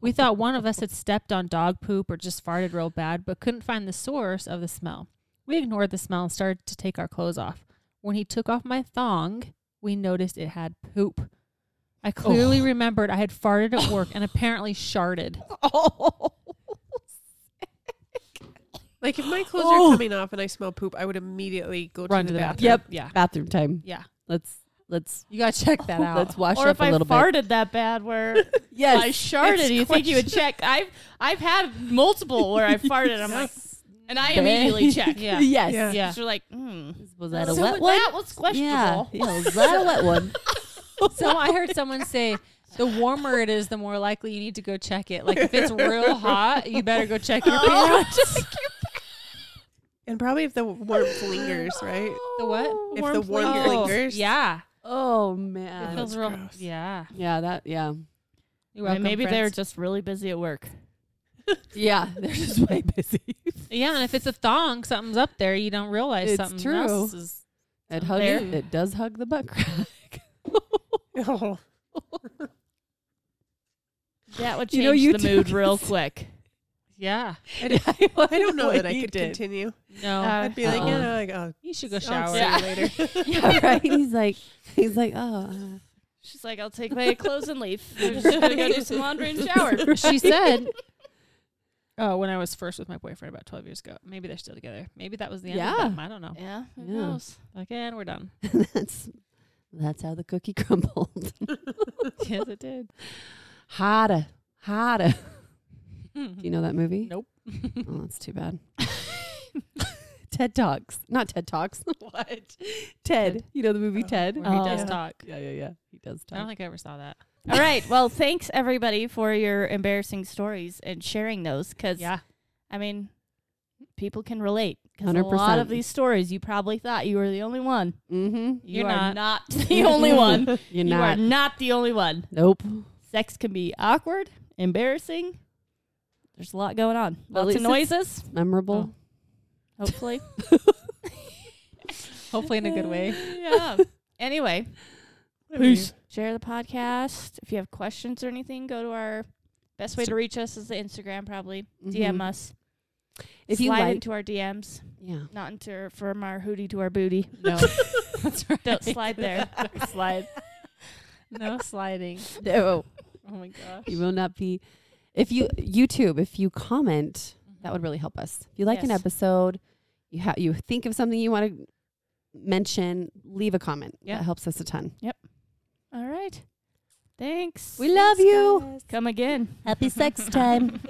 [SPEAKER 2] We thought one of us had stepped on dog poop or just farted real bad, but couldn't find the source of the smell. We ignored the smell and started to take our clothes off. When he took off my thong, we noticed it had poop. I clearly remembered I had farted at work and apparently sharded.
[SPEAKER 3] Oh,
[SPEAKER 4] Like if my clothes
[SPEAKER 3] Oh.
[SPEAKER 4] are coming off and I smell poop, I would immediately go
[SPEAKER 2] Run
[SPEAKER 4] to the bathroom.
[SPEAKER 3] Yep.
[SPEAKER 2] Yeah.
[SPEAKER 3] bathroom time.
[SPEAKER 2] Yeah.
[SPEAKER 3] Let's let's
[SPEAKER 2] You got to check that out.
[SPEAKER 3] let's wash
[SPEAKER 1] or
[SPEAKER 3] up
[SPEAKER 1] if
[SPEAKER 3] a
[SPEAKER 1] I
[SPEAKER 3] little
[SPEAKER 1] farted that bad where
[SPEAKER 3] bit. Yes,
[SPEAKER 1] I sharted, you think you would check? I've I've had multiple where I farted. I'm like, and I immediately check.
[SPEAKER 2] Yeah.
[SPEAKER 3] Yes.
[SPEAKER 4] Yeah.
[SPEAKER 2] Yeah.
[SPEAKER 1] So you're like, mm.
[SPEAKER 3] Was that a
[SPEAKER 1] so
[SPEAKER 3] wet
[SPEAKER 1] with
[SPEAKER 3] one?
[SPEAKER 1] that was
[SPEAKER 3] yeah.
[SPEAKER 1] questionable.
[SPEAKER 3] yeah. Was that a wet one?
[SPEAKER 2] So I heard someone say the warmer it is, the more likely you need to go check it. Like if it's real hot, you better go check your pants.
[SPEAKER 4] And probably if the warmth lingers, right?
[SPEAKER 2] The what?
[SPEAKER 4] If the warmth
[SPEAKER 2] Oh,
[SPEAKER 4] lingers.
[SPEAKER 2] Yeah.
[SPEAKER 3] Oh
[SPEAKER 2] It
[SPEAKER 3] man.
[SPEAKER 2] feels
[SPEAKER 4] that's
[SPEAKER 2] real.
[SPEAKER 4] gross.
[SPEAKER 2] Yeah.
[SPEAKER 3] Yeah. That. Yeah.
[SPEAKER 2] You're
[SPEAKER 1] Well,
[SPEAKER 2] welcome,
[SPEAKER 1] maybe
[SPEAKER 2] friends.
[SPEAKER 1] they were just really busy at work.
[SPEAKER 3] Yeah. They're just way busy.
[SPEAKER 2] Yeah, and if it's a thong, something's up there. You don't realize
[SPEAKER 3] It's
[SPEAKER 2] something
[SPEAKER 3] true.
[SPEAKER 2] else is.
[SPEAKER 3] It hugs.
[SPEAKER 1] There.
[SPEAKER 3] It does hug the butt crack.
[SPEAKER 4] Oh.
[SPEAKER 1] That would change
[SPEAKER 3] You know, you
[SPEAKER 1] the
[SPEAKER 3] do
[SPEAKER 1] mood
[SPEAKER 3] get
[SPEAKER 1] real quick.
[SPEAKER 2] Yeah.
[SPEAKER 4] I don't know that I could continue.
[SPEAKER 2] No.
[SPEAKER 1] Uh,
[SPEAKER 4] I'd be like,
[SPEAKER 3] Uh-uh.
[SPEAKER 4] you know, like, oh,
[SPEAKER 2] you should go
[SPEAKER 4] I'll
[SPEAKER 2] shower.
[SPEAKER 4] see you later.
[SPEAKER 3] yeah, right. He's like, he's like, oh,
[SPEAKER 1] She's like, I'll take my clothes and leave. I'm just gonna go do some laundry and shower.
[SPEAKER 2] she said, "Oh, when I was first with my boyfriend about 12 years ago. Maybe they're still together. Maybe that was the end
[SPEAKER 3] Yeah.
[SPEAKER 2] of them. I don't know.
[SPEAKER 1] Yeah, who
[SPEAKER 3] Yeah.
[SPEAKER 1] knows?
[SPEAKER 2] Like, and we're done.
[SPEAKER 3] uh. that's That's how the cookie crumbled.
[SPEAKER 2] yes, it did.
[SPEAKER 3] Harder, harder. Do you know that movie?
[SPEAKER 5] Nope.
[SPEAKER 3] Oh, that's too bad. TED Talks, not TED Talks.
[SPEAKER 5] what?
[SPEAKER 3] Ted, you know the movie
[SPEAKER 4] Oh.
[SPEAKER 3] Ted.
[SPEAKER 2] Where he does
[SPEAKER 1] Oh.
[SPEAKER 2] talk.
[SPEAKER 3] Yeah, yeah, yeah. He does
[SPEAKER 2] I don't
[SPEAKER 3] talk.
[SPEAKER 2] think I ever saw that.
[SPEAKER 1] All right. Well, thanks everybody for your embarrassing stories and sharing those because,
[SPEAKER 2] Yeah.
[SPEAKER 1] I mean, people can relate. Because a lot
[SPEAKER 3] 100%.
[SPEAKER 1] of these stories, you probably thought you were the only one.
[SPEAKER 3] Mm-hmm.
[SPEAKER 1] You
[SPEAKER 2] You're
[SPEAKER 1] are
[SPEAKER 2] not.
[SPEAKER 1] not the only one.
[SPEAKER 3] You're
[SPEAKER 1] You are
[SPEAKER 3] not.
[SPEAKER 1] not the only one.
[SPEAKER 3] Nope.
[SPEAKER 1] Sex can be awkward, embarrassing. There's a lot going on.
[SPEAKER 3] Well, at
[SPEAKER 1] Lots of
[SPEAKER 3] least
[SPEAKER 1] noises,
[SPEAKER 3] Memorable.
[SPEAKER 1] hopefully.
[SPEAKER 2] Hopefully in a good way.
[SPEAKER 1] yeah. Anyway,
[SPEAKER 4] Peace.
[SPEAKER 1] share the podcast. If you have questions or anything, go to our best way to reach us is the Instagram, probably. DM
[SPEAKER 3] Mhm.
[SPEAKER 1] us.
[SPEAKER 3] If
[SPEAKER 1] Slide
[SPEAKER 3] you like,
[SPEAKER 1] into our DMs,
[SPEAKER 3] yeah.
[SPEAKER 1] not into from our hootie to our booty.
[SPEAKER 2] No. That's right.
[SPEAKER 1] Don't slide there.
[SPEAKER 2] slide. No sliding.
[SPEAKER 3] No,
[SPEAKER 2] Oh my gosh.
[SPEAKER 3] you will not be. If you YouTube, if you comment, that would really help us. If you like an
[SPEAKER 1] Yes.
[SPEAKER 3] episode, you ha- you think of something you want to mention, leave a comment.
[SPEAKER 2] Yeah.
[SPEAKER 3] That helps us a ton.
[SPEAKER 1] All right. Thanks.
[SPEAKER 3] We love you.
[SPEAKER 1] Come again.
[SPEAKER 3] Happy sex time.